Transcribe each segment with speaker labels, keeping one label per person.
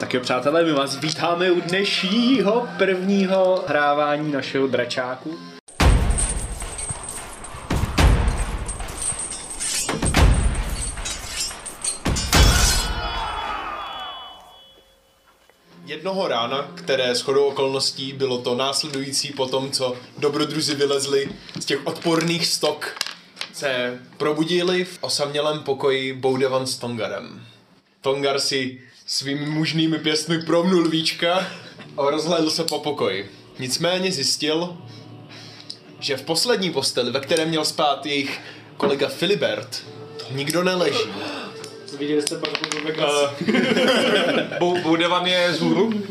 Speaker 1: Tak jo, přátelé, my vás vítáme u dnešního prvního hrávání našeho dračáku.
Speaker 2: Jednoho rána, které shodou okolností bylo to následující po tom, co dobrodruzi vylezli z těch odporných stok, se probudili v osamělém pokoji Boudevan s Tongarem. Tongar si svými mužnými pěstmi promnul víčka a rozhlédl se po pokoji. Nicméně zjistil, že v poslední posteli, ve které měl spát jejich kolega Filibert, nikdo neleží.
Speaker 1: Viděli jste pak
Speaker 3: Bou- Boudevan je z hůru.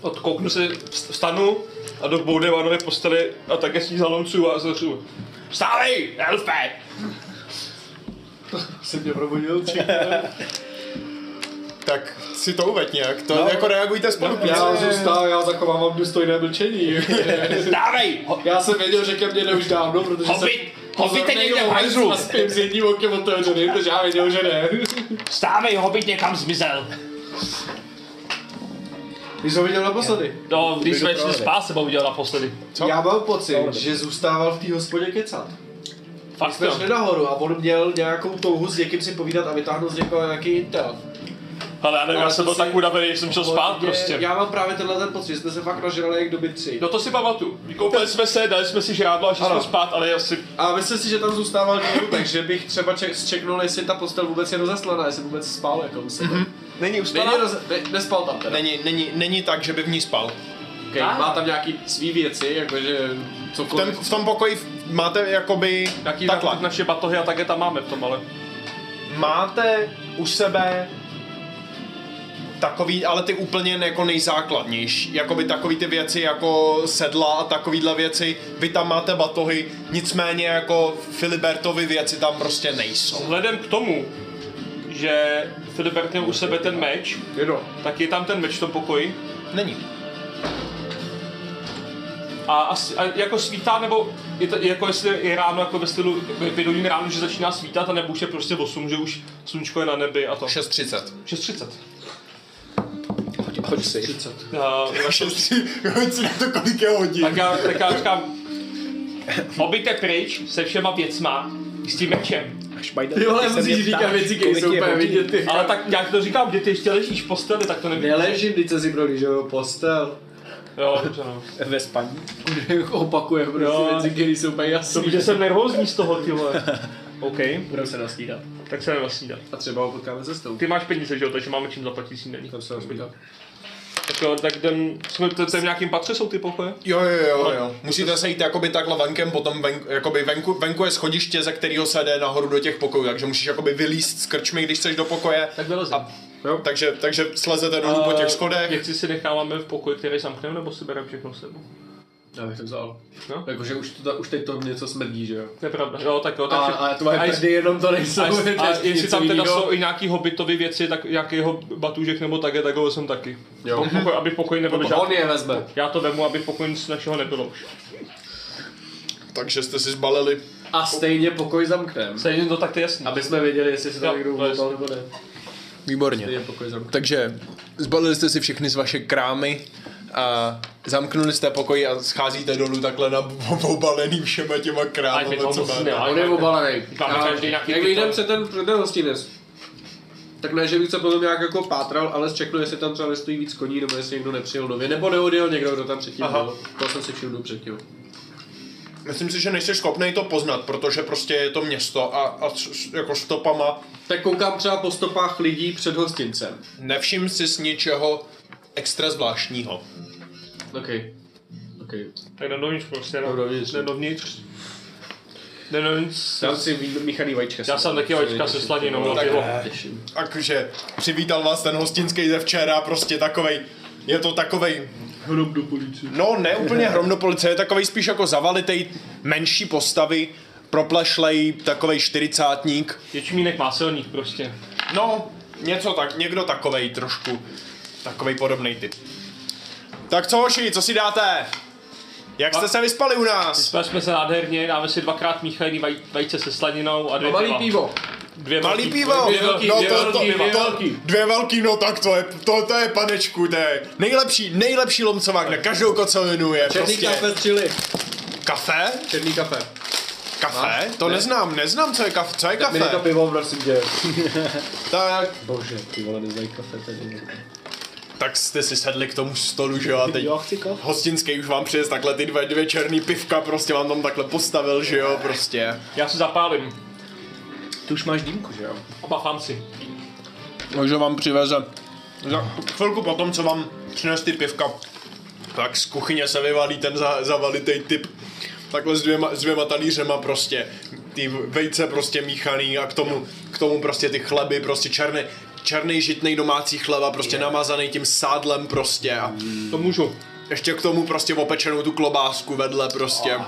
Speaker 3: Odkouknu si, vstanu a do Boudevanovy postely a také si ji zaloncuju a začnu. Vstávej, elfe!
Speaker 1: se mě probudil,
Speaker 2: Tak si to uveď nějak, to no. jako reagujte spolu.
Speaker 4: Já zůstávám, já zachovávám důstojné mlčení.
Speaker 3: Vstávej! ho-
Speaker 4: já jsem věděl, že ke mně jde už dávno, protože
Speaker 3: Hobbit!
Speaker 4: jsem
Speaker 3: Hobbit je
Speaker 4: pozorný
Speaker 3: někde v
Speaker 4: lovec
Speaker 3: hajzlu!
Speaker 4: A spím s jedním okem otevřeným, takže já věděl, že ne.
Speaker 3: Vstávej, hobit někam zmizel!
Speaker 4: Když jsem viděl naposledy,
Speaker 3: No, když jsme šli spát, se udělal naposledy.
Speaker 2: Co?
Speaker 4: já mám pocit, že zůstával v té hospodě kecat.
Speaker 3: Fakt no.
Speaker 4: Jsme
Speaker 3: jo.
Speaker 4: šli nahoru a on měl nějakou touhu s někým si povídat a vytáhnul z někoho nějaký intel.
Speaker 3: Ale já nevím, já
Speaker 4: Ale
Speaker 3: jsem
Speaker 4: to
Speaker 3: byl
Speaker 4: si-
Speaker 3: tak unavený, že jsem šel spát
Speaker 4: Podle mě-
Speaker 3: prostě.
Speaker 4: Já mám právě tenhle ten pocit, že jsme se fakt nažrali jak dobytci.
Speaker 3: No to si pamatuju. Vykoupili jsme se, dali jsme si žádlo a šli jsme
Speaker 4: Ano.
Speaker 3: spát, ale asi...
Speaker 4: A myslím si, že tam zůstával díl, takže bych třeba ček, zčeknul, jestli ta postel vůbec je rozeslaná, jestli vůbec spál jako u sebe. Mm-hmm.
Speaker 2: Není
Speaker 4: Není
Speaker 2: ustála?
Speaker 4: roz... ne, nespal tam teda.
Speaker 2: Není, není, není tak, že by v ní spal.
Speaker 4: Okay. Má tam nějaký svý věci, jakože
Speaker 2: V,
Speaker 4: cokoliv.
Speaker 2: ten, v tom pokoji máte jakoby
Speaker 3: Jaký
Speaker 2: takhle.
Speaker 3: tak naše batohy a také tam máme v tom, ale...
Speaker 2: Máte u sebe takový, ale ty úplně jako nejzákladnější. Jakoby takový ty věci jako sedla a takovýhle věci. Vy tam máte batohy, nicméně jako Filibertovi věci tam prostě nejsou.
Speaker 3: Vzhledem k tomu, že Filibert měl u sebe ten meč,
Speaker 4: Jedno.
Speaker 3: tak je tam ten meč v tom pokoji
Speaker 2: Není.
Speaker 3: a, asi, a jako svítá, nebo je to, jako jestli je ráno, jako ve stylu, jako je vědomím ráno, že začíná svítat, a nebo už je prostě 8, že už slunčko je na nebi a to.
Speaker 2: 6.30.
Speaker 3: 6.30.
Speaker 1: Hoď si.
Speaker 3: Uh,
Speaker 2: 6.30, to kolik je hodin?
Speaker 3: tak, já, tak já říkám, hobite pryč se všema věcma, i s tím mečem.
Speaker 1: Až Biden,
Speaker 4: Jo, ale musíš říkat věci, které jsou úplně vidět. ty.
Speaker 3: Ale tak jak to říkám, kde ty ještě ležíš v posteli, tak to nevím.
Speaker 4: Neležím, když se si prohlížel postel.
Speaker 3: Jo, dobře, no.
Speaker 1: Ve spaní.
Speaker 4: Opakuje prostě
Speaker 3: Jo.
Speaker 4: věci, které jsou úplně
Speaker 3: To
Speaker 4: jasné.
Speaker 3: bude, jsem nervózní z toho, ty vole. OK,
Speaker 1: Budeme se nasnídat.
Speaker 3: tak se jdeme nasnídat.
Speaker 4: A třeba ho potkáme cestou.
Speaker 3: Ty máš peníze, že jo, takže máme čím zaplatit snídaní.
Speaker 4: Tam se ho zbytá.
Speaker 3: Tak jo, tak jdem, jsme to, to v nějakým patře jsou ty pokoje?
Speaker 2: Jo, jo, jo, jo. Musíte se jít jakoby takhle venkem, potom ven, jakoby venku, venku je schodiště, ze kterého se jde nahoru do těch pokojů, takže musíš jakoby vylíst z krčmy, když chceš do pokoje.
Speaker 3: Tak vylezem.
Speaker 2: A- Takže, takže slezete dolů po těch schodech.
Speaker 3: Věci eh, si necháváme v pokoji, který zamkneme, nebo si bereme všechno s sebou?
Speaker 4: Já bych to vzal.
Speaker 3: No.
Speaker 4: Jakože už, to, ta- už teď to něco smrdí, že jo?
Speaker 3: To je pravda, jo, tak jo,
Speaker 4: A,
Speaker 3: takže...
Speaker 4: a tvoje
Speaker 3: a jest-
Speaker 4: prdy jenom to nejsou.
Speaker 3: a, jest- a
Speaker 4: teď
Speaker 3: jestli
Speaker 4: něco
Speaker 3: tam teda
Speaker 4: jinýho.
Speaker 3: jsou i nějaký hobbitovy věci, tak jakýho batůžek nebo také, tak ho jsem taky.
Speaker 4: Jo.
Speaker 3: Pokoj- Pokoj, aby v pokoji nebyl
Speaker 4: On
Speaker 3: žádný.
Speaker 4: je vezme.
Speaker 3: Já to vemu, aby v pokoji nic našeho nebylo už.
Speaker 2: Takže jste si zbalili.
Speaker 4: A stejně pokoj zamknem.
Speaker 3: Stejně to tak to je jasný.
Speaker 4: Aby jsme věděli, jestli se
Speaker 3: Jo,
Speaker 4: tam někdo
Speaker 3: to je-
Speaker 4: umotal nebo ne.
Speaker 2: Výborně.
Speaker 4: Je pokoj zamknem.
Speaker 2: Takže zbalili jste si všechny z vaše krámy a zamknuli jste pokoj a scházíte dolů takhle na obalený všema těma
Speaker 3: Ať mi
Speaker 2: krámama,
Speaker 3: to
Speaker 2: co
Speaker 3: moc
Speaker 2: máte.
Speaker 3: neláme.
Speaker 4: On je obalený.
Speaker 3: Tam
Speaker 4: A
Speaker 3: každý nějaký
Speaker 4: Jak
Speaker 3: pytel.
Speaker 4: jdem před ten, před ten hostinec, tak ne, že bych se potom nějak jako pátral, ale zčeknu, jestli tam třeba nestojí víc koní, nebo jestli někdo nepřijel nově, nebo neodjel někdo, kdo tam předtím
Speaker 2: Aha.
Speaker 4: byl. To jsem si všiml předtím.
Speaker 2: Myslím si, že nejsi schopný to poznat, protože prostě je to město a, a s- s- jako stopama
Speaker 4: Tak koukám třeba po stopách lidí před hostincem.
Speaker 2: nevšim si s ničeho extra zvláštního.
Speaker 4: OK. OK.
Speaker 3: Tak jdem dovnitř prostě, no.
Speaker 4: Jdem dovnitř.
Speaker 3: Jdem dovnitř. Jdem dovnitř.
Speaker 4: Dám si vý- míchaný vajíčka.
Speaker 3: Já jsem taky vajíčka se slaninou, no,
Speaker 2: tak
Speaker 3: ty vole.
Speaker 2: ne.
Speaker 4: Těším.
Speaker 2: Takže přivítal vás ten hostinský ze včera, prostě takovej, je to takovej,
Speaker 4: Hrob do policie.
Speaker 2: no ne úplně hromnopolice, je takovej spíš jako zavalitej, menší postavy, proplešlej, takovej čtyřicátník.
Speaker 3: Ječmínek má silník prostě.
Speaker 2: No, něco tak, někdo takovej trošku, takovej podobný typ. Tak co hoši, co si dáte? Jak jste se vyspali u nás?
Speaker 3: Spali jsme se nádherně, dáme si dvakrát míchaný vaj, vajíce se slaninou a dvě
Speaker 4: Malý
Speaker 3: piva.
Speaker 4: pivo.
Speaker 3: Dvě
Speaker 2: Malý
Speaker 3: velký-
Speaker 2: pivo!
Speaker 3: Dvě velký,
Speaker 2: no
Speaker 3: dvě
Speaker 2: to,
Speaker 3: velký,
Speaker 2: to,
Speaker 3: dvě
Speaker 2: to,
Speaker 3: velký.
Speaker 2: dvě velký, no tak to je, to, to je panečku, to je nejlepší, nejlepší lomcovák na každou kocelinu je
Speaker 4: Černý
Speaker 2: prostě.
Speaker 4: kafe třili.
Speaker 2: Kafe?
Speaker 4: Černý kafe.
Speaker 2: Kafe? To neznám, neznám, co je kafe, co je
Speaker 4: No. Mi dej to
Speaker 2: kafe?
Speaker 4: pivo, prosím tě.
Speaker 2: Tak,
Speaker 4: Bože, ty vole, neznají kafe tady.
Speaker 2: tak jste si sedli k tomu stolu, že jo, a teď
Speaker 1: Jo, No, chci kafe.
Speaker 2: hostinský už vám přines takhle ty dva, dvě černý pivka, prostě vám tam takhle postavil, že jo, prostě.
Speaker 3: Já si zapálím.
Speaker 1: Ty už máš dýmku, že jo?
Speaker 3: A machám si.
Speaker 2: Takže vám přiveze. Za chvilku potom, co vám přines ty pivka, tak z kuchyně se vyvalí ten za, zavalitej typ. Takhle s dvěma, s dvěma talířema prostě. Ty vejce prostě míchaný a k tomu, k tomu prostě ty chleby, prostě černý, černý žitnej domácí chleba, prostě namazaný tím sádlem prostě. A
Speaker 3: To můžu.
Speaker 2: ještě k tomu prostě opečenou tu klobásku vedle prostě.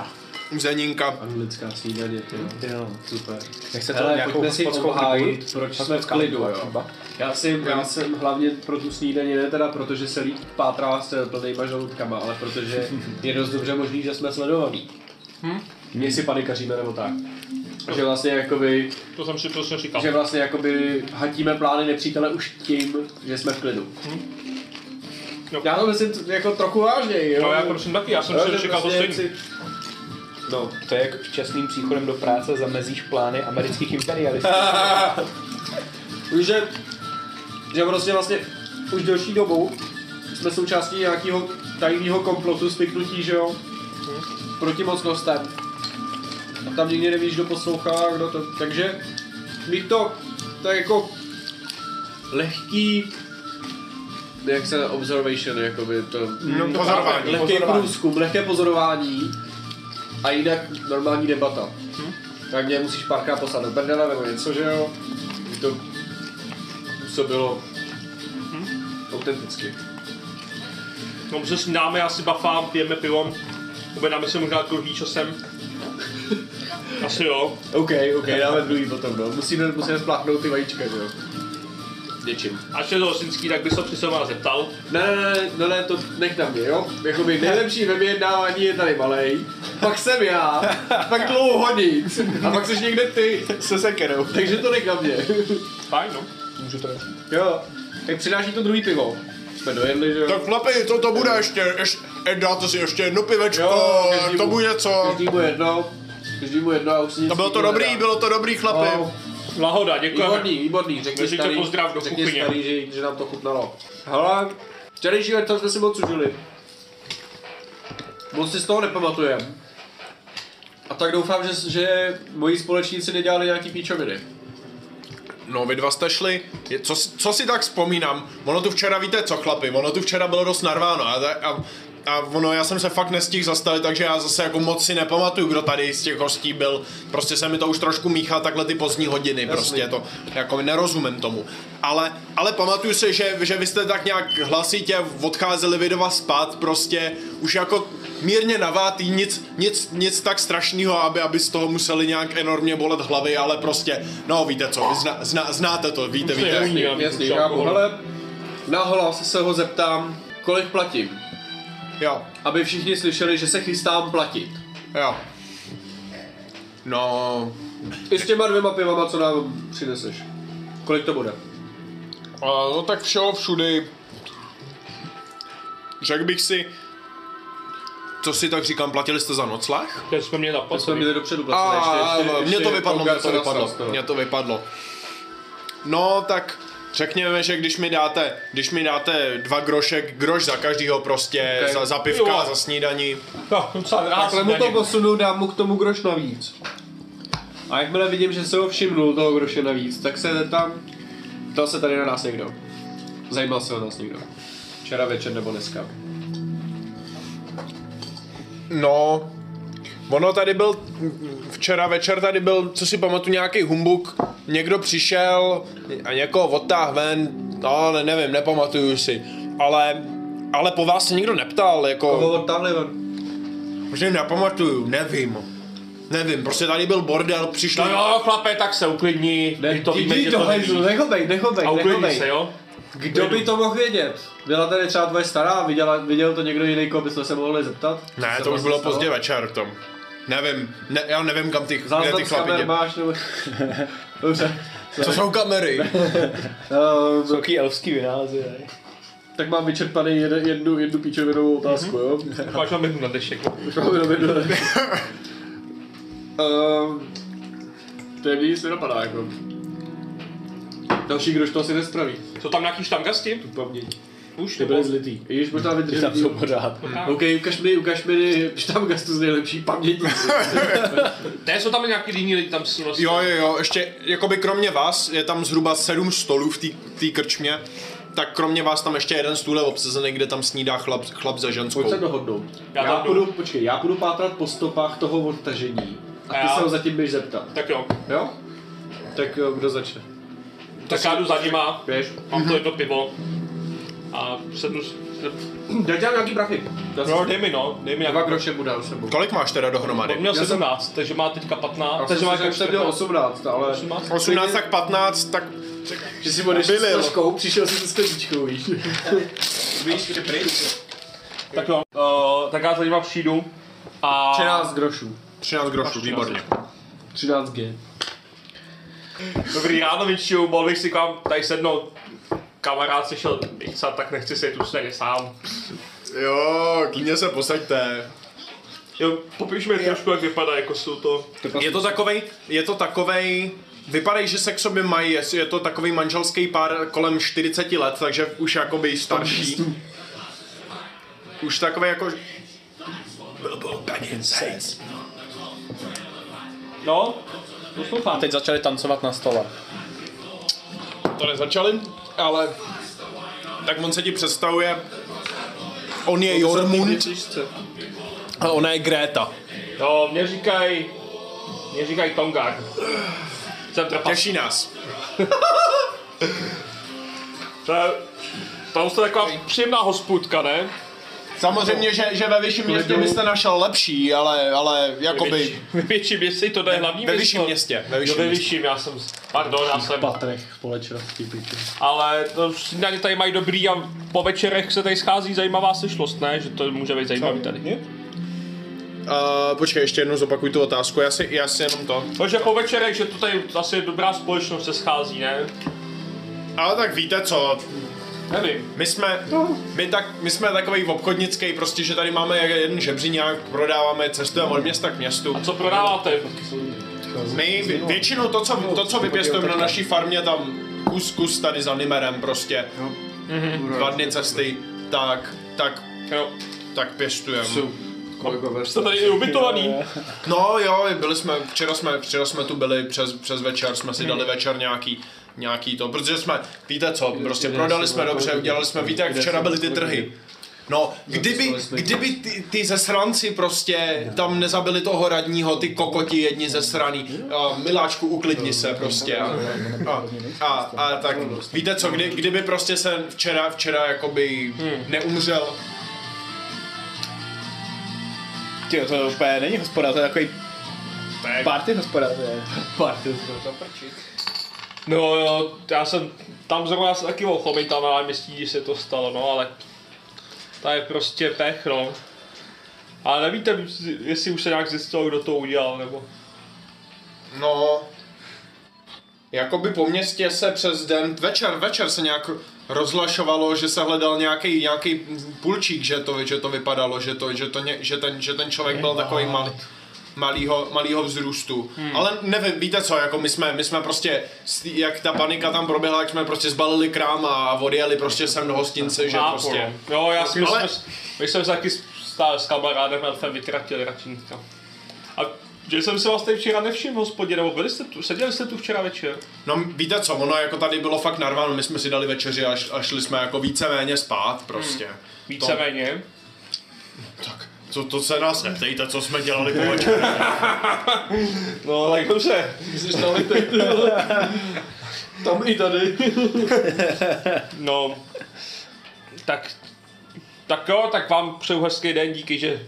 Speaker 2: Zeninka.
Speaker 4: Anglická snídaně, ty jo.
Speaker 1: Jo.
Speaker 4: Super.
Speaker 1: Jak se to jako
Speaker 4: Hele,
Speaker 1: nějakou
Speaker 4: pojďme si
Speaker 1: hospodskou
Speaker 4: obhájit,
Speaker 1: tributu?
Speaker 4: proč jsme v
Speaker 1: Hospodská
Speaker 4: klidu,
Speaker 1: tributa
Speaker 4: jo.
Speaker 1: třeba?
Speaker 4: Já, si, já jsem hlavně pro tu snídaní, ne teda protože se líp pátrá s plnýma žaludkama, ale protože je dost dobře možný, že jsme sledovaní.
Speaker 3: Hm?
Speaker 4: Hmm? Jestli panikaříme nebo tak. A Že vlastně jakoby,
Speaker 3: To jsem si přesně říkal.
Speaker 4: že vlastně jakoby hatíme plány nepřítele už tím, že jsme v klidu.
Speaker 3: Hm? Jo.
Speaker 4: Já to myslím t- jako trochu vážně, jo?
Speaker 3: No já prosím taky, já jsem
Speaker 4: Jo,
Speaker 3: si
Speaker 4: že
Speaker 3: říkal to
Speaker 4: prostě
Speaker 3: stejný.
Speaker 4: si- No,
Speaker 1: To je jak včasným příchodem do práce zamezíš plány amerických imperialistů.
Speaker 4: že, že prostě vlastně už delší dobu jsme součástí nějakého tajného komplotu spiknutí, že jo? Proti mocnostem. A tam nikdy nevíš, kdo poslouchá, kdo to... Takže bych to tak jako lehký jak se observation, jakoby to...
Speaker 2: No, pozorování.
Speaker 4: Lehký
Speaker 1: Pozorování.
Speaker 4: průzkum, lehké pozorování a jinak normální debata. Tak mě musíš párkrát poslat do prdele nebo něco, že jo? By to působilo Mhm. autenticky.
Speaker 3: No, my se snídáme, já si bafám, pijeme pivom. Objednáme se možná kruhý časem. Asi jo.
Speaker 4: OK, OK, dáme druhý potom, no. Musíme, musíme spláchnout ty vajíčka, že jo? Něčím.
Speaker 3: Až je to osinský, tak by se přesně vás zeptal.
Speaker 4: Ne, ne, ne, no ne, ne, to nech na mě, jo? Jakoby nejlepší ve vyjednávání je tady malej, pak jsem já, pak dlouho nic, a pak jsi někde ty,
Speaker 2: Se sekerou.
Speaker 4: takže to nech na mě.
Speaker 3: Fajn, no.
Speaker 1: Můžu to
Speaker 4: Jo, tak přináší to druhý pivo. Jsme dojedli, že jo?
Speaker 2: Tak chlapi, co to bude ještě? Ještě, dáte si ještě jedno pivečko,
Speaker 4: Jo, každému.
Speaker 2: to bude co?
Speaker 4: Každému jedno, každému jedno a už si nic
Speaker 2: To bylo to
Speaker 4: jiného
Speaker 2: dobrý,
Speaker 4: nedá.
Speaker 2: bylo to dobrý, chlapi.
Speaker 4: No,
Speaker 3: Lahoda, děkujeme.
Speaker 4: výborný, výborný, řekni
Speaker 3: Neříkej
Speaker 4: starý,
Speaker 3: pozdrav do
Speaker 4: řekni
Speaker 3: kuchyně.
Speaker 4: starý, že, že nám to chutnalo. Hele, včerejší večer jsme si moc užili. Moc si z toho nepamatujem. A tak doufám, že, že moji společníci nedělali nějaký píčoviny.
Speaker 2: No, vy dva jste šli. Je, co, co si tak vzpomínám? Ono tu včera, víte co, chlapi, ono tu včera bylo dost narváno a, ta- a, a ono, já jsem se fakt nestihl zastavit, takže já zase jako moc si nepamatuju, kdo tady z těch hostí byl. Prostě se mi to už trošku míchá takhle ty pozdní hodiny, Jasný. prostě to, jako nerozumím tomu. Ale, ale pamatuju si, že, že vy jste tak nějak hlasitě odcházeli vy dva spát, prostě už jako mírně navátý, nic, nic, nic tak strašného, aby, aby z toho museli nějak enormně bolet hlavy, ale prostě, no víte co, vy zna, zna, znáte to, víte,
Speaker 3: Už je
Speaker 2: víte.
Speaker 3: umí, já bych
Speaker 4: Jasný,
Speaker 3: už
Speaker 4: chápu.
Speaker 3: alkohol.
Speaker 4: Hele, nahlas se ho zeptám, kolik platím,
Speaker 2: Jo,
Speaker 4: aby všichni slyšeli, že se chystám platit.
Speaker 2: jo. No,
Speaker 4: I s těma dvěma pivama, co nám přineseš. Kolik to bude?
Speaker 2: a, no tak všeho všudy. Řekl bych si, co si tak říkám, platili jste za nocleh?
Speaker 3: Teď jsme mě
Speaker 4: To jsme
Speaker 3: napadli.
Speaker 4: měli dopředu
Speaker 2: A,
Speaker 4: placené. ještě- ještě-
Speaker 2: mě to
Speaker 4: ještě
Speaker 2: vypadlo, mě
Speaker 4: koukám
Speaker 2: to
Speaker 4: na
Speaker 2: vypadlo,
Speaker 4: sraz, no.
Speaker 2: mě to vypadlo. No, tak řekněme, že když mi dáte, když mi dáte dva grošek, groš za každýho prostě,
Speaker 4: Ok.
Speaker 2: za, za pivka,
Speaker 3: Jo.
Speaker 2: za snídaní.
Speaker 3: No, docela rád
Speaker 4: Takhle mu to prostě-
Speaker 3: snídaně.
Speaker 4: posunu, dám mu k tomu groš navíc. A jakmile vidím, že se ho všimnul toho groše navíc, tak se tam... Ptal se tady na nás někdo. Zajímal se o nás někdo. Včera večer nebo dneska.
Speaker 2: No, ono tady byl, včera večer tady byl, co si pamatuju, nějaký humbuk, někdo přišel a někoho odtáhl ven, no, ne, nevím, nepamatuju si, ale, ale po vás se nikdo neptal, jako...
Speaker 4: Koho odtáhli ven?
Speaker 2: Že nepamatuju, nevím. Nevím, prostě tady byl bordel, přišli...
Speaker 3: No jo, chlape, tak se uklidni.
Speaker 4: Ne,
Speaker 3: My to víme, že to nevíš.
Speaker 4: nechobej, nechobej,
Speaker 3: A uklidni
Speaker 4: nechobej.
Speaker 3: se, jo?
Speaker 4: Kdo by to mohl vědět? Byla tady třeba tvoje stará, viděla, viděl to někdo jiný, koho bychom se mohli zeptat?
Speaker 2: Ne,
Speaker 4: Co
Speaker 2: to
Speaker 4: se
Speaker 2: už
Speaker 4: vlastně
Speaker 2: bylo
Speaker 4: stalo?
Speaker 2: pozdě večer v tom. Nevím, ne, já nevím, kam ty, kde
Speaker 4: Záznam
Speaker 2: ty
Speaker 4: z
Speaker 2: chlapi
Speaker 4: kamer
Speaker 2: dě...
Speaker 4: máš, nebo... Dobře.
Speaker 2: Co jsou kamery?
Speaker 4: Ehm,
Speaker 1: Jsou taky elfský vynálezy, ne?
Speaker 4: tak mám vyčerpaný jeden, jednu, jednu píčovinovou otázku, jo?
Speaker 3: Máš tam jednu na dešek.
Speaker 4: Už mám jenom jednu. Ehm, to je mě nic nenapadá, jako. Další, kdož to asi nespraví.
Speaker 3: Jsou tam nějaký štamgasti?
Speaker 4: Paměť.
Speaker 3: Už
Speaker 4: Ty byly zlitý. Ježíš, možná
Speaker 1: Ty
Speaker 4: vydrží.
Speaker 1: tam jsou pořád.
Speaker 4: OK, ukaž mi, ukaž mi štamgastu z nejlepší paměti.
Speaker 3: Ne, jsou tam nějaký jiný lidi tam s vlastně.
Speaker 2: Jo, jo, jo, ještě, jakoby kromě vás, je tam zhruba sedm stolů v té krčmě, tak kromě vás tam ještě jeden stůl je obsazený, kde tam snídá chlap, chlap za
Speaker 4: Pojď
Speaker 2: ženskou.
Speaker 4: se dohodnout.
Speaker 3: Já
Speaker 4: Já,
Speaker 3: tam
Speaker 4: já půjdu, počkej, já půjdu pátrat po stopách toho odtažení. A ty
Speaker 3: Já-
Speaker 4: se ho zatím běž zeptat.
Speaker 3: Tak jo.
Speaker 4: Jo? Tak jo, kdo začne?
Speaker 3: Tak já jdu za nima,
Speaker 4: Běž.
Speaker 3: mám to jedno pivo. A sednu s...
Speaker 4: Já dělám nějaký prachy. Já
Speaker 3: No, dej mi no, dej mi
Speaker 4: Dva
Speaker 3: nějaký
Speaker 4: groše mu dám sebou.
Speaker 2: Kolik máš teda dohromady?
Speaker 3: On měl
Speaker 4: jsem-
Speaker 3: 17, takže má teďka 15,
Speaker 4: Takže
Speaker 3: takže má jako
Speaker 4: máš jsem měl
Speaker 3: 14.
Speaker 4: 18, ale...
Speaker 3: 18.
Speaker 2: 18, tak 15, tak...
Speaker 4: Že si budeš s
Speaker 2: Bylil.
Speaker 4: složkou, přišel jsi se skleničkou, víš.
Speaker 2: Víš, kde pryč?
Speaker 3: Tak jo, uh, tak já za nima přijdu. A...
Speaker 4: 13 grošů.
Speaker 2: 13 grošů, výborně.
Speaker 4: 13 G.
Speaker 3: Dobrý ráno, Mičiu, mohl bych si k vám tady sednout. Kamarád si šel pizza, tak nechci se tu snědě sám.
Speaker 2: Jo, klidně se posaďte.
Speaker 3: Jo, popiš mi trošku, jak vypadá, jako jsou to...
Speaker 2: Je to takovej, je to takovej, vypadají, že se k sobě mají, je- je to takový manželský pár kolem 40 let, takže už jakoby starší. Už takové jako...
Speaker 3: No, poslouchám.
Speaker 1: Teď začali tancovat na stole.
Speaker 2: To nezačali, ale... Tak on se ti představuje, on je Jormund a ona je Greta.
Speaker 3: No, mě říkaj... Mě říkaj Tongar. Jsem trpas.
Speaker 2: Těší nás.
Speaker 3: To je... Tam jste taková příjemná hospůdka, ne?
Speaker 2: Samozřejmě, že, že ve vyšším městě byste našel lepší, ale, ale jakoby...
Speaker 3: Ve větším městě to je hlavní
Speaker 2: Ve
Speaker 3: město.
Speaker 2: vyšším městě. Ve
Speaker 3: Jo,
Speaker 2: vyšším
Speaker 3: ve
Speaker 2: městě.
Speaker 3: vyšším, já jsem... Pardon, já jsem...
Speaker 1: Patrech společnosti, piču.
Speaker 3: Ale to snídaně tady mají dobrý a po večerech se tady schází zajímavá sešlost, ne? Že to může být zajímavý tady.
Speaker 2: Uh, počkej, ještě jednou zopakuj tu otázku, já si, já si jenom to.
Speaker 3: Takže po večerech, že to tady asi dobrá společnost se schází, ne?
Speaker 2: Ale tak víte co,
Speaker 3: Nevím.
Speaker 2: my jsme, my, tak, my jsme takový obchodnický, prostě, že tady máme jeden žebříňák, prodáváme, cestujeme od města k městu.
Speaker 3: A co prodáváte?
Speaker 2: My vě- většinou to, co, to, co vypěstujeme na naší farmě, tam kus kus tady za Nimerem prostě, dva dny cesty, tak, tak,
Speaker 3: Jo.
Speaker 2: tak pěstujeme.
Speaker 4: Kolegové,
Speaker 3: Jste tady i ubytovaný?
Speaker 2: No jo, byli jsme, včera jsme, včera jsme tu byli, přes, přes večer jsme si dali večer nějaký, nějaký to, protože jsme, víte co, prostě prodali jsme dobře, udělali jsme, víte jak včera byly ty trhy. No, kdyby, kdyby ty, ty zesranci prostě tam nezabili toho radního, ty kokoti jedni zesraný, a, miláčku uklidni se prostě a, a, a, a tak, víte co, kdy, kdyby prostě se včera, včera jakoby neumřel,
Speaker 1: Ty to úplně není hospoda, to je takový
Speaker 3: Tak.
Speaker 1: party hospoda, to je. Party
Speaker 3: No jo, já jsem tam zrovna se taky ochomej tam na náměstí, když se to stalo, no ale to je prostě pech, no. Ale nevíte, jestli už se nějak zjistilo, kdo to udělal, nebo...
Speaker 2: No, jakoby po městě se přes den, večer, večer se nějak rozlašovalo, že se hledal nějaký nějaký pulčík, že to, že to vypadalo, že to, že to ně, že ten, že ten člověk byl takový malý malýho, malýho vzrůstu. Hmm. Ale nevím, víte co, jako my jsme, my jsme prostě, s- jak ta panika tam proběhla, jak jsme prostě zbalili krám a odjeli prostě sem do hostince, že
Speaker 3: Chápu,
Speaker 2: prostě.
Speaker 3: no. Jo, já si myslím,
Speaker 2: Ale-
Speaker 3: že- my jsme se taky s- stál s kamarádem Elfem vytratili račínka. A že jsem se vás tady včera nevšiml v hospodě, nebo byli jste tu, seděli jste tu včera večer?
Speaker 2: No víte co, ono jako tady bylo fakt narváno, my jsme si dali večeři a, š- a šli jsme jako víceméně spát prostě. Hmm.
Speaker 3: Víceméně.
Speaker 2: Tak, to, to se nás neptejte, co jsme dělali po večeru.
Speaker 3: No, tak dobře.
Speaker 4: jsi tam Tam i tady.
Speaker 3: No, tak, tak jo, tak vám přeju hezký den, díky, že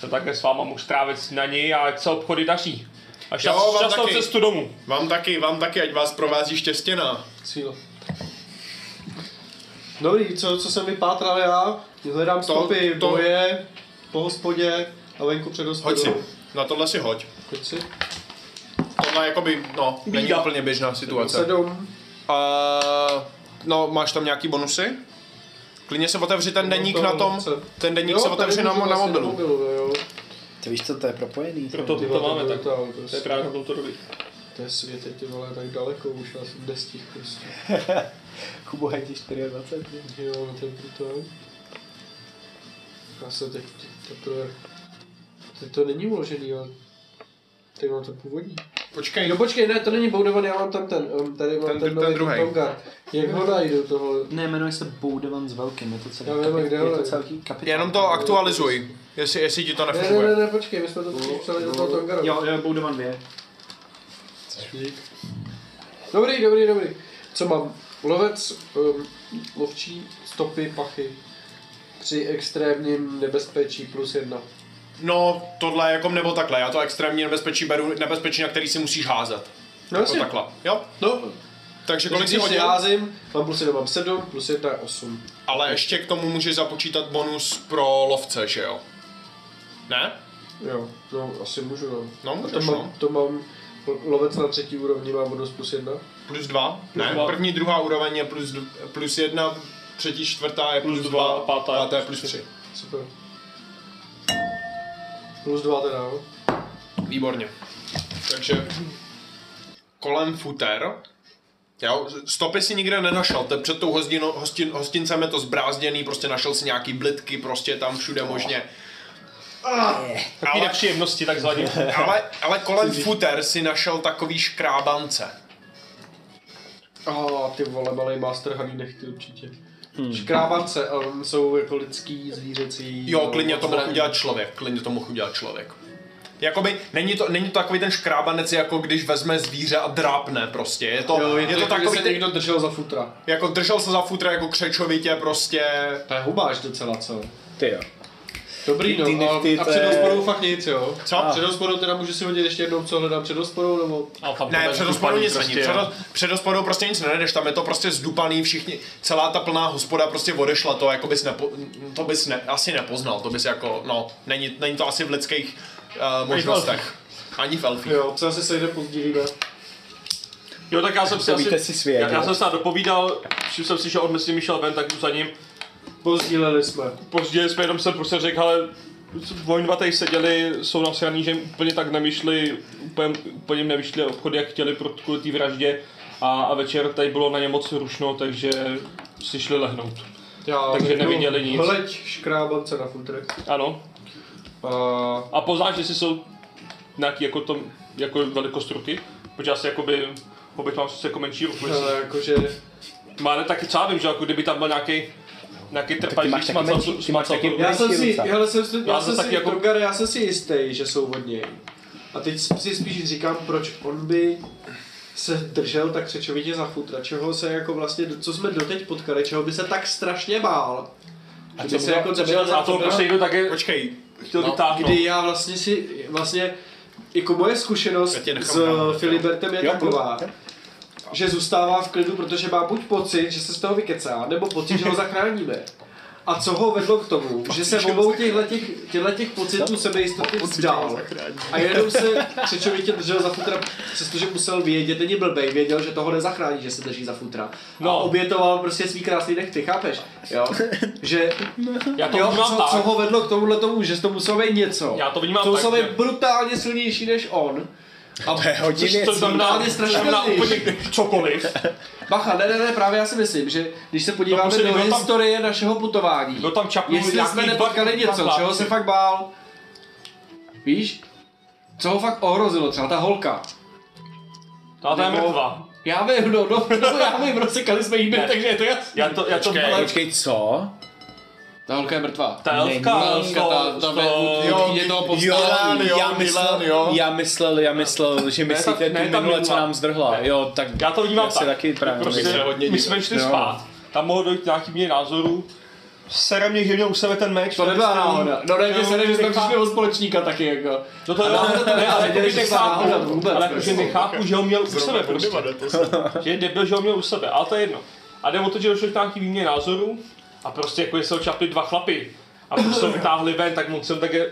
Speaker 3: se také s váma mohl strávit na něj a ať se obchody daří. A
Speaker 2: Jo,
Speaker 3: šťast,
Speaker 2: vám
Speaker 3: šťastnou
Speaker 2: taky.
Speaker 3: cestu domů.
Speaker 2: Vám taky, vám taky, ať vás provází štěstěná.
Speaker 4: Cíl. Dobrý, co, co jsem vypátral já? Hledám stopy,
Speaker 2: to-
Speaker 4: boje, po hospodě a venku před hospodou.
Speaker 2: Hoď si. Na tohle si hoď.
Speaker 3: Pojď si.
Speaker 2: Tohle jakoby, no, není
Speaker 3: Bída.
Speaker 2: úplně běžná situace.
Speaker 4: Sedm.
Speaker 2: A, no, máš tam nějaký bonusy? Klidně se otevři ten deník
Speaker 3: to
Speaker 2: na tom,
Speaker 3: nechce.
Speaker 2: ten deník
Speaker 4: No, Jo,
Speaker 2: se
Speaker 4: tady
Speaker 2: otevři na,
Speaker 4: můžu
Speaker 2: mo- na
Speaker 4: vlastně
Speaker 2: mobilu.
Speaker 4: jo.
Speaker 1: Ty víš co, to je propojený.
Speaker 3: Proto
Speaker 4: Ty
Speaker 3: to,
Speaker 4: vole,
Speaker 3: máme tak.
Speaker 4: brutál,
Speaker 3: To je
Speaker 4: prostě.
Speaker 3: právě to dobrý.
Speaker 4: To je svět, je, ty vole, tak daleko už, já jsem destih prostě.
Speaker 1: Kubo, je ti 24.
Speaker 4: Jo, no to je brutální. Já se teď teprve... Teď to není uložený, ale... Teď mám to původní.
Speaker 2: Počkej,
Speaker 4: No počkej, ne, to není Boudevan, já mám tam ten, um, tady mám
Speaker 2: Ten dru-
Speaker 4: ten,
Speaker 2: ten
Speaker 4: ten, nový
Speaker 2: druhej.
Speaker 4: Tomgar. Jak ho najdu toho?
Speaker 1: Ne, jmenuje se Boudevan s velkým, je to celý,
Speaker 4: Já vím,
Speaker 1: kapi-
Speaker 4: kde
Speaker 1: je to
Speaker 4: je.
Speaker 1: celý kapitán.
Speaker 2: jenom to aktualizuj, jestli, jestli ti to
Speaker 4: Ne, ne, ne,
Speaker 2: nefunguje.
Speaker 4: ne, počkej, my jsme to připsali do toho Tomgara.
Speaker 1: Jo, jo, Boudevan 2.
Speaker 4: Dobrý, dobrý, dobrý. Co mám? Lovec, um, lovčí, stopy, pachy. Při extrémním nebezpečí plus jedna.
Speaker 2: No, tohle jako nebo takhle, já to extrémní nebezpečí beru, nebezpečí, na který si musíš házet.
Speaker 4: No
Speaker 2: Jako
Speaker 4: jasně.
Speaker 2: takhle, jo?
Speaker 4: No,
Speaker 2: Takže kolik
Speaker 4: kolik
Speaker 2: si
Speaker 4: když si
Speaker 2: hodil?
Speaker 4: házím, mám plus jedna, mám sedm, plus jedna je osm.
Speaker 2: Ale ještě k tomu můžeš započítat bonus pro lovce, že jo? Ne?
Speaker 4: Jo, no asi můžu, no.
Speaker 2: No,
Speaker 4: To
Speaker 2: můžeš, no.
Speaker 4: mám, to mám, lovec na třetí úrovni má bonus plus jedna.
Speaker 2: Plus dva? Ne,
Speaker 3: dva.
Speaker 2: první, druhá úroveň je plus, dv- plus jedna, třetí, čtvrtá je plus,
Speaker 3: Plus
Speaker 2: dva,
Speaker 3: dva, pátá je
Speaker 2: pátá je
Speaker 3: plus
Speaker 2: plus tři.
Speaker 4: Super. Plus dva teda, jo.
Speaker 2: Výborně. Takže kolem futer. Jo, stopy si nikde nenašel, te před tou hostino, hostin, hostincem je to zbrázděný, prostě našel si nějaký blitky, prostě tam všude možně.
Speaker 3: Takový
Speaker 2: Ale-
Speaker 3: nepříjemnosti takzvaně.
Speaker 2: Ale, ale kolem futer si našel takový škrábance.
Speaker 4: A ty vole, malý master halínek ty určitě. Hmm. Škrábance, um, jsou jako lidský, zvířecí.
Speaker 2: Jo,
Speaker 4: no,
Speaker 2: klidně to mohl
Speaker 4: zbraní.
Speaker 2: udělat člověk, klidně to mohl udělat člověk. Jakoby, není to, není to takový ten škrábanec, jako když vezme zvíře a drápne prostě. Je to,
Speaker 4: Jo,
Speaker 2: je to,
Speaker 4: takový
Speaker 2: takový,
Speaker 4: se
Speaker 2: ten,
Speaker 4: někdo držel za futra.
Speaker 2: jako držel se za futra jako křečovitě prostě.
Speaker 4: To je hubáš docela, co?
Speaker 1: Ty jo.
Speaker 4: Dobrý, no.
Speaker 1: Ty
Speaker 4: a,
Speaker 1: nifty,
Speaker 4: a
Speaker 1: to
Speaker 4: před
Speaker 1: je-
Speaker 4: hospodou fakt nic, jo?
Speaker 2: Co?
Speaker 4: A před hospodou teda můžu si hodit ještě jednou, co hledám před hospodou, nebo...
Speaker 3: Ale tam
Speaker 2: Ne,
Speaker 3: to
Speaker 2: před
Speaker 3: bude
Speaker 2: hospodou nic
Speaker 3: prostě,
Speaker 2: není,
Speaker 3: jo.
Speaker 2: před, před hospodou prostě nic nenajdeš, tam je to prostě zdupaný, všichni, celá ta plná hospoda prostě odešla, to jako bys nepo, to bys ne, asi nepoznal, to bys jako, no, není, není to asi v lidských uh, možnostech. Ani v Elfích.
Speaker 4: Jo, co asi sejde později, ne?
Speaker 3: Jo, tak já jsem si
Speaker 1: Víte
Speaker 3: asi,
Speaker 1: si svět,
Speaker 3: já, já
Speaker 1: jo.
Speaker 3: jsem se dopovídal, všiml jsem si, že on mezi nimi šel ven, tak jdu za ním.
Speaker 4: Pozdíleli jsme.
Speaker 3: Později jsme jenom jsem prostě řekl, ale oni dva tady seděli, jsou nasraný, že jim úplně tak nemyšli, úplně, úplně jim nevyšli obchody, jak chtěli pro kvůli té vraždě. A, a večer tady bylo na ně moc rušno, takže si šli lehnout.
Speaker 4: Já
Speaker 3: Takže
Speaker 4: řeknu,
Speaker 3: neviděli nic.
Speaker 4: Hleď škrábance na futrech.
Speaker 3: Ano.
Speaker 4: A
Speaker 3: A poznáš, jestli jsou nějaký jako, to, jako velikost ruky, protože asi jakoby Hobbit mám jako menší ruku. jestli-
Speaker 1: Hmm.
Speaker 4: ale jakože...
Speaker 3: Má ne, taky co já vím, že jako kdyby tam byl nějaký nějaký
Speaker 1: ty
Speaker 3: trpající
Speaker 1: máš taky
Speaker 3: smacal,
Speaker 1: menší-
Speaker 3: tu-
Speaker 1: ty máš
Speaker 3: smacal
Speaker 1: taky-
Speaker 3: tu-
Speaker 4: Já jsem si,
Speaker 1: ruce.
Speaker 4: hele, jsem si, já,
Speaker 3: Já
Speaker 4: jsem
Speaker 3: to
Speaker 4: si,
Speaker 3: taky jako-
Speaker 4: Tongare, já jsem si jistý, že jsou od něj. A teď si spíš říkám, proč on by se držel tak řečovitě za futra, čeho se jako vlastně, co jsme doteď potkali, čeho by se tak strašně bál. A
Speaker 2: co
Speaker 4: se
Speaker 2: bylo-
Speaker 4: jako
Speaker 2: co
Speaker 4: držel
Speaker 3: A
Speaker 4: za
Speaker 3: to
Speaker 4: futra,
Speaker 3: prostě někdo taky
Speaker 2: Počkej,
Speaker 3: chtěl
Speaker 2: no,
Speaker 3: vytáhnout.
Speaker 4: kdy já vlastně si, vlastně, jako moje zkušenost
Speaker 2: Já tě nechám
Speaker 4: s eh,
Speaker 2: brát.
Speaker 4: Filibertem je
Speaker 1: Jo,
Speaker 4: taková, že zůstává v klidu, protože má buď pocit, že se z toho vykecá, nebo pocit, že ho zachráníme. A co ho vedlo k tomu, že se obou těchto těch pocitů sebejistoty vzdal a jenom se křečovitě držel za futra, přestože musel vědět, není blbej, věděl, že toho nezachrání, že se drží za futra. No. A
Speaker 3: No.
Speaker 4: obětoval prostě svý krásný nechty, chápeš? Jo? Že
Speaker 3: Já to
Speaker 4: jo,
Speaker 3: vnímám
Speaker 4: co,
Speaker 3: tak.
Speaker 4: co ho vedlo k tomuhle tomu, že to muselo být něco.
Speaker 3: Já to vnímám
Speaker 4: co muselo
Speaker 3: tak,
Speaker 4: být
Speaker 3: že-
Speaker 4: brutálně silnější než on. A to je
Speaker 1: hodně
Speaker 3: to znamená,
Speaker 4: je
Speaker 3: to
Speaker 4: strašně
Speaker 3: znamená
Speaker 4: dobrý.
Speaker 3: úplně cokoliv.
Speaker 4: Bacha, ne, ne, ne, právě já si myslím, že když se
Speaker 3: No,
Speaker 4: podíváme
Speaker 3: prostě
Speaker 4: do
Speaker 3: byl tam-
Speaker 4: historie našeho putování,
Speaker 3: byl tam čapnul
Speaker 4: jestli
Speaker 3: nějaký
Speaker 4: jsme nepotkali
Speaker 3: dva-
Speaker 4: něco,
Speaker 3: dva
Speaker 4: čeho se fakt bál, víš, co ho fakt ohrozilo, třeba ta holka.
Speaker 3: A to je
Speaker 4: Nebo-
Speaker 3: mrtvá.
Speaker 4: Já vím, no, no, no já vím, rozsekali jsme jí byli,
Speaker 3: Ne.
Speaker 4: takže je to jasné.
Speaker 3: Já to, já to,
Speaker 2: Počkej.
Speaker 3: ale
Speaker 1: Počkej, co?
Speaker 4: Ta holka je mrtvá.
Speaker 3: ta elfka,
Speaker 1: Není.
Speaker 3: elfka,
Speaker 4: Ta- ta-
Speaker 3: to-
Speaker 4: jo,
Speaker 2: jo,
Speaker 4: je toho
Speaker 2: Milan,
Speaker 4: povstání.
Speaker 2: jo,
Speaker 1: já myslel,
Speaker 2: Milan, jo.
Speaker 1: No. já myslel, já myslel, že myslíte
Speaker 3: ne,
Speaker 1: tu
Speaker 3: ta
Speaker 1: minule, co
Speaker 3: minula.
Speaker 1: nám zdrhla.
Speaker 3: Ne.
Speaker 1: Jo, tak
Speaker 3: Já to vnímám
Speaker 1: já si
Speaker 3: tak.
Speaker 1: taky právě
Speaker 3: prostě,
Speaker 1: myslím.
Speaker 2: se hodně
Speaker 3: my
Speaker 2: divím.
Speaker 3: jsme šli
Speaker 1: Jo.
Speaker 3: spát. Tam mohlo dojít k nějaký mě názoru. Sere mě, že měl u sebe ten meč.
Speaker 4: To nebyla náhoda. No ne, mě
Speaker 3: Jo,
Speaker 4: se ne, že jsme
Speaker 3: nechá-
Speaker 4: přišli od společníka taky jako.
Speaker 3: No to
Speaker 4: A
Speaker 3: jo,
Speaker 4: náhoda to
Speaker 3: ne,
Speaker 4: nebyla,
Speaker 3: ale
Speaker 4: věděli,
Speaker 3: jakože
Speaker 4: že to byla náhoda
Speaker 3: nechápu,
Speaker 4: vůbec,
Speaker 3: ale jakože
Speaker 4: prostě.
Speaker 3: nechápu, že ho měl u sebe prostě.
Speaker 2: Podívat, to se-
Speaker 3: Že je debil, že ho měl u sebe, ale to je jedno. A jde o to, že došlo k nějaký výměně názorů a prostě jako se ho čapli dva chlapy a prostě ho vytáhli ven, tak moc jsem také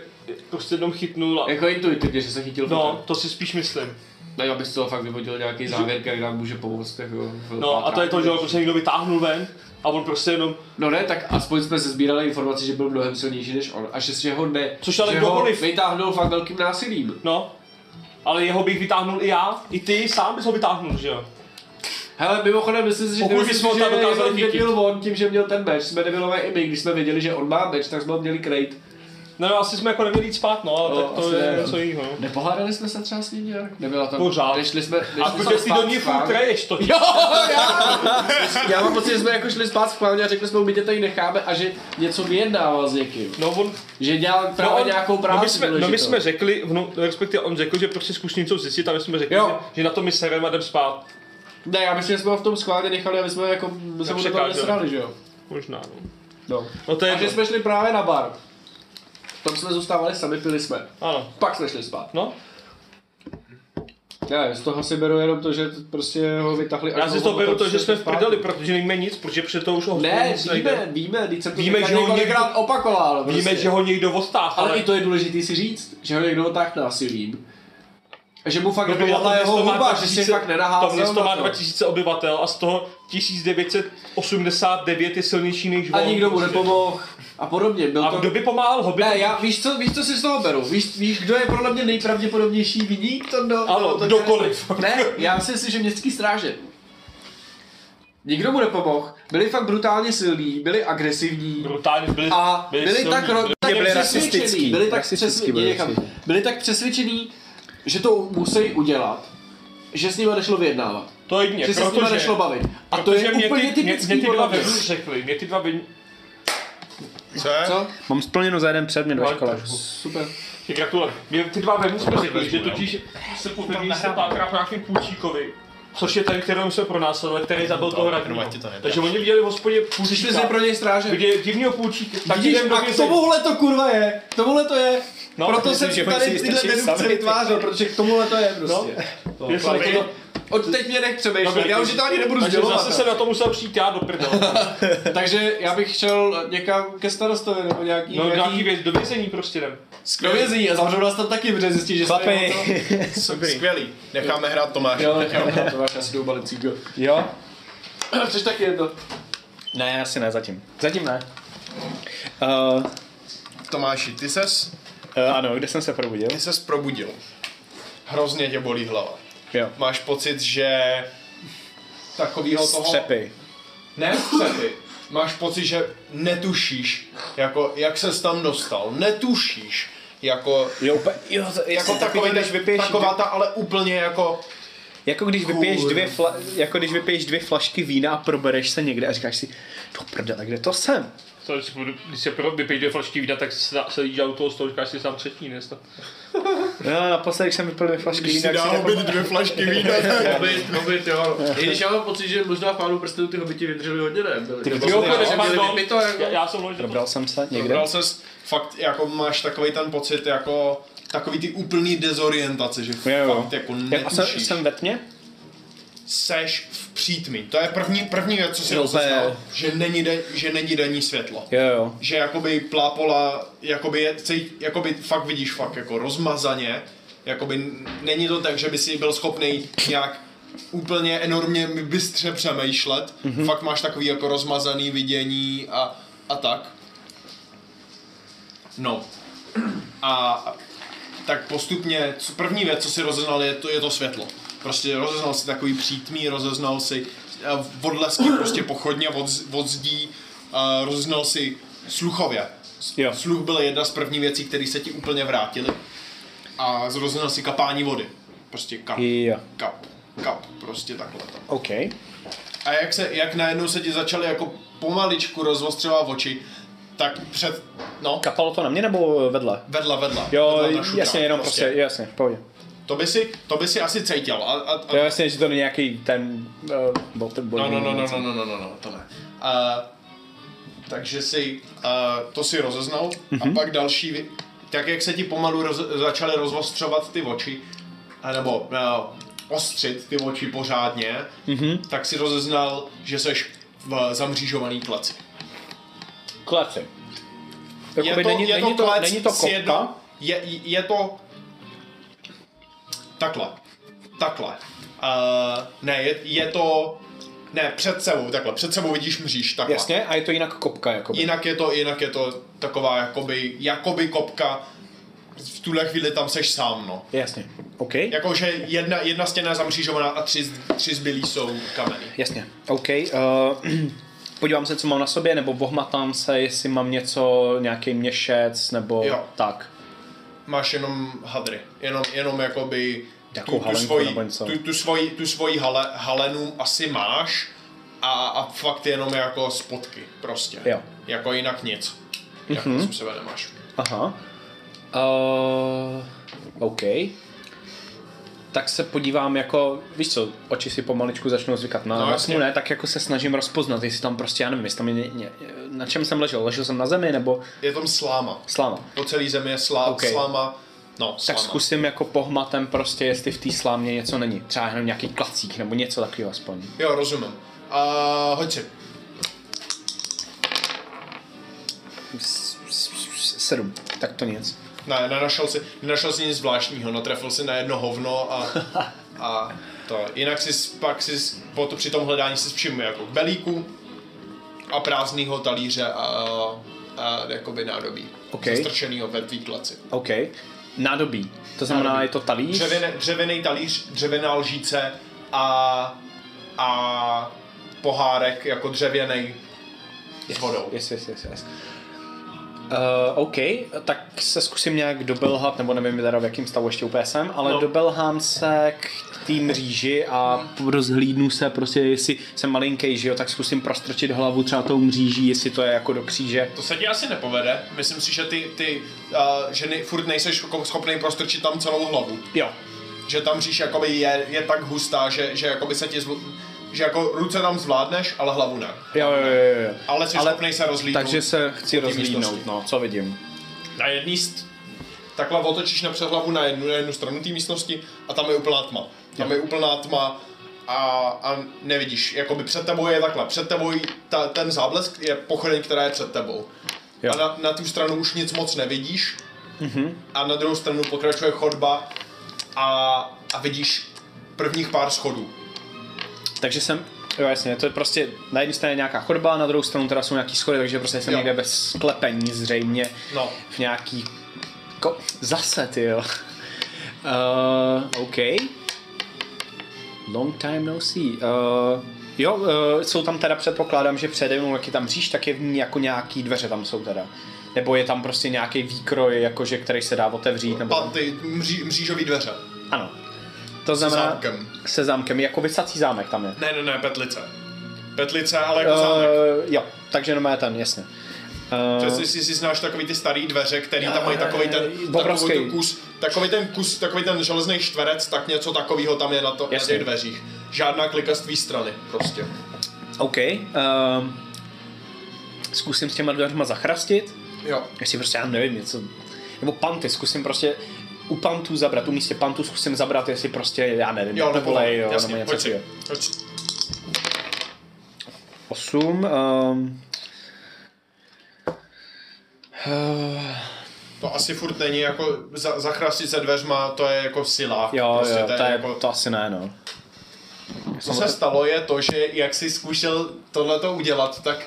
Speaker 3: prostě jednou chytnul a...
Speaker 4: Jako intuitivně, že se chytil
Speaker 3: No, to si spíš myslím.
Speaker 4: No já bych z toho fakt vyvodil nějaký závěr, který nám může pomoct. Jako, v
Speaker 3: No a to je to, že ho
Speaker 4: pátrání.
Speaker 3: prostě někdo vytáhnul ven a on prostě jenom,
Speaker 4: No ne, tak aspoň jsme se sbírali informace, že byl mnohem silnější než on. A že že ho ne.
Speaker 3: Což ale
Speaker 4: že ho
Speaker 3: kdokoliv.
Speaker 4: vytáhnul fakt velkým násilím.
Speaker 3: no. Ale jeho bych vytáhnul i já, i ty sám bys ho vytáhnul, že jo?
Speaker 4: Hele, mimochodem, myslím si, že
Speaker 3: Pokud
Speaker 4: nemyslím,
Speaker 3: bychom ho
Speaker 4: že
Speaker 3: tam dokázali
Speaker 4: jenom
Speaker 3: chytit.
Speaker 4: debil on tím, že měl ten meč. Jsme debilové i my, když jsme věděli, že on má meč, tak jsme ho měli krejt.
Speaker 3: No jo, asi jsme jako neměli jít spát, no, ale
Speaker 4: No,
Speaker 3: tak to
Speaker 4: asi
Speaker 3: je
Speaker 4: ne.
Speaker 3: něco jiného. no.
Speaker 4: Nepohádali jsme se třeba s ním nějak? Nebyla tam.
Speaker 3: Pořád.
Speaker 4: Nešli jsme, nešli
Speaker 3: A protože
Speaker 4: jsme
Speaker 3: ty
Speaker 4: spát
Speaker 3: do mě furt
Speaker 4: spát.
Speaker 3: treješ to.
Speaker 4: Jo, já, já mám pocit, že jsme jako šli spát v chválně a řekli jsme mu, my tě tady necháme a že něco vyjednával s někým.
Speaker 3: No on,
Speaker 4: Že dělal právě
Speaker 3: no on,
Speaker 4: nějakou práci
Speaker 3: no my, jsme, no my
Speaker 4: důležitou.
Speaker 3: jsme řekli, no, respektive on řekl, že prostě zkusí něco zjistit a my jsme řekli,
Speaker 4: Jo.
Speaker 3: že, že, na to my sereme a jdem spát.
Speaker 4: Ne, já myslím, že jsme ho v tom schválně nechali, aby jsme jako se mu do toho
Speaker 3: překáželi.
Speaker 4: nesrali, že jo?
Speaker 3: Možná, no.
Speaker 4: No.
Speaker 3: No to je
Speaker 4: A že
Speaker 3: jedno.
Speaker 4: jsme šli právě na bar. Tam jsme zůstávali sami, pili jsme.
Speaker 3: Ano.
Speaker 4: Pak jsme šli spát.
Speaker 3: No,
Speaker 4: Ne, z toho si beru jenom to, že t- prostě ho vytahli. až
Speaker 3: já si
Speaker 4: ho
Speaker 3: z toho
Speaker 4: potom
Speaker 3: beru to, že
Speaker 4: přišli
Speaker 3: jsme v
Speaker 4: spát.
Speaker 3: prdeli, protože nevíme nic, protože před to už o
Speaker 4: Ne,
Speaker 3: nic nejde.
Speaker 4: víme, víme, teď jsem to
Speaker 3: Víme,
Speaker 4: víme,
Speaker 3: že
Speaker 4: že
Speaker 3: ho
Speaker 4: několikrát opakoval.
Speaker 3: Víme,
Speaker 4: prostě.
Speaker 3: že ho někdo ostáhl,
Speaker 4: Ale,
Speaker 3: ale,
Speaker 4: ale i to je důležité si říct, že ho někdo otáhl násilím. A že mu fakt
Speaker 3: No, to- to
Speaker 4: nebyla jeho
Speaker 3: město má
Speaker 4: huba, že
Speaker 3: 2000
Speaker 4: si fakt nenaházel. no.
Speaker 3: To město
Speaker 4: na
Speaker 3: má
Speaker 4: to.
Speaker 3: 2000 obyvatel a z toho 1989 je silnější než
Speaker 4: A
Speaker 3: on.
Speaker 4: nikdo mu nepomohl. A podobně, byl
Speaker 3: prostě. A
Speaker 4: to...
Speaker 3: kdo by pomáhal Hobbit?
Speaker 4: Ne, já, víš co, víš co si z toho beru? Víš, víš kdo je podle mě nejpravděpodobnější viník? To, do,
Speaker 3: Ano,
Speaker 4: to, to
Speaker 3: kdokoliv.
Speaker 4: Ne, já si myslím, že městský stráže. Nikdo mu nepomohl, byli fakt brutálně silní, byli agresivní
Speaker 3: Brutálně byli,
Speaker 4: a byli,
Speaker 3: silní.
Speaker 4: tak, ro- tak
Speaker 1: byli
Speaker 4: přesvědčený,
Speaker 1: rasistický.
Speaker 4: byli tak,
Speaker 1: Rasistický
Speaker 4: přesvědčený,
Speaker 1: byli
Speaker 4: byli, byli tak přesvědčený, že to musí udělat, že s nimi nešlo vyjednávat.
Speaker 3: To jedině,
Speaker 4: Že se s nimi
Speaker 3: protože,
Speaker 4: nešlo bavit. A to
Speaker 3: protože
Speaker 4: je
Speaker 3: mě
Speaker 4: úplně
Speaker 3: ty, mě,
Speaker 4: typický
Speaker 3: mě ty dva
Speaker 4: podle mě.
Speaker 3: vinu řekli, mě ty dva vinu,
Speaker 2: Co?
Speaker 4: Co?
Speaker 1: Mám splněno za jeden předmět ve
Speaker 3: Ale
Speaker 1: škole.
Speaker 3: trošku.
Speaker 4: Super.
Speaker 3: Ty gratulujem. Mě ty dva venu jsme řekli, že totiž se poprvé se pátrá po nějakém půjčíkovi, což je ten, kterým se pronásledovali, který zabil toho radního.
Speaker 2: ať ti to nedá.
Speaker 3: Takže oni viděli v hospodě
Speaker 4: Přišli jsme
Speaker 3: půjčíka,
Speaker 4: pro něj stráže.
Speaker 3: kde divního půjčíka, tak
Speaker 4: Vidíš,
Speaker 3: jdem do
Speaker 4: a k
Speaker 3: vězení.
Speaker 4: tomuhle to kurva je, tomuhle to je.
Speaker 3: No,
Speaker 4: No, Proto
Speaker 3: myslím,
Speaker 4: jsem
Speaker 1: že oni si
Speaker 4: tady tyhle
Speaker 1: vystačí
Speaker 4: dedukce
Speaker 1: sami.
Speaker 4: vytvářel, protože k tomuhle to je prostě. No,
Speaker 3: Jestli-
Speaker 2: Jako
Speaker 4: to, od teď mě nech přemýšlet,
Speaker 3: Dobrý,
Speaker 4: já už
Speaker 3: No, takže-
Speaker 4: je to ani nebudu
Speaker 3: Takže
Speaker 4: sdělovat. no.
Speaker 3: zase jsem na to musel přijít já do prdele.
Speaker 4: Takže já bych šel někam ke starostovi nebo nějaký,
Speaker 3: No nějaký věc, do vězení prostě jdem.
Speaker 4: do vězení a zavřou nás tam taky, protože zjistí, že
Speaker 1: Chlapi.
Speaker 4: jsme jenom to-
Speaker 2: Skvělý. Necháme hrát Tomáš.
Speaker 4: Jo, nechám to máš asi do balicíko.
Speaker 1: Jo?
Speaker 4: Což taky je to.
Speaker 1: Ne, asi ne, zatím. Zatím ne. Uh,
Speaker 2: Tomáši, ty ses,
Speaker 1: uh, ano, kde jsem se probudil?
Speaker 2: ty ses probudil. Hrozně tě bolí hlava.
Speaker 1: Jo.
Speaker 2: Máš pocit, že takovýho toho...
Speaker 1: Střepy.
Speaker 2: Ne střepy. Máš pocit, že netušíš, jako, jak ses tam dostal. Netušíš, jako...
Speaker 1: Jo, úplně, jo, to,
Speaker 2: Jako
Speaker 1: jasně,
Speaker 2: takový,
Speaker 1: to, když
Speaker 2: když
Speaker 1: vypiješ,
Speaker 2: taková ta, ale úplně jako...
Speaker 1: jako když vypiješ
Speaker 2: Kurva.
Speaker 1: dvě, fla, jako když vypiješ dvě flašky vína a probereš se někde a říkáš si, do prdele, kde to jsem?
Speaker 3: To, když budu- když se pro vypij dvě flašky vína, tak se sedíš a u toho stolu říkáš si sám třetí, ne? Snad.
Speaker 1: No, naposledy, když jsem vypil dvě flašky
Speaker 2: Když
Speaker 1: vína, jako-
Speaker 2: si
Speaker 1: tak
Speaker 2: dá
Speaker 1: si
Speaker 2: obět dvě flašky vína, tak...
Speaker 4: Hobbit, hobbit, jo. I když já mám pocit, že možná v pánu prstů ty hobiti vydrželi hodně, ne? Byli,
Speaker 1: Ty Vlastně,
Speaker 3: Jo, konec,
Speaker 4: že byli
Speaker 3: pardon.
Speaker 4: vypito, jako.
Speaker 3: Já- Já jsem mluvil, že to...
Speaker 1: Probral jsem se někde.
Speaker 2: Probral ses, fakt jako máš takový ten pocit jako takový ty úplný dezorientace, že
Speaker 1: Jo, jo.
Speaker 2: fakt jako
Speaker 1: Jak, a jsem,
Speaker 2: netušíš.
Speaker 1: jsem ve tmě?
Speaker 2: Seš v přítmí. To je první, první věc, co si
Speaker 1: Jo,
Speaker 2: rozeznal,
Speaker 1: úplně.
Speaker 2: že není, de, že není denní světlo.
Speaker 1: Jo, jo.
Speaker 2: Že jakoby plápola, jakoby, je, cej- jakoby fakt vidíš fakt jako rozmazaně, jakoby n- není to tak, že by si byl schopný nějak úplně enormně bystře přemýšlet. Mm-hmm. Fakt máš takový jako rozmazaný vidění a, a tak. No. A tak postupně, co, první věc, co si rozeznal, je to, je to světlo. Prostě rozeznal si takový přítmí, rozeznal si eh, odlesky prostě pochodně od, z- od zdí, eh, rozeznal si sluchově. S-
Speaker 1: Jo.
Speaker 2: Sluch byl jedna z prvních věcí, které se ti úplně vrátily. A rozeznal si kapání vody. Prostě kap,
Speaker 1: Jo.
Speaker 2: kap, kap, prostě takhle tam.
Speaker 1: OK.
Speaker 2: A jak, se, jak najednou se ti začaly jako pomaličku rozostřovat oči, tak před, no,
Speaker 1: Kapalo to na mě nebo vedle?
Speaker 2: vedla, vedla.
Speaker 1: Jo,
Speaker 2: vedla na šutrách
Speaker 1: jasně, jenom prostě, jasně, pojď.
Speaker 2: To by si, to by si asi cítil. A, a, a...
Speaker 1: Jo, jasně, že to není nějaký ten... Uh, bottom
Speaker 2: No, no, no, no, no, no, no, no, no, to ne. A, takže si uh, to si rozeznal mm-hmm. a pak další, vě- tak jak se ti pomalu roz, začaly rozostřovat ty oči, anebo uh, ostřit ty oči pořádně, mm-hmm. tak si rozeznal, že seš v zamřížovaný kleci.
Speaker 1: Kleci. Jako
Speaker 2: Je to, je to klec s jednou, je, je to takhle, takhle. Uh, ne, je, je to, ne, před sebou, takhle, před sebou vidíš mříž, takhle.
Speaker 1: Jasně, a je to jinak kopka, jako.
Speaker 2: Jinak je to, jinak je to taková jakoby, jakoby kopka, v tuhle chvíli tam seš sám, no.
Speaker 1: Jasně, OK.
Speaker 2: Jakože jedna, jedna stěna je zamřížovaná a tři, tři zbylí jsou kameny.
Speaker 1: Jasně, OK. Uh, podívám se, co mám na sobě, nebo vohmatám se, jestli mám něco, nějaký měšec, nebo
Speaker 2: Jo.
Speaker 1: tak.
Speaker 2: Máš jenom hadry, jenom, jenom jakoby
Speaker 1: Jakou halenku nebo něco.
Speaker 2: tu, tu svoji, tu svoji hale, halenu asi máš a, a fakt jenom jako spotky prostě.
Speaker 1: Jo. Mhm.
Speaker 2: Jako jinak nic. Jak mm-hmm. se sebe nemáš.
Speaker 1: Aha. Uh, OK. Tak se podívám jako, víš co, oči si pomaličku začnou zvykat na,
Speaker 2: No,
Speaker 1: no, na
Speaker 2: jasně.
Speaker 1: tmu, ne, tak jako se snažím rozpoznat, jestli tam prostě, já nevím, jestli tam je, ně, ně, na čem jsem ležel, ležel jsem na zemi nebo
Speaker 2: Je tam sláma.
Speaker 1: sláma.
Speaker 2: Po celý zemi je slá,
Speaker 1: Ok.
Speaker 2: okay. sláma. No,
Speaker 1: Tak
Speaker 2: sláma.
Speaker 1: zkusím jako pohmatem prostě, jestli v té slámě něco není. Třeba jenom nějaký klacík nebo něco takového aspoň.
Speaker 2: Jo, rozumím. A hoď si.
Speaker 1: S- s- s- Sedm, tak to nic.
Speaker 2: Ne, nenašel si, nenašel si nic zvláštního, natrefil si na jedno hovno a, a to. Jinak si pak si po to, při tom hledání si všiml jako belíku a prázdného talíře a, a jakoby nádobí.
Speaker 1: Ok.
Speaker 2: Zastrčenýho ve tvý klaci.
Speaker 1: OK. Nádobí. To znamená,
Speaker 2: Nádobí.
Speaker 1: je to talíř?
Speaker 2: Dřevěný, dřevěný talíř, dřevěná lžíce a, a pohárek jako dřevěný s vodou.
Speaker 1: Yes, yes, yes, yes. Uh, OK, tak se zkusím nějak dobelhat, nebo nevím teda v jakém stavu ještě úplně jsem, ale
Speaker 2: No.
Speaker 1: no. dobelhám se k té mříži a rozhlídnu se prostě, jestli jsem malinký, že jo, tak zkusím prostrčit hlavu třeba tou mříží, jestli to je jako do kříže.
Speaker 2: To se ti asi nepovede. Myslím si, že ty, ty uh, že ne, furt nejseš jako schopný prostrčit tam celou hlavu.
Speaker 1: Jo,
Speaker 2: Že tam říš jakoby je, je tak hustá, že, že jakoby se ti zvl... že jako ruce tam zvládneš, ale hlavu ne.
Speaker 1: jo, jo, jo, jo.
Speaker 2: Ale jsi ale, schopný se rozlítnout.
Speaker 1: Takže se chci
Speaker 2: po té
Speaker 1: rozhlídnout,
Speaker 2: místnosti.
Speaker 1: no, co vidím.
Speaker 2: Na jedný st... Takhle otočíš napřed hlavu na jednu, na jednu stranu té místnosti a tam je úplná tma. Tam je úplná tma a, a nevidíš. Jakoby před tebou je takhle. Před tebou je ta, ten záblesk je pochodeň, která je před tebou.
Speaker 1: Jo. Mhm.
Speaker 2: A na, na tu stranu už nic moc nevidíš. Mm-hmm. A na druhou stranu pokračuje chodba a, a vidíš prvních pár schodů.
Speaker 1: Takže jsem, jo jasně, to je prostě na jedné straně nějaká chodba, na druhou stranu teda jsou nějaký schody, takže prostě jsem
Speaker 2: Jo.
Speaker 1: jo. někde bez sklepení zřejmě.
Speaker 2: No.
Speaker 1: V nějaký, ko, zase ty jo. Uh, OK. Long time no see. Uh, jo, uh, jsou tam teda, předpokládám, že přede mnou, jak je tam říš, tak je v ní jako nějaký dveře tam jsou teda. Nebo je tam prostě nějaký výkroj, jakože, který se dá otevřít, nebo...
Speaker 2: Pa, ty mří, mřížový dveře.
Speaker 1: Ano. To znamená...
Speaker 2: zámkem.
Speaker 1: Se zámkem, jako vysací zámek tam je.
Speaker 2: Ne, ne, ne, petlice. Petlice, ale jako zámek.
Speaker 1: Uh, jo, takže jenom je ten, jasně. Uh,
Speaker 2: Přesně si, si znáš takový ty starý dveře, který tam mají takový ten,
Speaker 1: Eh, Obrovský.
Speaker 2: takový ten kus, takový ten kus, takový ten železný čtverec, tak něco takového tam je na, to, na
Speaker 1: Jasně.
Speaker 2: těch dveřích. Žádná klika z tvý strany, prostě.
Speaker 1: OK. Uh, zkusím s těma dveřma zachrastit.
Speaker 2: Jo.
Speaker 1: Jestli prostě já nevím něco. Nebo panty, zkusím prostě u pantů zabrat, u místě pantů zkusím zabrat, jestli prostě, já nevím,
Speaker 2: Jo,
Speaker 1: to
Speaker 2: nebo
Speaker 1: volej, jo, nebo
Speaker 2: jasně,
Speaker 1: něco
Speaker 2: pojď si,
Speaker 1: takového.
Speaker 2: pojď si.
Speaker 1: Osm. Um,
Speaker 2: To asi furt není jako za, zachrastit se dveřma, to je jako sila.
Speaker 1: jo,
Speaker 2: prostě,
Speaker 1: jo, to, je,
Speaker 2: jako,
Speaker 1: to asi ne, no.
Speaker 2: Co se stalo je to, že jak jsi zkoušel tohleto udělat, tak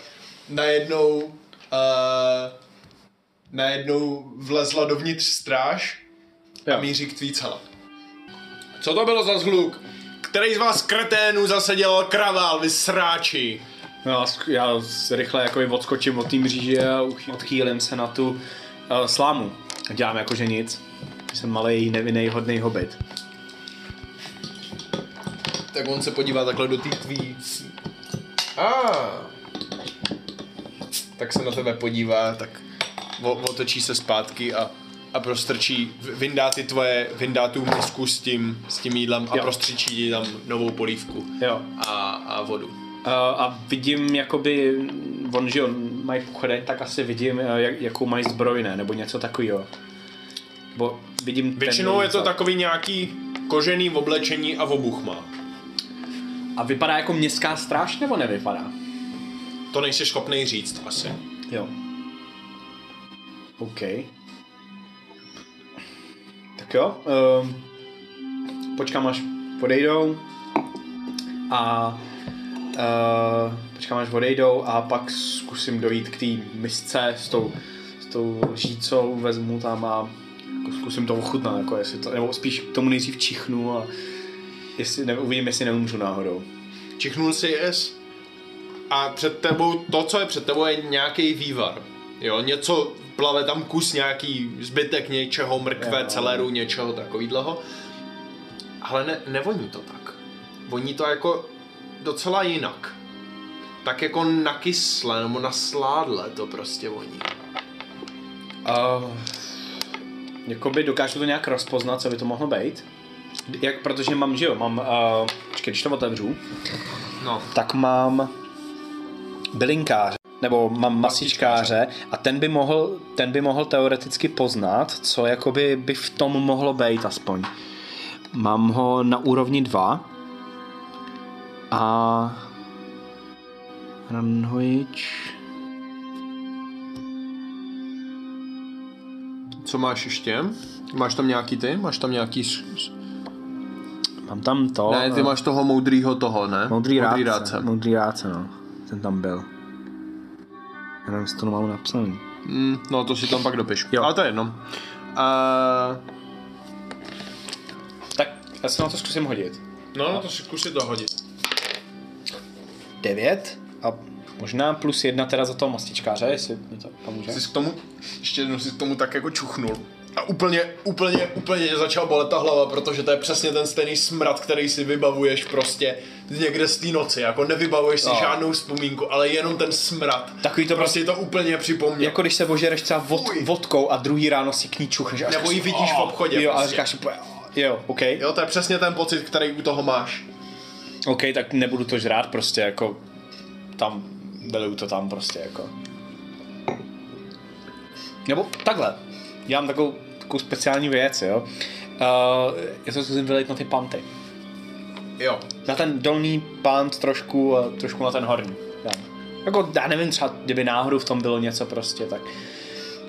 Speaker 2: najednou uh, najednou vlezla dovnitř stráž a
Speaker 1: Jo.
Speaker 2: míří k tvý cele. Co to bylo za zhluk? Který z vás kreténů zase dělal kravál, vy sráči?
Speaker 1: No, Já, sk- já s- rychle jako odskočím od té mříže a uchy- odchýlím se na tu uh, slámu. Dělám jako že nic. Jsem malý nevinný hodný hobit.
Speaker 2: Tak on se podívá takhle do té tvý... A. Ah. Tak se na tebe podívá, tak o- otočí se zpátky a, a prostrčí, v- vyndá ty tvoje, vyndá tu misku s tím, s tím jídlem a
Speaker 1: Jo.
Speaker 2: prostřičí ti tam novou polívku
Speaker 1: Jo.
Speaker 2: a, a vodu.
Speaker 1: Uh, a vidím jakoby, on že on mají pochodeň, tak asi vidím, eh, jak, jakou mají zbrojné, nebo něco takového. Bo vidím
Speaker 2: Většinou je to
Speaker 1: tendenci.
Speaker 2: takový nějaký kožený oblečení a obuch má.
Speaker 1: A vypadá jako městská stráž, nebo nevypadá?
Speaker 2: To nejsi schopný říct asi.
Speaker 1: Jo. OK. jo. Um, počkám, až odejdou. A uh, počkám, až odejdou a pak zkusím dojít k té misce s tou, s tou lžícou, vezmu tam a jako zkusím to ochutnat, jako jestli to, nebo spíš k tomu nejdřív čichnu a jestli, ne, uvidím, jestli neumřu náhodou.
Speaker 2: Čichnul si S a před tebou, to, co je před tebou, je nějaký vývar. Jo, něco, plave tam kus nějaký zbytek něčeho, mrkve,
Speaker 1: Jo.
Speaker 2: celeru, něčeho takovýhleho. Ale ne, nevoní to tak. Voní to jako docela jinak. Tak jako nakysle nebo nasládle to prostě voní.
Speaker 1: Uh, jakoby dokážu to nějak rozpoznat, co by to mohlo být. Jak, protože mám, že jo, mám, uh, počkej, když to otevřu,
Speaker 2: No.
Speaker 1: tak mám bylinkáře, nebo mám masičkáře a ten by mohl, ten by mohl teoreticky poznat, co jakoby by v tom mohlo být aspoň. Mám ho na úrovni 2 a Ranhojič
Speaker 2: Co máš ještě? Máš tam nějaký ty? Máš tam nějaký... s- s-
Speaker 1: mám tam to.
Speaker 2: Ne, ty
Speaker 1: eh,
Speaker 2: máš toho moudrýho toho, ne?
Speaker 1: Moudrý rádce. Moudrý rádce, no. Ten tam byl. Já nevím, jestli to mám napsaný.
Speaker 2: Mm, no to si tam pak dopiš.
Speaker 1: Jo.
Speaker 2: Jo. Ale to je jedno. Uh,
Speaker 1: Tak já se na to zkusím hodit.
Speaker 2: no, no to si zkusit dohodit.
Speaker 1: 9 a možná plus jedna teda za toho mastičkáře, jestli mi to pomůže.
Speaker 2: Jsi k tomu, ještě jednou jsi k tomu tak jako čuchnul. A úplně, úplně, úplně tě začala bolet ta hlava, protože to je přesně ten stejný smrad, který si vybavuješ prostě někde z té noci. Jako nevybavuješ si
Speaker 1: No.
Speaker 2: žádnou vzpomínku, ale jenom ten smrad.
Speaker 1: Takový to
Speaker 2: prostě to úplně připomněl.
Speaker 1: Jako když se ožereš třeba vod,
Speaker 2: Fuj.
Speaker 1: vodkou a druhý ráno si k ní čuchneš. a
Speaker 2: Nebo
Speaker 1: říkáš
Speaker 2: ji
Speaker 1: si,
Speaker 2: vidíš v
Speaker 1: "Oh."
Speaker 2: obchodě
Speaker 1: Jo, a
Speaker 2: prostě.
Speaker 1: říkáš si, "P- jo, OK.
Speaker 2: Jo, to je přesně ten pocit, který u toho máš.
Speaker 1: OK, tak nebudu to žrát prostě, jako tam, beru to tam prostě, jako. Nebo takhle, dělám takovou, takovou speciální věc, jo. Uh, já se zkusím vylejt na ty panty.
Speaker 2: Jo.
Speaker 1: Na ten dolní pant trošku a trošku na ten horní. Dám. Jako, já nevím, třeba kdyby náhodou v tom bylo něco prostě, tak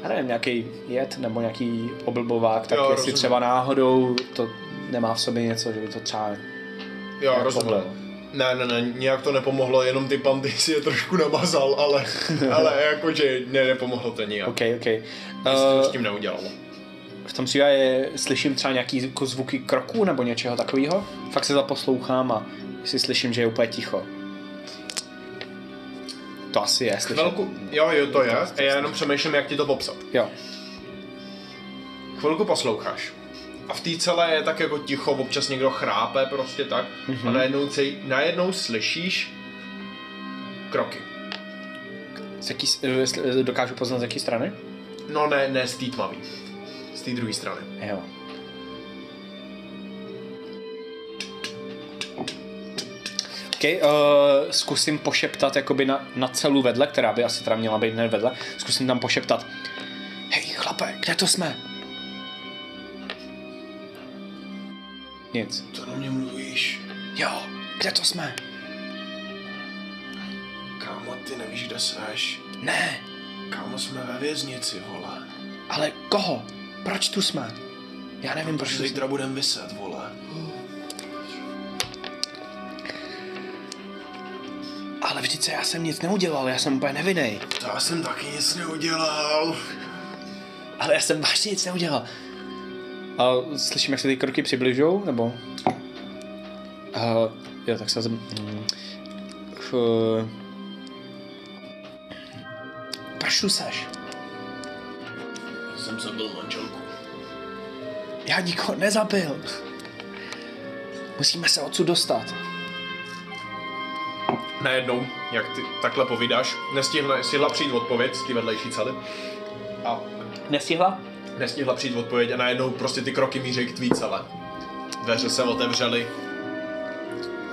Speaker 1: já nevím, nějaký jed nebo nějaký oblbovák, tak jo,
Speaker 2: Jo,
Speaker 1: jestli
Speaker 2: rozumím.
Speaker 1: třeba náhodou to nemá v sobě něco, že by to třeba...
Speaker 2: Jo,
Speaker 1: nějak
Speaker 2: rozumím.
Speaker 1: podlelo.
Speaker 2: Ne, ne, ne, nějak to nepomohlo, jenom ty panty si je trošku namazal, ale, ale jakože ne, nepomohlo to nijak.
Speaker 1: OK, OK.
Speaker 2: Nic to prostě s
Speaker 1: Uh,
Speaker 2: tím neudělalo.
Speaker 1: v tom případě slyším třeba nějaký jako zvuky kroků nebo něčeho takového. Fakt se zaposlouchám a si slyším, že je úplně ticho. To asi je, slyším.
Speaker 2: Chvilku, jo, jo, to je. A já jenom přemýšlím, jak ti to popsat.
Speaker 1: Jo.
Speaker 2: Chvilku posloucháš. A v té celé je tak jako ticho, občas někdo chrápe, prostě tak. Mm-hmm. A najednou, cej, najednou slyšíš kroky.
Speaker 1: Z jaký, eh, sl- eh, dokážu poznat z jaké strany?
Speaker 2: No ne, ne z té tmavý. Z té druhé strany.
Speaker 1: Jo. Okay, uh, zkusím pošeptat jakoby na, na celu vedle, která by asi teda měla být hned vedle, zkusím tam pošeptat Hej chlape, kde to jsme? Nic.
Speaker 2: To na mě mluvíš.
Speaker 1: Jo, kde to jsme?
Speaker 2: Kámo, ty nevíš, kde seš.
Speaker 1: Ne,
Speaker 2: Kámo, jsme ve věznici, vole.
Speaker 1: ale koho? Proč tu jsme? Já nevím, proč tu jsme.
Speaker 2: budem vyset, vole.
Speaker 1: Ale vždyť já jsem nic neudělal, já jsem úplně nevinný.
Speaker 2: To já jsem taky nic neudělal.
Speaker 1: Ale já jsem vážně nic neudělal. A slyším, jak se ty kroky přibližou, nebo? A, jo, tak se zem... Mm. F... Proč tu seš?
Speaker 2: Jsem zabil manželku.
Speaker 1: Já nikoho nezabil. Musíme se odsud dostat.
Speaker 2: Najednou, jak ty takhle povídáš, nestihla, stihla přijít odpověď z té vedlejší cely. A
Speaker 1: Nestihla?
Speaker 2: nestihla přijít odpověď a najednou prostě ty kroky míří k tvý cele. Dveře se otevřely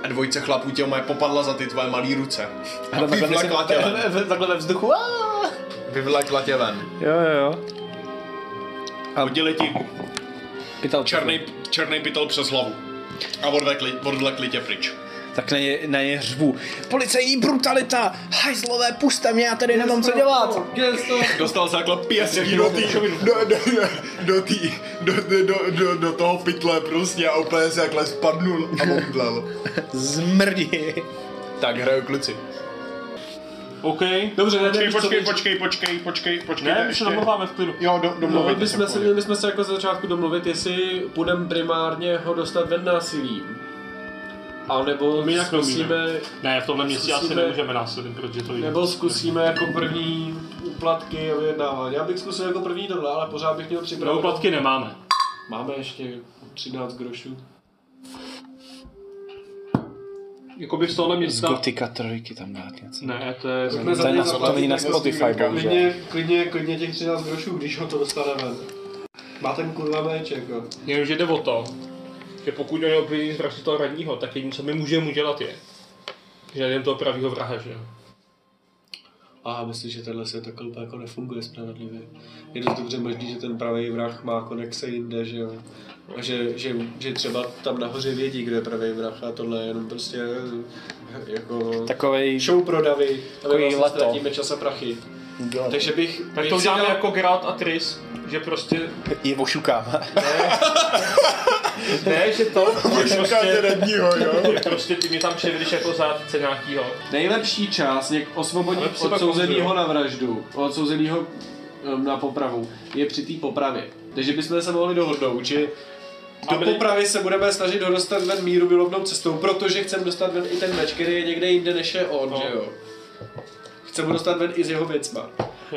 Speaker 2: a dvojice chlapů tě moje popadla za ty tvoje malé ruce. A vyvlekla tě ven.
Speaker 1: takhle ve vzduchu. aaa.
Speaker 2: Vyvlekla tě ven.
Speaker 1: Jo, jo, jo.
Speaker 2: Hodili ti
Speaker 1: Pytel,
Speaker 2: černý, černý pytel přes hlavu. A odvekli, odvlekli tě pryč.
Speaker 1: tak na ně, na ně řvu. Policejní brutalita! Hajzlové, puste mě, já tady nemám co dělat!
Speaker 4: Gesto.
Speaker 2: Dostal základ pěstí do tý, do, do, do, tý, do, do, do, do, do, toho pytle prostě a úplně se takhle spadnul a omdlel.
Speaker 1: Zmrdi!
Speaker 2: Tak hrajou kluci.
Speaker 3: OK.
Speaker 4: Dobře, ne,
Speaker 3: Počkej,
Speaker 4: ne,
Speaker 3: počkej,
Speaker 4: co-
Speaker 3: počkej, počkej, počkej, počkej.
Speaker 2: Ne,
Speaker 3: my se
Speaker 2: ještě.
Speaker 3: domluváme v klidu.
Speaker 2: Jo, do,
Speaker 4: No,
Speaker 2: domluvit.
Speaker 4: my jsme, se, měli bychom se jako ze začátku domluvit, jestli půjdeme primárně ho dostat ven násilím. A
Speaker 2: No,
Speaker 4: nebo
Speaker 3: My jak
Speaker 4: zkusíme,
Speaker 3: Ne, v tomhle městě asi
Speaker 4: Zkusíme-
Speaker 3: nemůžeme následovat, protože to jde.
Speaker 4: nebo zkusíme jako první úplatky a vyjednávání. Já bych zkusil jako první tohle, ale pořád bych měl
Speaker 3: No,
Speaker 4: připravit.
Speaker 3: uplatky nemáme.
Speaker 4: Máme ještě 13 grošů.
Speaker 3: Jakoby z tohle
Speaker 1: Z
Speaker 3: města...
Speaker 1: gotika No. trojky tam dát něco.
Speaker 3: Ne, to je...
Speaker 4: Řekne
Speaker 1: To, je na,
Speaker 4: za-
Speaker 1: to není na Spotify, bohužel.
Speaker 4: Klidně, klidně, klidně těch 13 grošů, když ho to dostaneme. Má ten kurva méček, jo.
Speaker 3: Jenomže jde o to, že pokud oni obviní vraždu toho radního, tak jediné, co my můžeme udělat je, že najdeme toho pravýho vraha, že jo.
Speaker 4: A myslím, že tenhle svět takhle úplně jako nefunguje spravedlivě. Je dost dobře možný, že ten pravý vrah má konexe jinde, že jo. A že, že, že třeba tam nahoře vědí, kdo je pravý vrah a tohle je jenom prostě jako tak
Speaker 1: Takovej...
Speaker 4: show pro davy, ale
Speaker 1: Takový
Speaker 4: vlastně
Speaker 1: leto.
Speaker 4: ztratíme čas a prachy. Takže bych...
Speaker 3: Tak
Speaker 4: bych
Speaker 3: to
Speaker 4: si
Speaker 3: uděláme
Speaker 4: dal-
Speaker 3: jako Geralt a Tris, že prostě,
Speaker 1: Je ošukám.
Speaker 3: ne, že to, že prostě,
Speaker 2: radního, jo?
Speaker 3: že prostě ty mě tam přivedeš jako zátce nějakýho.
Speaker 4: Nejlepší čas, jak osvobodí
Speaker 3: Ale třeba
Speaker 4: odsouzenýho
Speaker 3: kontrolu.
Speaker 4: na vraždu, odsouzenýho ehm, na popravu, je při té popravě. Takže bychom se mohli dohodnout, že do
Speaker 3: Aby-
Speaker 4: popravy se budeme snažit ho dostat ven míru vylovnou cestou, protože chceme dostat ven i ten meč, který je někde jinde než je on,
Speaker 3: No.
Speaker 4: že jo. Chceme ho dostat ven i z jeho věcma.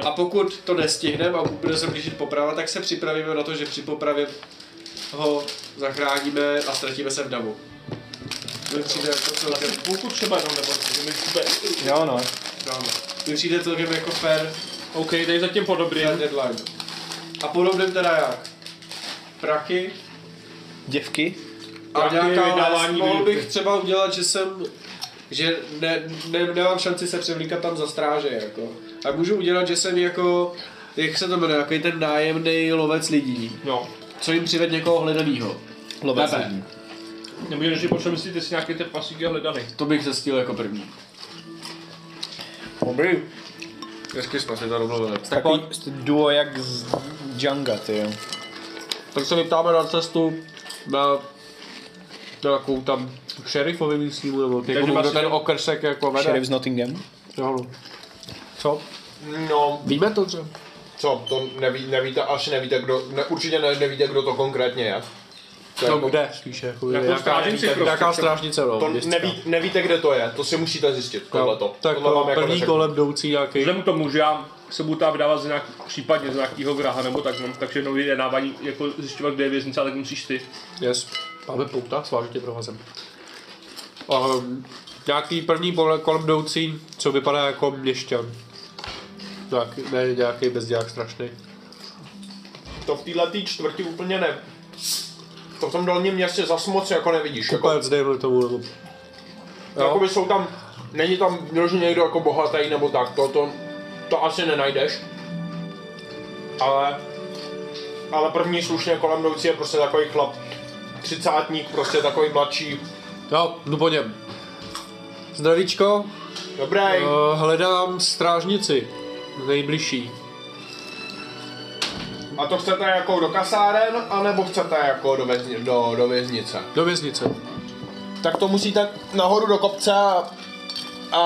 Speaker 4: A pokud to nestihneme a bude se blížit poprava, tak se připravíme na to, že při popravě ho zachráníme a ztratíme se v davu. Mně přijde jako celkem...
Speaker 3: Půlku třeba jenom, nebo že mi vůbec.
Speaker 1: jo no.
Speaker 4: Dáme. Mně přijde celkem jako fair,
Speaker 3: OK, tady zatím po dobrým.
Speaker 4: fair deadline. A podobným teda jak? Prachy?
Speaker 1: Děvky?
Speaker 4: A
Speaker 3: Prachy,
Speaker 4: nějaká les.
Speaker 3: vydávání
Speaker 4: Mohl
Speaker 3: výuky.
Speaker 4: bych třeba udělat, že jsem... Že ne, ne, nemám šanci se převlíkat tam za stráže, jako. A můžu udělat, že jsem jako... Jak se to jmenuje, jako ten nájemný lovec lidí,
Speaker 3: No,
Speaker 4: co jim přived někoho hledanýho.
Speaker 1: Lovec
Speaker 4: Bebe.
Speaker 1: lidí.
Speaker 3: nebo že potřebujeme si ty si nějaký ty pasíky hledany.
Speaker 4: To bych se stil jako první.
Speaker 1: Dobrý.
Speaker 4: Hezky jsme si to domluvili.
Speaker 1: Takový duo jak z Django, ty jo.
Speaker 4: Tak se vyptáme na cestu na nějakou tam šerifovi místnímu, nebo
Speaker 3: Takže
Speaker 4: někomu,
Speaker 3: máš
Speaker 4: kdo ten
Speaker 3: jeden-
Speaker 4: okrsek jako vede.
Speaker 1: Sheriff z Nottingham.
Speaker 4: Jo, no. Co?
Speaker 2: No,
Speaker 4: Víme to třeba?
Speaker 2: co, to neví, nevíte, asi nevíte, kdo, ne, určitě ne, nevíte, kdo to konkrétně je. To, je
Speaker 4: No
Speaker 2: jako-
Speaker 4: kde? Spíše, jako
Speaker 3: Jakou strážnici
Speaker 4: nějaká,
Speaker 3: prostě,
Speaker 4: nějaká
Speaker 3: co?
Speaker 4: strážnice, no.
Speaker 2: to
Speaker 4: městská.
Speaker 2: neví, nevíte, kde to je, to si musíte zjistit, tohle to.
Speaker 4: No, tak
Speaker 2: tohle vám
Speaker 4: no,
Speaker 2: jako
Speaker 4: první
Speaker 2: neřeknu.
Speaker 4: kolem jdoucí nějaký.
Speaker 3: Vzhledem k tomu, že já se budu tam vydávat za nějaký, případně za nějakýho vraha nebo tak, no, takže jenom vyjednávání, jako zjišťovat, kde je věznice, ale tak musíš ty.
Speaker 4: Yes. Máme pouta, svážu tě provazem. Um, nějaký první pole- kolem jdoucí, co vypadá jako měšťan. Nějaký, ne, nějaký bezdělák strašný.
Speaker 2: To v téhle tý čtvrti úplně ne. To v tom dolním městě zas moc jako nevidíš. Jako,
Speaker 4: Kupec, dejme tomu, nebo...
Speaker 2: jako by jsou tam, není tam vyloženě někdo jako bohatý nebo tak, to, to, to asi nenajdeš. Ale, ale první slušně kolem jdoucí je prostě takový chlap, třicátník, prostě takový mladší.
Speaker 4: Jo, No, jdu po něm. Zdravíčko,
Speaker 2: Dobrý,
Speaker 4: eh, hledám strážnici nejbližší.
Speaker 2: a to chcete jako do kasáren, anebo chcete jako do, vězni, do, do věznice?
Speaker 4: Do věznice.
Speaker 2: Tak to musíte nahoru do kopce a, a,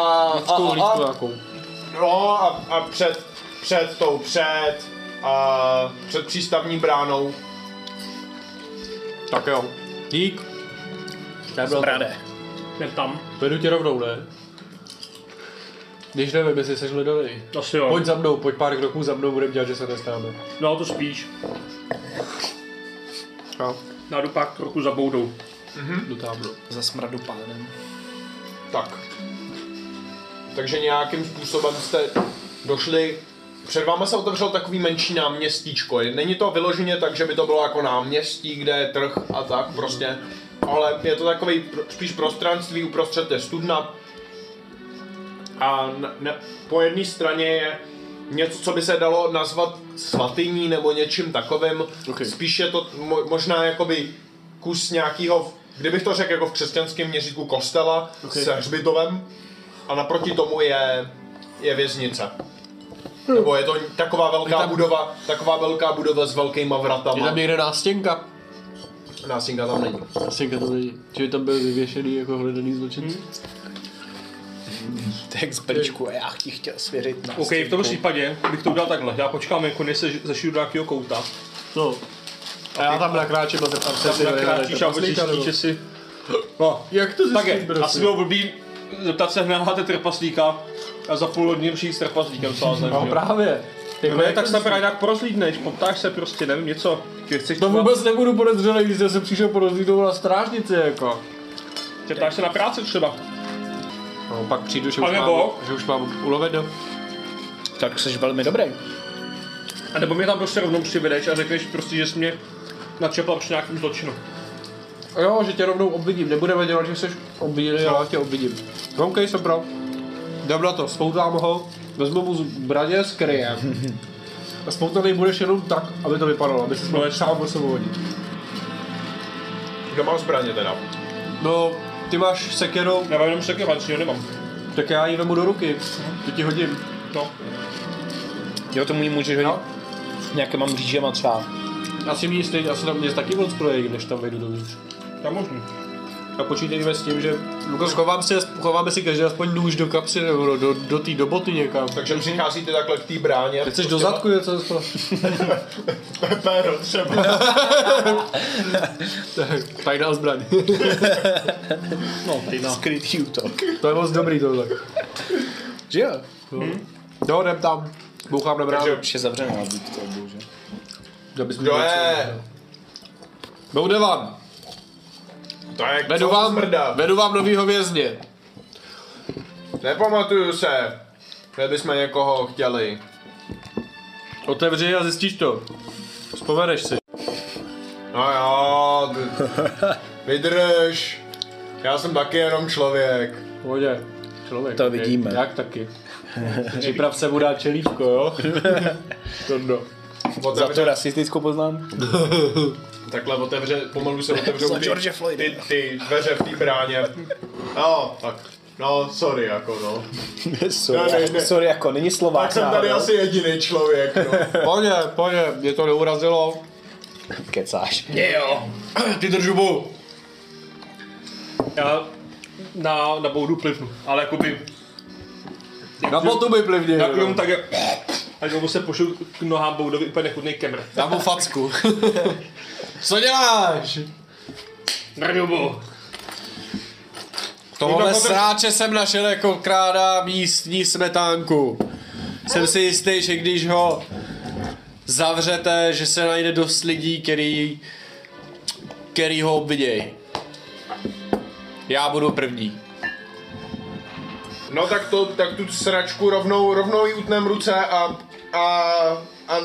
Speaker 2: a,
Speaker 4: Tou
Speaker 2: a,
Speaker 4: lístku
Speaker 2: a
Speaker 4: nějakou.
Speaker 2: No a, a před, před tou před, a před přístavní bránou.
Speaker 4: Tak jo. Dík.
Speaker 1: Prade.
Speaker 3: Jdem tam.
Speaker 4: Vedu tě rovnou, ne? Když nevím, jestli jsi hledaný.
Speaker 3: Asi jo.
Speaker 4: Pojď za mnou, pojď pár kroků za mnou, budeme dělat, že se nestáme.
Speaker 3: No to spíš.
Speaker 4: Jo.
Speaker 3: Já jdu pak trochu za boudou.
Speaker 4: Jdu tam, no.
Speaker 1: Za smradu pánem.
Speaker 2: Tak. Takže nějakým způsobem jste došli. Před váma se otevřelo takový menší náměstíčko. Není to vyloženě tak, že by to bylo jako náměstí, kde je trh a tak prostě. Ale je to takový pr- spíš prostranství uprostřed je studna. A n- ne, po jedné straně je něco, co by se dalo nazvat svatyní nebo něčím takovým.
Speaker 4: Ok.
Speaker 2: Spíš je to mo- možná jakoby kus nějakého kdybych to řekl jako v křesťanském měřítku kostela okay. se hřbitovem a naproti tomu je, je věznice. Nebo je to taková velká
Speaker 5: Hm. tam-
Speaker 2: budova, taková velká budova s velkýma
Speaker 5: Je
Speaker 2: vratama.
Speaker 5: tam někde nástěnka.
Speaker 2: Násinka tam není.
Speaker 5: Nástěnka to není. Že tam byl vyvěšený jako hledaný zločinci.
Speaker 6: Tak z brčku a já ti chtěl svěřit na
Speaker 3: OK, v tom případě bych to udělal takhle. Já počkám, jako než se ž- zašiju do nějakého kouta.
Speaker 5: No. A já tam nakráčím a zeptám se,
Speaker 3: Tak nakráčíš a očistíš, že si... No,
Speaker 5: Jak to
Speaker 3: tak
Speaker 5: zjistíš,
Speaker 3: je. Asi bylo blbý zeptat se, hledáte trpaslíka a za půl hodiny přijít s trpaslíkem sázem.
Speaker 5: No
Speaker 3: že jo?
Speaker 5: právě. Jako
Speaker 3: Ne,
Speaker 5: jak
Speaker 3: No, tak
Speaker 5: to
Speaker 3: se právě nějak porozlídneš, poptáš se prostě, nevím, něco. Ty chceš
Speaker 5: To
Speaker 3: třeba-
Speaker 5: no vůbec nebudu podezřelý, když jsem se přišel porozlídnout na strážnici, jako.
Speaker 3: Tě ptáš se na práci třeba.
Speaker 5: No, pak přijdu, že
Speaker 3: A
Speaker 5: už,
Speaker 3: nebo-
Speaker 5: mám, že už mám no. uloveno.
Speaker 6: Tak jsi velmi dobrý.
Speaker 3: A nebo mě tam prostě rovnou přivedeš a řekneš prostě, že jsi mě načepla při nějakým zločinu.
Speaker 5: Jo, že tě rovnou obvidím, nebudeme dělat, že jsi obviněný, ale tě obvidím. No, OK, jsem pro. Jdem na to, spoutám ho, vezmu mu zbraně, skryjem. A spoutaný budeš jenom tak, aby to vypadalo, aby se mohl sám o sebou hodit.
Speaker 2: Kdo má zbraně teda?
Speaker 5: No, ty máš sekerou,
Speaker 3: Já mám jenom seky, jo, nemám.
Speaker 5: tak já ji vemu do ruky, to ti hodím.
Speaker 3: No,
Speaker 6: Jo, tomu ji můžeš hodit.
Speaker 5: No.
Speaker 6: Nějakýma mřížema třeba.
Speaker 5: Asi mi stejně, asi tam mě taky moc projeví, než tam vejdu dovnitř.
Speaker 3: to je možný.
Speaker 5: A počítejme s tím, že Lukas, chovám si, chováme si každý aspoň nůž do kapsy nebo do, do, do té do boty někam.
Speaker 2: Takže přicházíte takhle k té bráně.
Speaker 5: Mhm. Chceš do zadku něco dostat?
Speaker 2: no. Péro třeba.
Speaker 5: Tajná zbraň.
Speaker 6: No, tady no. skrytý útok.
Speaker 5: To je moc dobrý tohle.
Speaker 6: Že jo?
Speaker 2: Hm?
Speaker 5: Jo, No, jdem tam. Bouchám na bránu.
Speaker 6: Už je zavřená na být to bože.
Speaker 2: Kdo je?
Speaker 5: Boude vám.
Speaker 2: To je
Speaker 5: Vedu
Speaker 2: co
Speaker 5: vám,
Speaker 2: smrda.
Speaker 5: vedu vám novýho vězně.
Speaker 2: Nepamatuju se. Že bychom někoho chtěli.
Speaker 5: Otevři a zjistíš to. Vzpomeneš si.
Speaker 2: No jo, ty- vydrž. Já jsem taky jenom člověk.
Speaker 5: Pohodě. Člověk.
Speaker 6: To
Speaker 5: ok.
Speaker 6: vidíme.
Speaker 5: Jak taky. Připrav se mu dát čelívko, jo? to no.
Speaker 6: Za
Speaker 2: Otevře,
Speaker 6: to rasistickou poznám.
Speaker 2: takhle otevře, pomalu se otevřou
Speaker 6: Za
Speaker 2: ty,
Speaker 6: George Floyd.
Speaker 2: ty, ty dveře v té bráně. No, tak, no, sorry, jako no.
Speaker 6: sorry,
Speaker 2: Ne, ne, ne.
Speaker 6: sorry, jako není slovák.
Speaker 2: Tak jsem tady
Speaker 6: náhodou.
Speaker 2: asi jediný člověk, no.
Speaker 5: Pohodě, pohodě, mě to neurazilo.
Speaker 6: Kecáš.
Speaker 5: Ty držubu.
Speaker 3: Já na, na boudu plivnu, ale jako jakoby...
Speaker 5: Na botu by plivně.
Speaker 3: Tak jenom tak je... A jenom se pošlu k nohám boudovi úplně nechutný kemr.
Speaker 5: Dám mu facku. Co děláš?
Speaker 3: Drňubu!
Speaker 5: Tohle sráče jsem našel jako krádá místní smetánku. Jsem si jistý, že když ho zavřete, že se najde dost lidí, který, který ho obvidějí. Já budu první.
Speaker 2: No tak to, tak tu sračku rovnou, rovnou jí utnem ruce a, a, a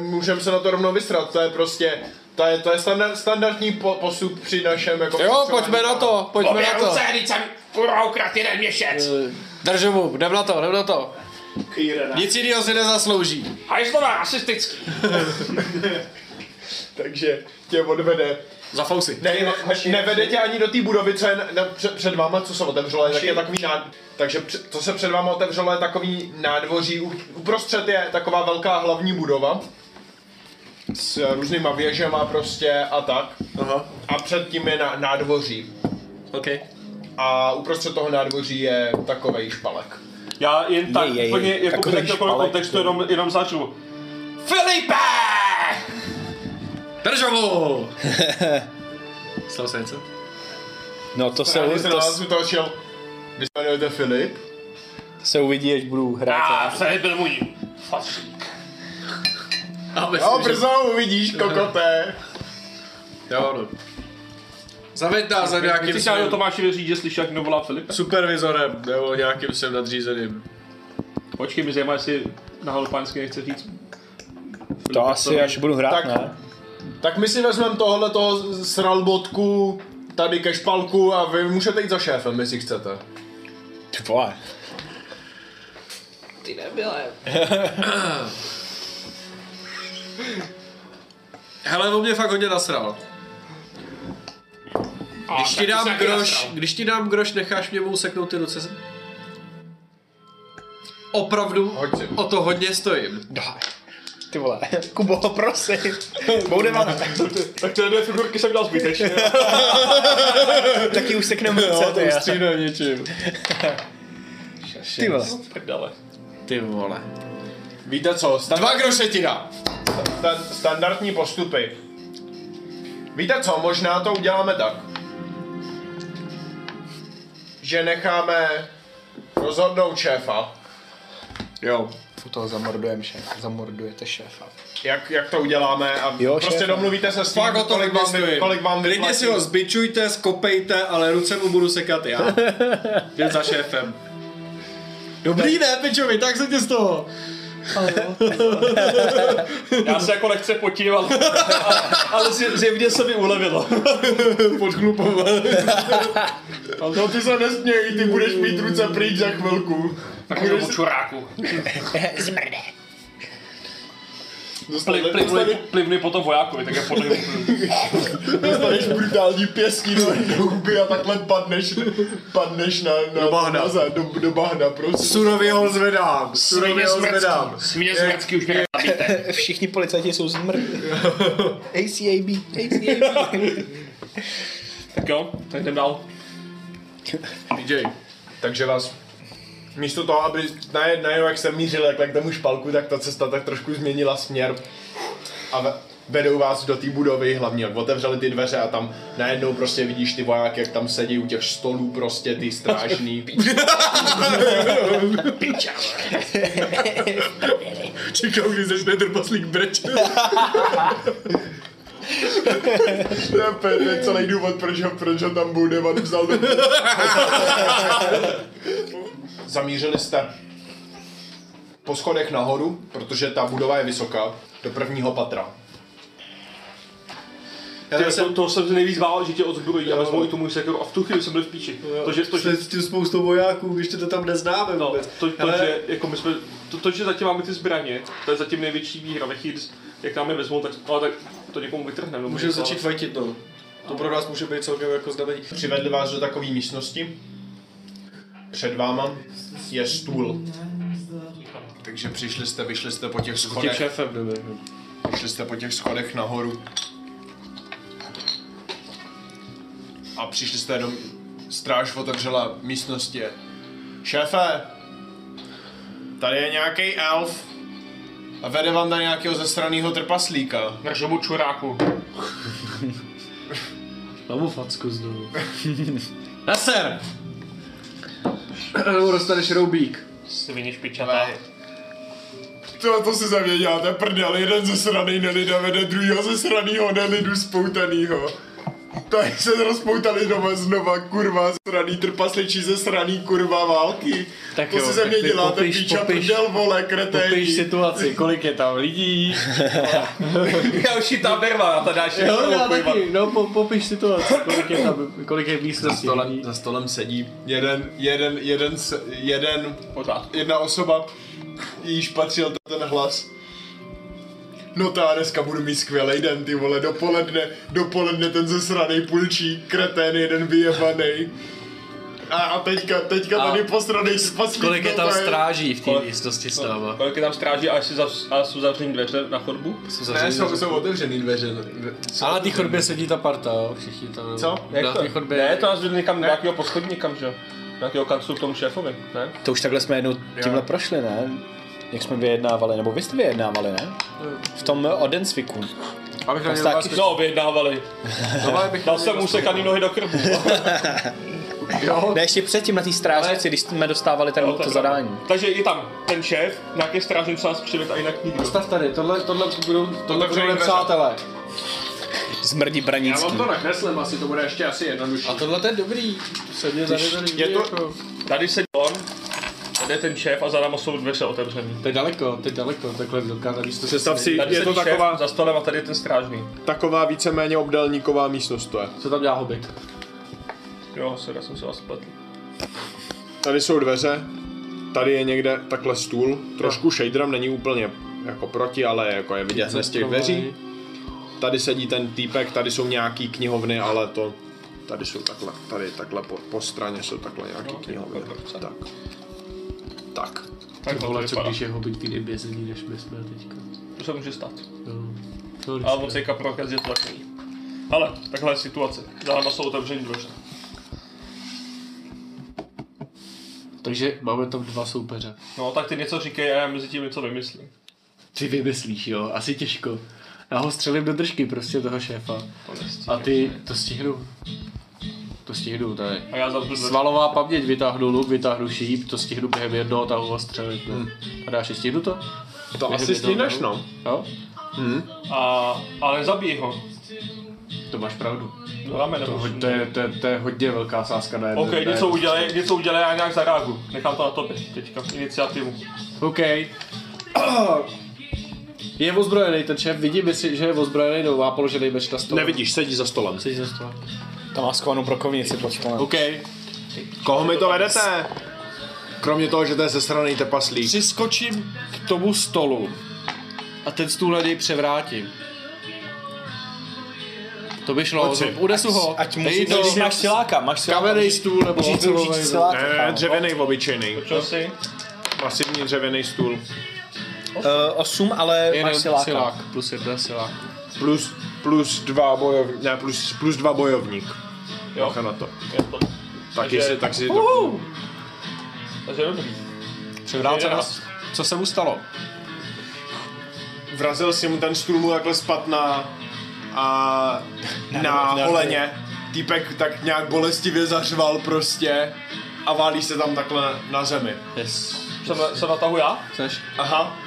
Speaker 2: můžeme se na to rovnou vystrat, to je prostě, to je, to je standard, standardní po, postup při našem jako...
Speaker 5: Jo, pojďme na to, pojďme na to.
Speaker 3: teď jsem kurou kratý měšec!
Speaker 6: Eh.
Speaker 5: Držu mu, jdem na to, jdem na to. Nic jiného si nezaslouží.
Speaker 3: Hajzlové, rasistický!
Speaker 2: Takže tě odvede.
Speaker 5: Za fousy.
Speaker 2: Ne, nevede tě ani do té budovy, co je na, na, před, před váma, co se otevřelo, je, tak je takový nád, takže před, co se před váma otevřelo je takový nádvoří, u- uprostřed je taková velká hlavní budova s různýma věžema prostě a tak.
Speaker 1: Aha,
Speaker 2: A před tím je na, nádvoří.
Speaker 1: OK.
Speaker 2: A uprostřed toho nádvoří je takovej špalek.
Speaker 3: Já jen tak,
Speaker 6: Je, je, je.
Speaker 3: úplně, jako
Speaker 6: Takový
Speaker 3: tak jako
Speaker 6: špalek,
Speaker 3: kontextu jenom, jenom začnu.
Speaker 5: Filipe! Držu mu! Stalo se něco?
Speaker 6: No to se,
Speaker 2: Já jsem
Speaker 6: to,
Speaker 2: na vás utočil. Vy se jmenujete Filip?
Speaker 6: se uvidí, až budu hrát.
Speaker 3: A Filip byl můj fatřík.
Speaker 2: Jo, brzo No, uvidíš, kokoté.
Speaker 5: Jo, no. Zaveď nás za nějakým
Speaker 3: Nechci se ale o Tomášovi říct, že slyšel, jak nevolá Filip?
Speaker 5: supervizorem, nebo nějakým sem nadřízeným.
Speaker 3: Počkej, mi zajímá, jestli na halopánsky nechce říct.
Speaker 6: To asi, až budu hrát,
Speaker 2: Tak.
Speaker 6: ne?
Speaker 2: Tak my si vezmeme tohle toho sralbotku tady ke špalku a vy můžete jít za šéfem, jestli chcete.
Speaker 6: Ty vole.
Speaker 5: Hele, on mě fakt hodně nasral. Když
Speaker 3: tak
Speaker 5: ti dám
Speaker 3: se taky
Speaker 5: groš,
Speaker 3: nasral.
Speaker 5: když ti dám groš, necháš mě mu seknout ty ruce sem? Opravdu o to hodně stojím.
Speaker 6: Ty vole, Kubo, prosím. Bude vám
Speaker 3: Tak tyhle dvě figurky jsem dal zbytečně.
Speaker 6: taky už se k nám ruce, ty jo.
Speaker 5: na něčím.
Speaker 6: Ty vole.
Speaker 3: Prdele.
Speaker 5: Ty vole.
Speaker 2: Víte co, stand-
Speaker 5: Dva groše ti dám.
Speaker 2: sta- standardní postupy. Víte co, možná to uděláme tak, že necháme rozhodnout šéfa,
Speaker 5: Jo.
Speaker 6: U toho zamordujeme šéfa, zamordujete šéfa.
Speaker 2: jak, jak to uděláme a
Speaker 6: Jo,
Speaker 2: prostě
Speaker 6: šéfe.
Speaker 2: domluvíte se s ním,
Speaker 5: Fakt o to
Speaker 2: kolik vám, vy,
Speaker 5: nestojím.
Speaker 2: kolik vám
Speaker 5: Klidně
Speaker 2: vyplatí.
Speaker 5: si ho zbičujte, skopejte, ale ruce mu budu sekat já. Jen za šéfem. Dobrý ne, pičovi, tak se tě z toho.
Speaker 3: Já se jako nechce potívat, ale zje- zjevně se mi ulevilo.
Speaker 5: Podchlupoval.
Speaker 2: No ty se nesměj, ty budeš mít ruce pryč za chvilku.
Speaker 3: Takovému čuráku.
Speaker 6: Zmrde.
Speaker 3: Pli, pli, pli, plivny potom vojákovi, tak je podle
Speaker 2: Dostaneš brutální pěstí do, do huby a takhle padneš, padneš na, na, do bahna. Na, zá- do, do bahna, prostě.
Speaker 5: Surově ho zvedám, surově ho zvedám.
Speaker 3: Svině zmrcky už mě nabíte.
Speaker 6: Všichni policajti jsou zmrde. ACAB, ACAB.
Speaker 3: Tak jo, tak jdem dál.
Speaker 5: DJ.
Speaker 2: Takže vás místo toho, aby najednou, jak jsem mířil takhle k tomu špalku, tak ta cesta tak trošku změnila směr a ve, vedou vás do té budovy, hlavně jak otevřeli ty dveře a tam najednou prostě vidíš ty vojáky, jak tam sedí u těch stolů prostě ty strážný.
Speaker 5: Čekám, kdy začne trpaslík breč.
Speaker 2: To je pe- celý důvod, proč ho, proč ho tam bude, on vzal do... Zamířili jste po schodech nahoru, protože ta budova je vysoká, do prvního patra.
Speaker 3: Já jsem, toho jsem se nejvíc bál, že tě odzbrojí a vezmou i tu můj sekeru a v tu chvíli jsem byl v píči. To, že, to, že,
Speaker 5: s tím spoustou vojáků, když to tam neznáme
Speaker 3: no, to, to,
Speaker 5: Hele.
Speaker 3: že, jako my jsme, to, to, že zatím máme ty zbraně, to je zatím největší výhra ve chvíli, jak nám je vezmou, tak, ale tak to někomu vytrhneme. no,
Speaker 5: Můžeme
Speaker 3: ale-
Speaker 5: začít fajtit, no. To pro nás může být celkem jako znamení.
Speaker 2: Přivedli vás do takové místnosti. Před váma je stůl. Takže přišli jste, vyšli jste po těch
Speaker 3: Tím
Speaker 2: schodech,
Speaker 3: šéfem, nevím.
Speaker 2: vyšli jste po těch schodech nahoru. A přišli jste do... Stráž otevřela místnosti. Šéfe! Tady je nějaký elf. A vede vám na nějakého zesraného trpaslíka.
Speaker 3: Nažobu čuráku.
Speaker 4: Mám facku znovu.
Speaker 5: Naser! Nebo dostaneš roubík.
Speaker 3: Svině špičatá.
Speaker 2: To, to si za mě děláte prdel, jeden ze sraný nelida vede druhýho ze sranýho nelidu spoutanýho. Tady se rozpoutali doma znova, kurva, sraný trpasličí ze sraný kurva války.
Speaker 5: Tak
Speaker 2: to
Speaker 5: jo,
Speaker 2: si ze
Speaker 5: tak
Speaker 2: mě
Speaker 5: mi
Speaker 2: děláte,
Speaker 5: popiš-
Speaker 2: píča
Speaker 5: popiš-
Speaker 2: prdel, vole,
Speaker 5: Popiš
Speaker 2: kreténi.
Speaker 5: situaci, kolik je tam lidí.
Speaker 3: Já už ji tam nervá, já ta dáš
Speaker 5: Jo, já taky, no po, popiš situaci, kolik je tam, kolik je místnosti lidí.
Speaker 2: za stolem sedí jeden, jeden, jeden, s- jeden,
Speaker 3: Pořád.
Speaker 2: jedna osoba, jíž patřil ten hlas. No ta dneska budu mít skvělý den, ty vole, dopoledne, dopoledne ten zesranej pulčí, kretén jeden vyjebanej. A, a teďka, teďka
Speaker 5: A
Speaker 2: tady posranej spaslík.
Speaker 5: Kolik je tam
Speaker 2: no to
Speaker 5: stráží v té
Speaker 3: Kolik-
Speaker 5: místnosti s náma?
Speaker 3: Kolik je tam stráží a jestli zav- a jsou zavřený dveře na chodbu?
Speaker 5: Jsou
Speaker 2: Ne,
Speaker 5: zavřený
Speaker 2: jsou,
Speaker 5: dveře.
Speaker 2: jsou otevřený dveře.
Speaker 5: A na té chodbě sedí ta parta, jo, všichni tam.
Speaker 2: Co?
Speaker 5: Na
Speaker 3: Jak to?
Speaker 5: té chodbě.
Speaker 3: Ne, to nás vedli někam do nějakého poschodí někam, že jo? Do Nějakého kanclu k tomu šéfovi, ne?
Speaker 6: To už takhle jsme jednou tímhle prošli, ne? Jak jsme vyjednávali, nebo vy jste vyjednávali, ne? V tom Odensviku.
Speaker 5: Abych na
Speaker 6: Tam
Speaker 5: něj
Speaker 6: taky-
Speaker 5: vás-
Speaker 3: No, vyjednávali.
Speaker 5: Hele, bych
Speaker 3: Dal jsem mu sekaný nohy do krbu.
Speaker 5: Jo,
Speaker 6: Ne, ještě předtím na té strážnici, když jsme dostávali ten, to zadání.
Speaker 3: Takže je tam ten šéf, nějaký strážný, co nás přivedl a jinak nikdo.
Speaker 5: stav tady, tohle, tohle budou, tohle
Speaker 2: Otevřený
Speaker 5: budou
Speaker 2: dveře.
Speaker 5: nepřátelé.
Speaker 6: Zmrdí
Speaker 4: Já
Speaker 6: branický.
Speaker 4: vám to nakreslím, asi to bude ještě asi jednodušší.
Speaker 5: A tohle to je dobrý. Sedně tady ten
Speaker 3: je to- Tady sedí on, tady je ten šéf a za náma jsou dveře otevřený.
Speaker 5: To je daleko, to je daleko, takhle velká na místo.
Speaker 2: Představ si,
Speaker 3: Tady
Speaker 2: je to
Speaker 3: sedí šéf
Speaker 2: taková,
Speaker 3: za stolem a tady je ten strážný.
Speaker 2: taková víceméně obdélníková místnost to je.
Speaker 5: Co tam dělá hobit?
Speaker 3: Jo, se jsem se vás spletl.
Speaker 2: Tady jsou dveře, tady je někde takhle stůl, trošku shaderem není úplně jako proti, ale jako je vidět hned z těch dveří. Tady sedí ten týpek, tady jsou nějaký knihovny, ale to Tady jsou takhle, tady takhle po, po straně jsou takhle nějaký knihovny. Tak. Tak.
Speaker 3: Tak to
Speaker 5: Vole, co
Speaker 3: vypadá.
Speaker 5: když je hobit týden vězený, než my jsme teďka.
Speaker 3: To se může stát.
Speaker 5: No. No,
Speaker 3: A on teďka prokaz je tlačený. Ale, takhle je situace. Za náma jsou otevření dveře.
Speaker 5: Takže máme tam dva soupeře.
Speaker 3: No, tak ty něco říkej a já mezi tím něco vymyslím.
Speaker 5: Ty vymyslíš, jo? Asi těžko. Já ho střelím do držky prostě toho šéfa.
Speaker 3: To nestí-
Speaker 5: A ty to stihnu. To stihnu, tady.
Speaker 3: A já zavřu dveře.
Speaker 5: Svalová paměť, vytáhnu luk, vytáhnu šíp, to stihnu během jednoho tahu a střelit.
Speaker 6: Hm,
Speaker 5: Ne? A dáš, stihnu to?
Speaker 2: To
Speaker 5: Během
Speaker 2: asi
Speaker 5: jednoho
Speaker 2: stihneš,
Speaker 5: tahu?
Speaker 2: no.
Speaker 5: Jo?
Speaker 3: A, ale zabij ho.
Speaker 5: To máš pravdu.
Speaker 3: Do ramene.
Speaker 5: To,
Speaker 3: prosím.
Speaker 5: ho- to, je, to, je, to je hodně velká sázka na jedno.
Speaker 3: OK, něco udělej, něco udělej a nějak zareaguju. Nechám to na tobě teďka, iniciativu.
Speaker 5: OK. Je ozbrojený ten šéf, vidím, jestli- že je ozbrojený, no má položený meč na stole.
Speaker 2: Nevidíš, sedí za stolem.
Speaker 5: Jsi ze stola.
Speaker 1: Tam má skovanou brokovnici pod stolem.
Speaker 5: OK.
Speaker 2: Koho mi to vedete? Kromě toho, že to je ze strany tepaslík.
Speaker 4: Přiskočím k tomu stolu a ten stůl na něj převrátím.
Speaker 5: To by šlo,
Speaker 2: Pojď si.
Speaker 5: unesu ho.
Speaker 1: Ať
Speaker 5: Dej
Speaker 1: musíš,
Speaker 5: to.
Speaker 1: když máš siláka, máš siláka.
Speaker 5: Kamenej stůl nebo
Speaker 1: Můžeš využít
Speaker 5: ocelovej, no.
Speaker 1: siláka.
Speaker 2: Ne,
Speaker 1: kámo.
Speaker 2: dřevěný obyčejný.
Speaker 3: Počul jsi?
Speaker 2: Masivní dřevěný stůl.
Speaker 1: Eh, Osm, ale máš
Speaker 5: Jeden
Speaker 1: siláka.
Speaker 5: silák, plus jedna silák.
Speaker 2: Plus, plus dva bojovník. Ne, plus, plus dva bojovník.
Speaker 3: Jo,
Speaker 2: Bacha na to.
Speaker 3: je to.
Speaker 2: Tak
Speaker 3: Takže-
Speaker 2: jestli, tak si to...
Speaker 3: Takže dobrý.
Speaker 4: Převrátil nás. Co se mu stalo?
Speaker 2: Vrazil si mu ten stůl mu takhle spad na... A na holeně. Týpek tak nějak bolestivě zařval prostě a válí se tam takhle na zemi.
Speaker 3: Jsem, jsem na tahu já?
Speaker 2: Aha.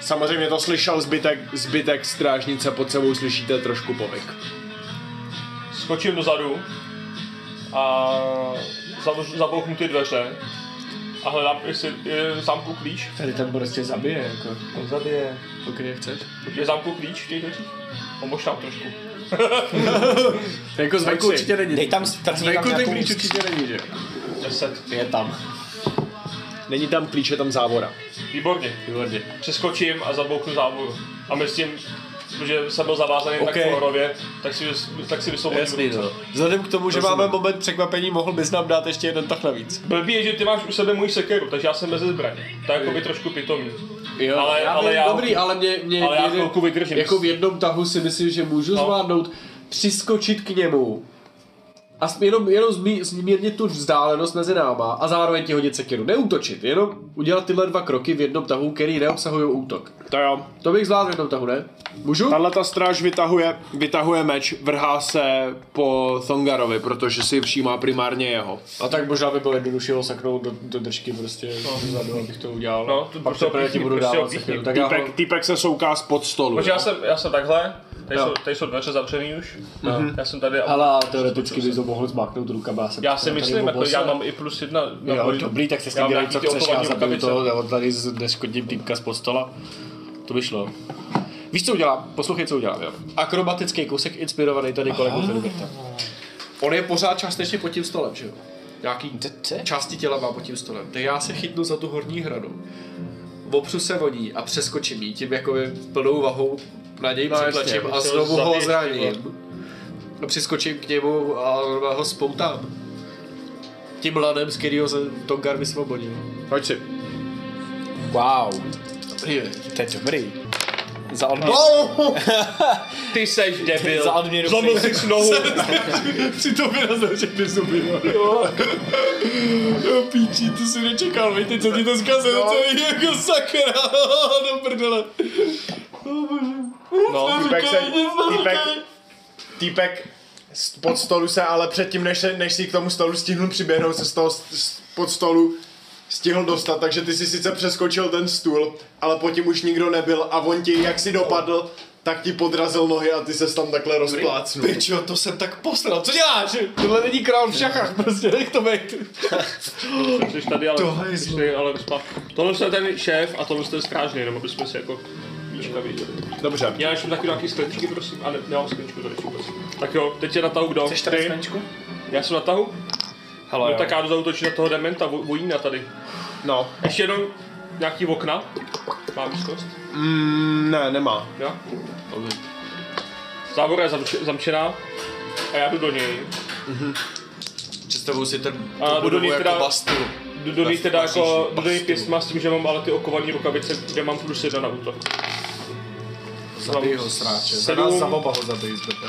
Speaker 2: Samozřejmě to slyšel zbytek, zbytek strážnice pod sebou slyšíte trošku povyk.
Speaker 3: Skočím dozadu a zavřu- zabouchnu ty dveře a hledám, jestli je zamku klíč.
Speaker 5: Tady ten prostě zabije, jako.
Speaker 3: On zabije.
Speaker 5: Pokud je chceš.
Speaker 3: Je zamku klíč v těch dveřích? Pomož nám trošku.
Speaker 5: Jako zvenku určitě
Speaker 1: Dej
Speaker 5: není.
Speaker 1: tam, strhni tam
Speaker 5: Zvenku ten
Speaker 1: nějakou
Speaker 5: klíč určitě není, že?
Speaker 3: Deset.
Speaker 1: je tam.
Speaker 2: Není tam klíč, je tam závora.
Speaker 3: Výborně.
Speaker 5: Výborně.
Speaker 3: Přeskočím a zabouchnu závodu. A my s tím, že jsem byl zavázaný okay. tak
Speaker 5: OK.
Speaker 3: v Horově, tak si, vys- tak si vysvobodím
Speaker 5: Jasný,
Speaker 3: ruce.
Speaker 5: no.
Speaker 4: Vzhledem k tomu, že máme moment překvapení, mohl bys nám dát ještě jeden tah navíc.
Speaker 3: Blbý je, že ty máš u sebe můj sekeru, takže já jsem mezi zbraně. To je jakoby trošku pitomý.
Speaker 5: Jo,
Speaker 3: Ale- ale
Speaker 5: vím,
Speaker 3: já-
Speaker 5: dobrý, ale mě, mě
Speaker 3: ale já
Speaker 5: jeden-
Speaker 3: chvilku vydržím.
Speaker 5: Jako v jednom tahu si myslím, že můžu
Speaker 3: No.
Speaker 5: zvládnout přiskočit k němu a s- jenom, jenom zmí, zmírnit tu vzdálenost mezi náma a zároveň ti hodit sekiru. Neútočit, jenom udělat tyhle dva kroky v jednom tahu, který neobsahují útok.
Speaker 2: To jo.
Speaker 5: To bych zvládl v jednom tahu, ne? Můžu?
Speaker 2: Tahle ta stráž vytahuje, vytahuje meč, vrhá se po Thongarovi, protože si všímá primárně jeho.
Speaker 4: A tak možná by bylo jednodušší ho saknout do, do držky prostě vzadu, abych to udělal.
Speaker 3: No, to
Speaker 4: Pak
Speaker 3: prostě
Speaker 4: teprve ti
Speaker 3: opíchni,
Speaker 4: budu
Speaker 3: prostě
Speaker 4: dávat
Speaker 3: opíchni.
Speaker 4: sekiru. Tak já ho...
Speaker 2: Týpek, týpek se souká spod stolu.
Speaker 3: Protože já jsem, já jsem takhle, tady, jsou, tady jsou dveře zavřený už, já jsem tady a
Speaker 4: Mhm. Ale teoreticky bys to mohl zmáknout rukama. Já, jsem
Speaker 3: já si myslím, jako
Speaker 4: bose.
Speaker 3: já mám i plus jedna na
Speaker 4: Jo,
Speaker 3: boji.
Speaker 4: dobrý, tak se s
Speaker 3: Já
Speaker 4: ním
Speaker 3: mám
Speaker 4: dělej,
Speaker 3: nějaký
Speaker 4: co
Speaker 3: ty
Speaker 4: chceš, já
Speaker 3: otovaný
Speaker 4: zabiju
Speaker 3: rukavice.
Speaker 4: toho, nebo tady z- neškodím týpka spod stola. To by šlo. Víš, co udělám? Poslouchej, co udělám, jo. Akrobatický kousek inspirovaný tady kolegou Filiberta.
Speaker 5: On je pořád částečně pod tím stolem, že jo? Nějaký části těla má pod tím stolem. Tak já se chytnu za tu horní hranu, opřu se o ní a přeskočím jí tím jakoby plnou vahou na něj
Speaker 3: No,
Speaker 5: no,
Speaker 3: jasně,
Speaker 5: přitlačím a
Speaker 3: musel
Speaker 5: znovu ho
Speaker 3: zabít,
Speaker 5: zraním. A přeskočím k němu a normálně ho spoutám. Tím ladem, z kterého se Tongar vysvobodil.
Speaker 2: Pojď si.
Speaker 1: Wow,
Speaker 5: Dobrý, veď.
Speaker 1: to je dobrý. Za odměnu.
Speaker 3: Ty seš debil.
Speaker 1: Za odměnu.
Speaker 3: Zlomil si nohu.
Speaker 5: Při to vyrazil všechny zuby. Jo. jo, píči, to si nečekal, víte, co ti to zkazil, no. celý jako sakra, do prdele.
Speaker 3: No,
Speaker 2: Týpek, se, týpek, týpek s- pod stolu se, ale předtím, než, se, než si k tomu stolu stihnul přiběhnout, se z toho s- s- pod stolu stihl dostat, takže ty si sice přeskočil ten stůl, ale po tím už nikdo nebyl a on ti, jak si dopadl, tak ti podrazil nohy a ty se tam takhle rozplácnul.
Speaker 5: Pičo, to jsem tak posral, co děláš? Tohle není král v šachách, prostě, nech to být.
Speaker 3: jsi tady, ale, jsi tady, ale rozpad. Tohle je ten šéf a tohle je ten strážný, nebo bychom si jako víčka viděli.
Speaker 2: Dobře.
Speaker 3: Já ještě taky nějaký skleničky, prosím. A ne, nemám skleničku tady vůbec. Tak jo, teď je na tahu kdo? Chceš tady skleničku? Já jsem na tahu. Hele, no, tak já jdu zautočit na toho dementa, vo- vojína tady.
Speaker 2: No.
Speaker 3: Ještě jenom nějaký okna. Má blízkost.
Speaker 2: Mm, ne, nemá.
Speaker 3: Jo? Závora je zamč- zamčená. A já jdu do něj.
Speaker 7: Představuju si ten
Speaker 3: A
Speaker 7: tu
Speaker 3: budu
Speaker 7: budovu
Speaker 3: mít
Speaker 7: jako
Speaker 3: teda-
Speaker 7: bastu.
Speaker 3: Jdu do ní
Speaker 7: Bas-
Speaker 3: teda
Speaker 7: basíš
Speaker 3: jako, jdu do ní
Speaker 7: bastu.
Speaker 3: pěstma s tím, že mám ale ty okovaný rukavice, kde mám plus jedna na útok.
Speaker 7: Zabij ho, sráče. Za
Speaker 3: Sedm.
Speaker 7: nás za oba ho zabij, zbyte.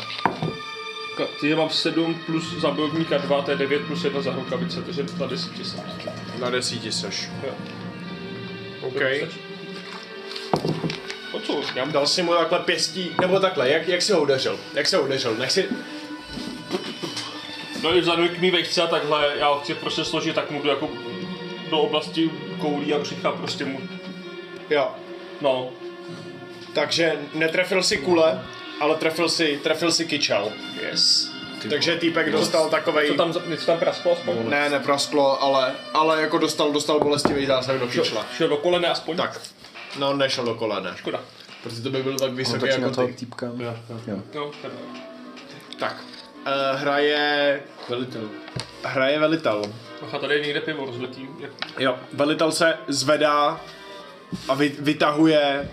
Speaker 3: Ka- Takže mám 7 plus za bojovníka 2, to je 9 plus 1 za rukavice, takže na 10 jsem.
Speaker 2: Na desíti seš.
Speaker 3: Jo.
Speaker 2: OK.
Speaker 3: To co? Já mu
Speaker 2: Dal si mu takhle pěstí, nebo takhle, jak, jak si ho udeřil? Jak si ho udeřil? Nech si...
Speaker 3: No i vzadu k mý vejce a takhle, já ho chci prostě složit, tak mu jdu jako do oblasti koulí a břicha prostě mu,
Speaker 2: Jo.
Speaker 3: no.
Speaker 2: Takže netrefil si kule, ale trefil si, trefil si kyčel.
Speaker 3: Yes.
Speaker 2: Takže týpek dostal
Speaker 3: Co
Speaker 2: takovej...
Speaker 3: tam, za- něco tam prasklo aspoň?
Speaker 2: Ne, neprasklo, ale, ale jako dostal, dostal bolestivý zásah do kyčla.
Speaker 3: Šel do kolene aspoň?
Speaker 2: Tak. No, on nešel do kolene.
Speaker 3: Škoda.
Speaker 2: Protože to by byl tak vysoký
Speaker 6: Točí na
Speaker 2: jako
Speaker 6: toho
Speaker 2: ty.
Speaker 6: týpka.
Speaker 3: No, teda.
Speaker 2: Tak. Uh, hraje... Velitel. Hraje velitel.
Speaker 3: Bacha, tady je někde pivo rozletí. Jak-
Speaker 2: Jo, velitel se zvedá a vy, vytahuje,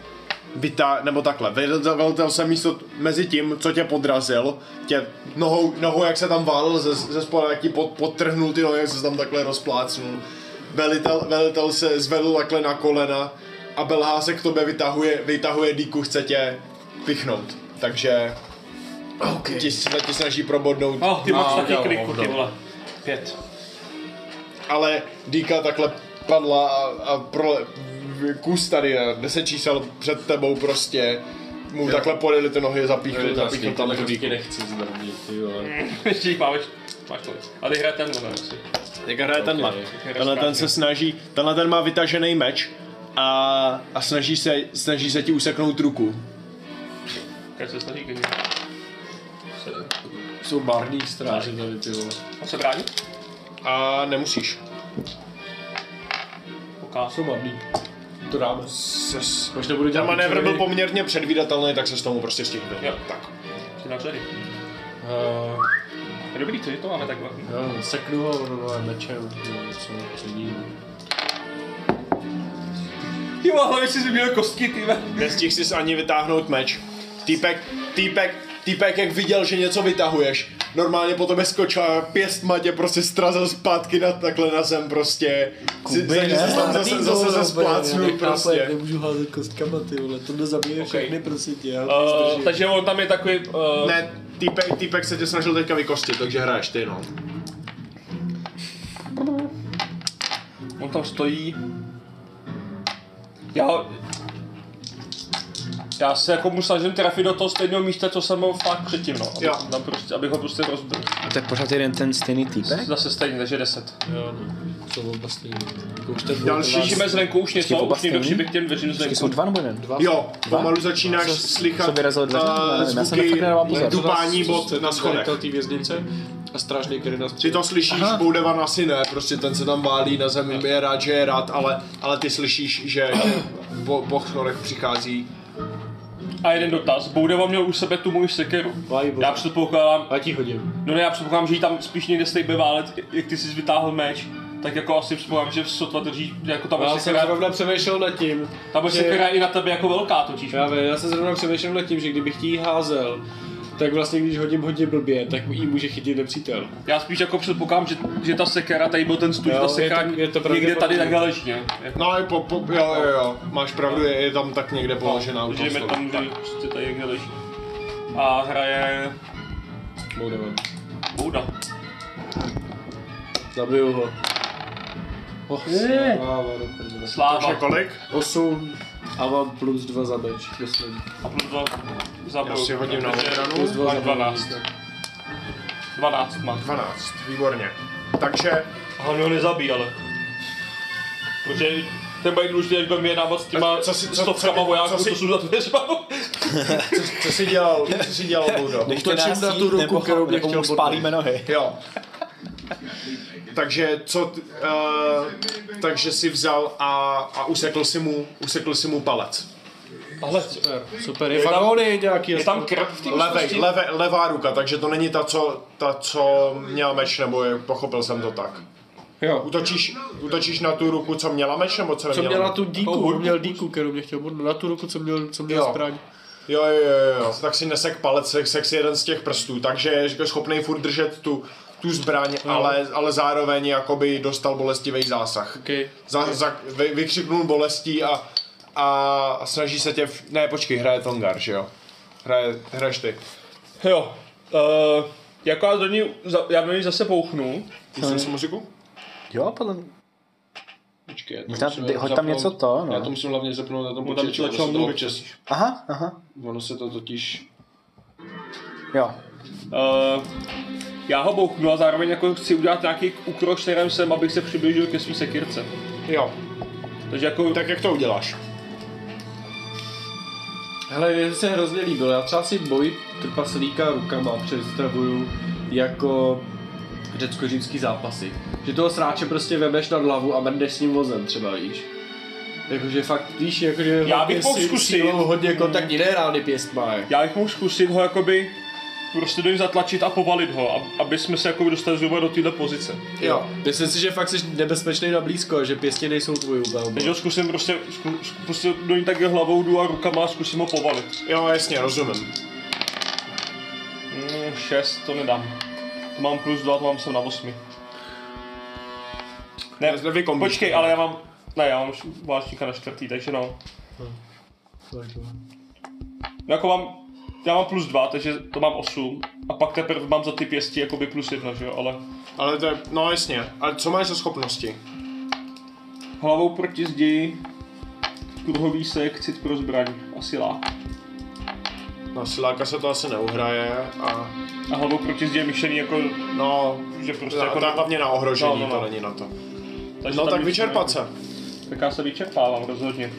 Speaker 2: vyta, nebo takhle, velitel, velitel se místo t- mezi tím, co tě podrazil, tě nohou, nohou jak se tam válel ze, ze spoda, jak ti pod, podtrhnul ty nohy, jak se tam takhle rozplácnul. Velitel, velitel se zvedl takhle na kolena a belhá se k tobě, vytahuje, vytahuje dýku, chce tě pichnout. Takže okay. ti, se- ti snaží probodnout
Speaker 3: Oh, ty máš taky
Speaker 7: jo,
Speaker 3: kliku, ty
Speaker 7: no.
Speaker 3: vole. Pět.
Speaker 2: ale dýka takhle padla a, a pro, kus tady na deset čísel před tebou prostě mu jo. takhle podjeli ty nohy, zapíchli, zapíchli tam tu dýku.
Speaker 7: nechci zmrdit, ty vole.
Speaker 3: Ještě jich máme, máš tolik. A ty hraje ten, ne? asi.
Speaker 2: Jak hraje tenhle?
Speaker 3: Hraje
Speaker 2: Tenhle ten
Speaker 3: správně.
Speaker 2: se snaží, tenhle ten má vytažený meč a, a snaží, se, snaží se ti useknout ruku.
Speaker 3: Každý se snaží klidně. Sedm.
Speaker 7: Jsou barní stráže tady, ty vole.
Speaker 3: On se brání?
Speaker 2: A nemusíš.
Speaker 3: Poká.
Speaker 7: Jsou barní. To dáme. Ses. Možná budu
Speaker 2: Ten
Speaker 7: dělat
Speaker 2: manévr byl
Speaker 7: účelový-
Speaker 2: poměrně předvídatelný, tak se s tomu prostě stihl.
Speaker 3: Jo.
Speaker 2: Tak.
Speaker 3: Jsi na řadě.
Speaker 7: Eh,
Speaker 3: Dobrý, co že to máme takhle?
Speaker 5: No,
Speaker 7: Jo, seknu ho normálně mečem, jo, co předí.
Speaker 3: Ty vole, hlavně si zbíl kostky, ty vole.
Speaker 2: Nestihl jsi ani vytáhnout meč. Týpek, týpek, týpek, jak viděl, že něco vytahuješ, normálně po tebe skočil a pěstma tě prostě strazil zpátky na, takhle na zem prostě. Kuby, Takže se tam zase, zase zesplácnu prostě.
Speaker 6: Nemůžu házet kostkama, ty vole, to nezabije všechny, prosím tě.
Speaker 2: Eh,
Speaker 6: já to
Speaker 3: Uh,
Speaker 6: zdržím.
Speaker 3: takže on tam je takový... Uh,
Speaker 2: Ne, týpek, týpek se tě snažil teďka vykostit, takže hraješ ty no.
Speaker 3: On tam stojí. Já ho... Já se jako mu snažím trefit do toho stejného místa, co jsem ho fakt předtím, no. Aby,
Speaker 2: Jo.
Speaker 3: tam prostě, abych ho prostě rozbil.
Speaker 6: A to je pořád jeden ten stejný týpek?
Speaker 3: Zase stejný, takže 10.
Speaker 7: Jsou vlastně koušte
Speaker 2: Další
Speaker 3: Šíšíme zvenku už něco,
Speaker 6: oba
Speaker 3: už někdo
Speaker 6: stejný?
Speaker 3: šíbe k těm dveřím
Speaker 6: Ty jsou
Speaker 3: zvenku.
Speaker 6: dva nebo jeden?
Speaker 2: Jo, pomalu začínáš slychat
Speaker 6: co vyrazilo dveře?
Speaker 2: eh,
Speaker 6: Já nevím, já jsem fakt
Speaker 2: zvuky
Speaker 6: nedával pozor.
Speaker 2: dupání bod na schodech.
Speaker 7: té věznice a strážný, který nás
Speaker 2: Ty to slyšíš, Boudevan asi ne, prostě ten se tam válí na zemi, je rád, že je rád, ale, ale ty slyšíš, že po, po chorech přichází.
Speaker 3: A jeden dotaz. Boudeva měl u sebe tu moji sekeru.
Speaker 7: Bible.
Speaker 3: Já předpokládám,
Speaker 7: Já ti hodím.
Speaker 3: no ne, já předpokládám, že ji tam spíš někde stejbe válet, jak ty jsi vytáhl meč. Tak jako asi předpokládám, že sotva drží, jako tam
Speaker 7: Já
Speaker 3: asi
Speaker 7: jsem
Speaker 3: sekera,
Speaker 7: zrovna přemýšlel nad tím,
Speaker 3: tam je sekera i na tebe jako velká totiž.
Speaker 7: já vím, já jsem zrovna přemýšlel nad tím, že kdybych ti ji házel, tak vlastně když hodím hodně blbě, tak ji může chytit nepřítel.
Speaker 3: Já spíš jako předpokládám, že, že ta sekera, tady byl ten stuž,
Speaker 7: Jo,
Speaker 3: ta
Speaker 7: je to-
Speaker 3: sekera
Speaker 7: je to
Speaker 3: někde
Speaker 7: pravděpodobně.
Speaker 3: tady takhle leží, ne? Jako,
Speaker 2: No ale po, po, jo, jo, jo, máš pravdu, je, je tam tak někde položená u toho
Speaker 3: Žijeme
Speaker 2: stolu.
Speaker 3: tam, že prostě tady někde leží. A hraje
Speaker 7: Boudovan.
Speaker 3: Bouda.
Speaker 7: Zabiju ho. Oh, sláva, do prdele.
Speaker 2: Takže
Speaker 7: jako-
Speaker 3: Sláva.
Speaker 2: kolik?
Speaker 7: 8 a mám plus 2 za meč, myslím.
Speaker 3: A plus dva za
Speaker 2: Já
Speaker 3: Boudu.
Speaker 2: si hodím na
Speaker 3: Takže
Speaker 2: obranu.
Speaker 7: Plus 2
Speaker 3: Mám
Speaker 7: za
Speaker 3: 12. 12 mám.
Speaker 2: 12, výborně. Takže
Speaker 3: Hlavně ho no, nezabíjí, ale. Protože ten Biden už teď bude mě dávat s těma
Speaker 2: Co si- co-
Speaker 3: stovkama
Speaker 2: co-
Speaker 3: vojáků,
Speaker 2: co si-
Speaker 3: co jsou za dveřma.
Speaker 2: co jsi dělal, co jsi dělal, Boudo?
Speaker 6: Nechte
Speaker 7: Útočím
Speaker 6: nás
Speaker 7: na
Speaker 6: jít,
Speaker 7: tu ruku,
Speaker 6: nebo,
Speaker 7: kterou mě
Speaker 6: nebo
Speaker 7: chtěl
Speaker 6: mu spálíme nohy.
Speaker 2: Jo. takže co, t- eh, takže si vzal a, a usekl si mu, usekl si mu palec.
Speaker 3: Ale super.
Speaker 7: Super, je fagony nějaký.
Speaker 3: Je tam krv v té
Speaker 2: Levej,
Speaker 3: místnosti?
Speaker 2: leve, levá ruka, takže to není ta, co, ta, co měla meč, nebo je, pochopil jsem to tak.
Speaker 7: Jo.
Speaker 2: Útočíš, útočíš na tu ruku, co měla meč, nebo co
Speaker 7: Co
Speaker 2: neměla?
Speaker 7: měla tu díku, on měl díku, kterou mě chtěl bodnout, na tu ruku, co měl, co měl
Speaker 2: Jako Jo.
Speaker 7: zbraň.
Speaker 2: Jo, jo, jo, jo, jo, tak si nesek palec, sek, sek si jeden z těch prstů, takže je jako schopný furt držet tu, tu zbraň,
Speaker 7: Hmm.
Speaker 2: ale, ale zároveň jakoby dostal bolestivý zásah.
Speaker 3: Okay.
Speaker 2: Za, za, vy, vykřiknul bolestí a, a, a snaží se tě... V... Ne, počkej, hraje Tongar, že jo? Hraje, hraješ ty.
Speaker 3: Jo, uh, jako já do ní, za, já do ní zase pouchnu.
Speaker 2: Ty jsi si muziku?
Speaker 1: Jo, podle mě.
Speaker 4: Počkej,
Speaker 1: Možná ty- hoď tam něco to,
Speaker 4: Já
Speaker 1: no.
Speaker 4: to musím hlavně zapnout na tom
Speaker 3: tam
Speaker 4: počítači, ono,
Speaker 3: začalo
Speaker 4: se to
Speaker 3: mluvit.
Speaker 4: občas,
Speaker 1: Aha, aha.
Speaker 4: ono se to totiž...
Speaker 1: Jo.
Speaker 3: Uh, já ho bouchnu a zároveň jako chci udělat nějaký úkrok směrem sem, abych se přiblížil ke svý sekirce.
Speaker 2: Jo.
Speaker 3: Takže jako...
Speaker 2: Tak jak to uděláš?
Speaker 5: Hele, mně se hrozně líbilo. Já třeba si boj trpaslíka rukama představuju jako řecko-římský zápasy. Že toho sráče prostě vemeš nad hlavu a mrdeš s ním vozem třeba, víš. Jakože fakt, víš, jakože...
Speaker 3: Já bych mohl
Speaker 5: si-
Speaker 3: zkusit.
Speaker 5: sílou hodně kontakt jiné rány pěst má.
Speaker 3: Já bych mohl zkusit ho jakoby prostě do ní zatlačit a povalit ho, ab- aby jsme se jako dostali zhruba do této pozice.
Speaker 5: Jo. Myslím si, že fakt jsi nebezpečný na blízko, že pěstě nejsou tvůj úplně.
Speaker 3: Takže ho zkusím prostě, zku, zku- prostě do ní takhle hlavou jdu a rukama a zkusím ho povalit.
Speaker 2: Jo, jasně, rozumím.
Speaker 3: Mm, šest, to nedám. To mám plus dva, to mám jsem na osmi. Ne,
Speaker 2: Já zde vykombíš.
Speaker 3: počkej, ale já mám, ne, já mám š- válečníka na čtvrtý, takže no. No jako mám, já mám plus dva, takže to mám osm. A pak teprve mám za ty pěsti jakoby plus jedna, že jo, ale
Speaker 2: Ale to je, no jasně. A co máš za schopnosti?
Speaker 3: Hlavou proti zdi, kruhový sek, cit pro zbraň a sila.
Speaker 2: No, siláka se to asi neuhraje a...
Speaker 3: A hlavou proti zdi je myšlený jako,
Speaker 2: No,
Speaker 3: že prostě
Speaker 2: na,
Speaker 3: jako...
Speaker 2: jako na, hlavně na ohrožení,
Speaker 3: No,
Speaker 2: no,
Speaker 3: no,
Speaker 2: no,
Speaker 3: no.
Speaker 2: to není na to.
Speaker 3: takže
Speaker 2: No
Speaker 3: tam
Speaker 2: tak
Speaker 3: je-
Speaker 2: vyčerpat se.
Speaker 3: Tak já se vyčerpávám rozhodně.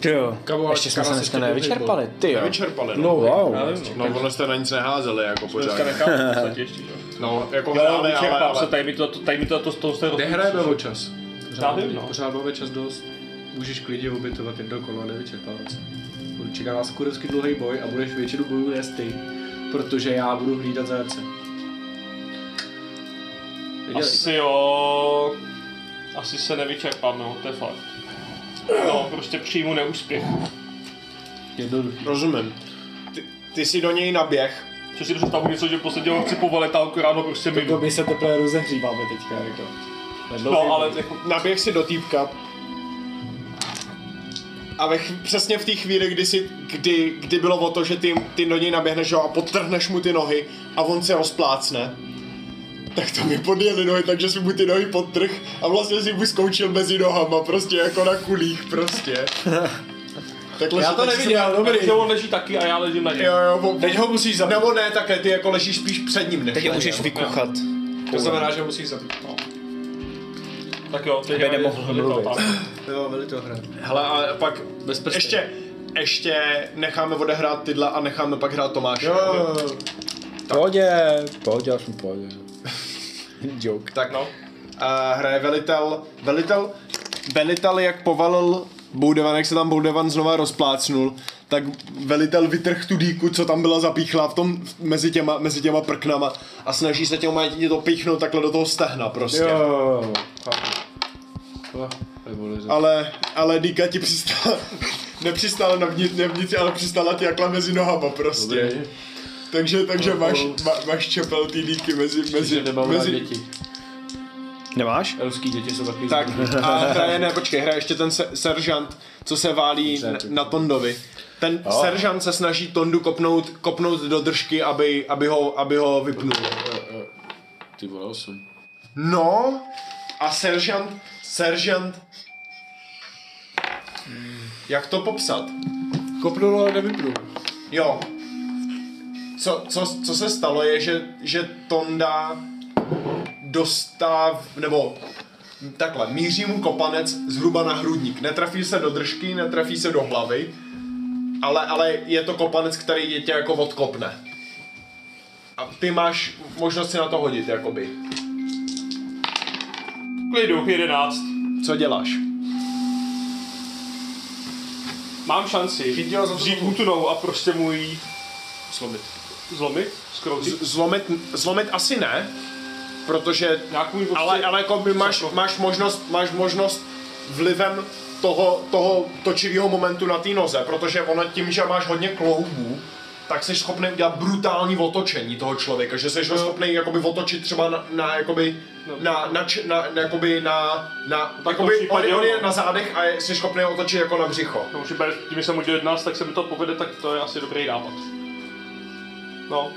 Speaker 1: Ty jo.
Speaker 8: Kamo,
Speaker 1: Ještě jsme se dneska nevyčerpali, ty jo.
Speaker 2: Vyčerpali, no.
Speaker 1: No wow.
Speaker 3: Já nevím,
Speaker 2: No, ono jste na nic neházeli, jako pořád.
Speaker 3: dneska nechám v podstatě ještě, jo.
Speaker 2: No, jako
Speaker 3: Jo, jo,
Speaker 2: hráli, ale,
Speaker 3: vyčerpám se,
Speaker 2: ale...
Speaker 3: tady mi to, to- tady mi to, to, to, to, to
Speaker 8: Nehrajeme o čas.
Speaker 3: Já vím, no.
Speaker 8: Pořád máme čas dost. Můžeš klidně obětovat jedno kolo a nevyčerpávat se. Bude- Čeká nás kurevsky dlouhý boj a budeš většinu bojů nést ty, protože já budu hlídat zajemce.
Speaker 3: Asi jo, asi se nevyčerpám, no, to je fakt. No, prostě přijmu neúspěch.
Speaker 2: Rozumím. Ty, ty jsi do něj naběh.
Speaker 3: Což si představu něco, že v podstatě ho chci povalit a akorát ho prostě minu.
Speaker 5: my se teprve rozehříváme teďka, jako.
Speaker 3: No, ale jako,
Speaker 2: Naběh si do týpka. A ve chv- přesně v té chvíli, kdy, si, kdy, kdy bylo o to, že ty, ty do něj naběhneš jo, a podtrhneš mu ty nohy a on se rozplácne, tak to mi podjeli nohy, takže si mu ty nohy podtrh a vlastně si mu skoučil mezi nohama, prostě jako na kulích, prostě. Takhle
Speaker 5: Já
Speaker 2: se
Speaker 5: to
Speaker 2: teď
Speaker 5: neviděl,
Speaker 2: se-
Speaker 5: dobrý.
Speaker 3: že on leží taky a já ležím na něm.
Speaker 2: Jo, jo, po, Teď ho musíš zabít. Nebo ne, takhle, ty jako ležíš spíš před ním, než
Speaker 1: Teď je
Speaker 2: na
Speaker 1: můžeš
Speaker 2: něm.
Speaker 1: vykuchat.
Speaker 8: To znamená, že ho musíš zabít. No.
Speaker 3: Tak jo, teď já
Speaker 1: nemohl mluvit.
Speaker 8: Jo, byli to hra.
Speaker 2: Hele, ale pak
Speaker 8: Bez prstů.
Speaker 2: ještě, ještě necháme odehrát tyhle a necháme pak hrát Tomáše.
Speaker 1: Pohodě, pohodě, já jsem pohodě. Joke.
Speaker 2: Tak no. A hraje velitel, velitel, velitel jak povalil Boudevan, jak se tam Boudevan znova rozplácnul, tak velitel vytrh tu dýku, co tam byla zapíchla v tom, v- mezi těma, mezi těma prknama a snaží se těma dítě to píchnout takhle do toho stehna prostě.
Speaker 5: Jo.
Speaker 2: Ale, ale dýka ti přistála, nepřistála na vnitř, ne vnitř, ale přistála ti takhle mezi nohama prostě. Takže, takže
Speaker 5: No,
Speaker 2: máš, má, máš čepel ty dýky mezi, mezi,
Speaker 5: Nemám rád
Speaker 2: mezi,
Speaker 5: děti.
Speaker 1: Nemáš?
Speaker 5: Ruský děti jsou takový
Speaker 2: Tak a hraje, ne, počkej, hraje ještě ten se, seržant, co se válí na, na Tondovi. Ten oh. seržant se snaží Tondu kopnout, kopnout do držky, aby, aby, ho, aby ho vypnul.
Speaker 8: Eh, Ty vole, osm.
Speaker 2: No a seržant, seržant, Hmm, jak to popsat?
Speaker 8: Kopnul, ale nevypnul.
Speaker 2: Jo. Co, co, co se stalo je, že, že Tonda dostáv, nebo takhle, míří mu kopanec zhruba na hrudník. Netrafí se do držky, netrafí se do hlavy, ale, ale je to kopanec, který je tě jako odkopne. A ty máš možnost si na to hodit, jakoby.
Speaker 3: Klidu, 11.
Speaker 2: Co děláš?
Speaker 3: Mám šanci dřív utunou a prostě mu ji
Speaker 2: Zlomit.
Speaker 3: zlomit, zkroutit.
Speaker 2: Z- zlomit, zlomit asi ne, protože
Speaker 3: Nějak mu ji prostě...
Speaker 2: Ale, ale jako by máš, máš, možnost, máš možnost vlivem toho, toho točivého momentu na té noze, protože ono tím, že máš hodně kloubů, tak jsi schopný udělat brutální otočení toho člověka, že jsi ho schopný jakoby otočit třeba na, na jakoby,
Speaker 3: No.
Speaker 2: na, na, č- na, na, jakoby na, na jakoby, on,
Speaker 3: případě
Speaker 2: on,
Speaker 3: ono.
Speaker 2: je na zádech a je- jsi schopný ho otočit jako na břicho.
Speaker 3: No, že bereš, tím, že jsem udělal 11, tak se mi to povede, tak to je asi dobrý nápad. No,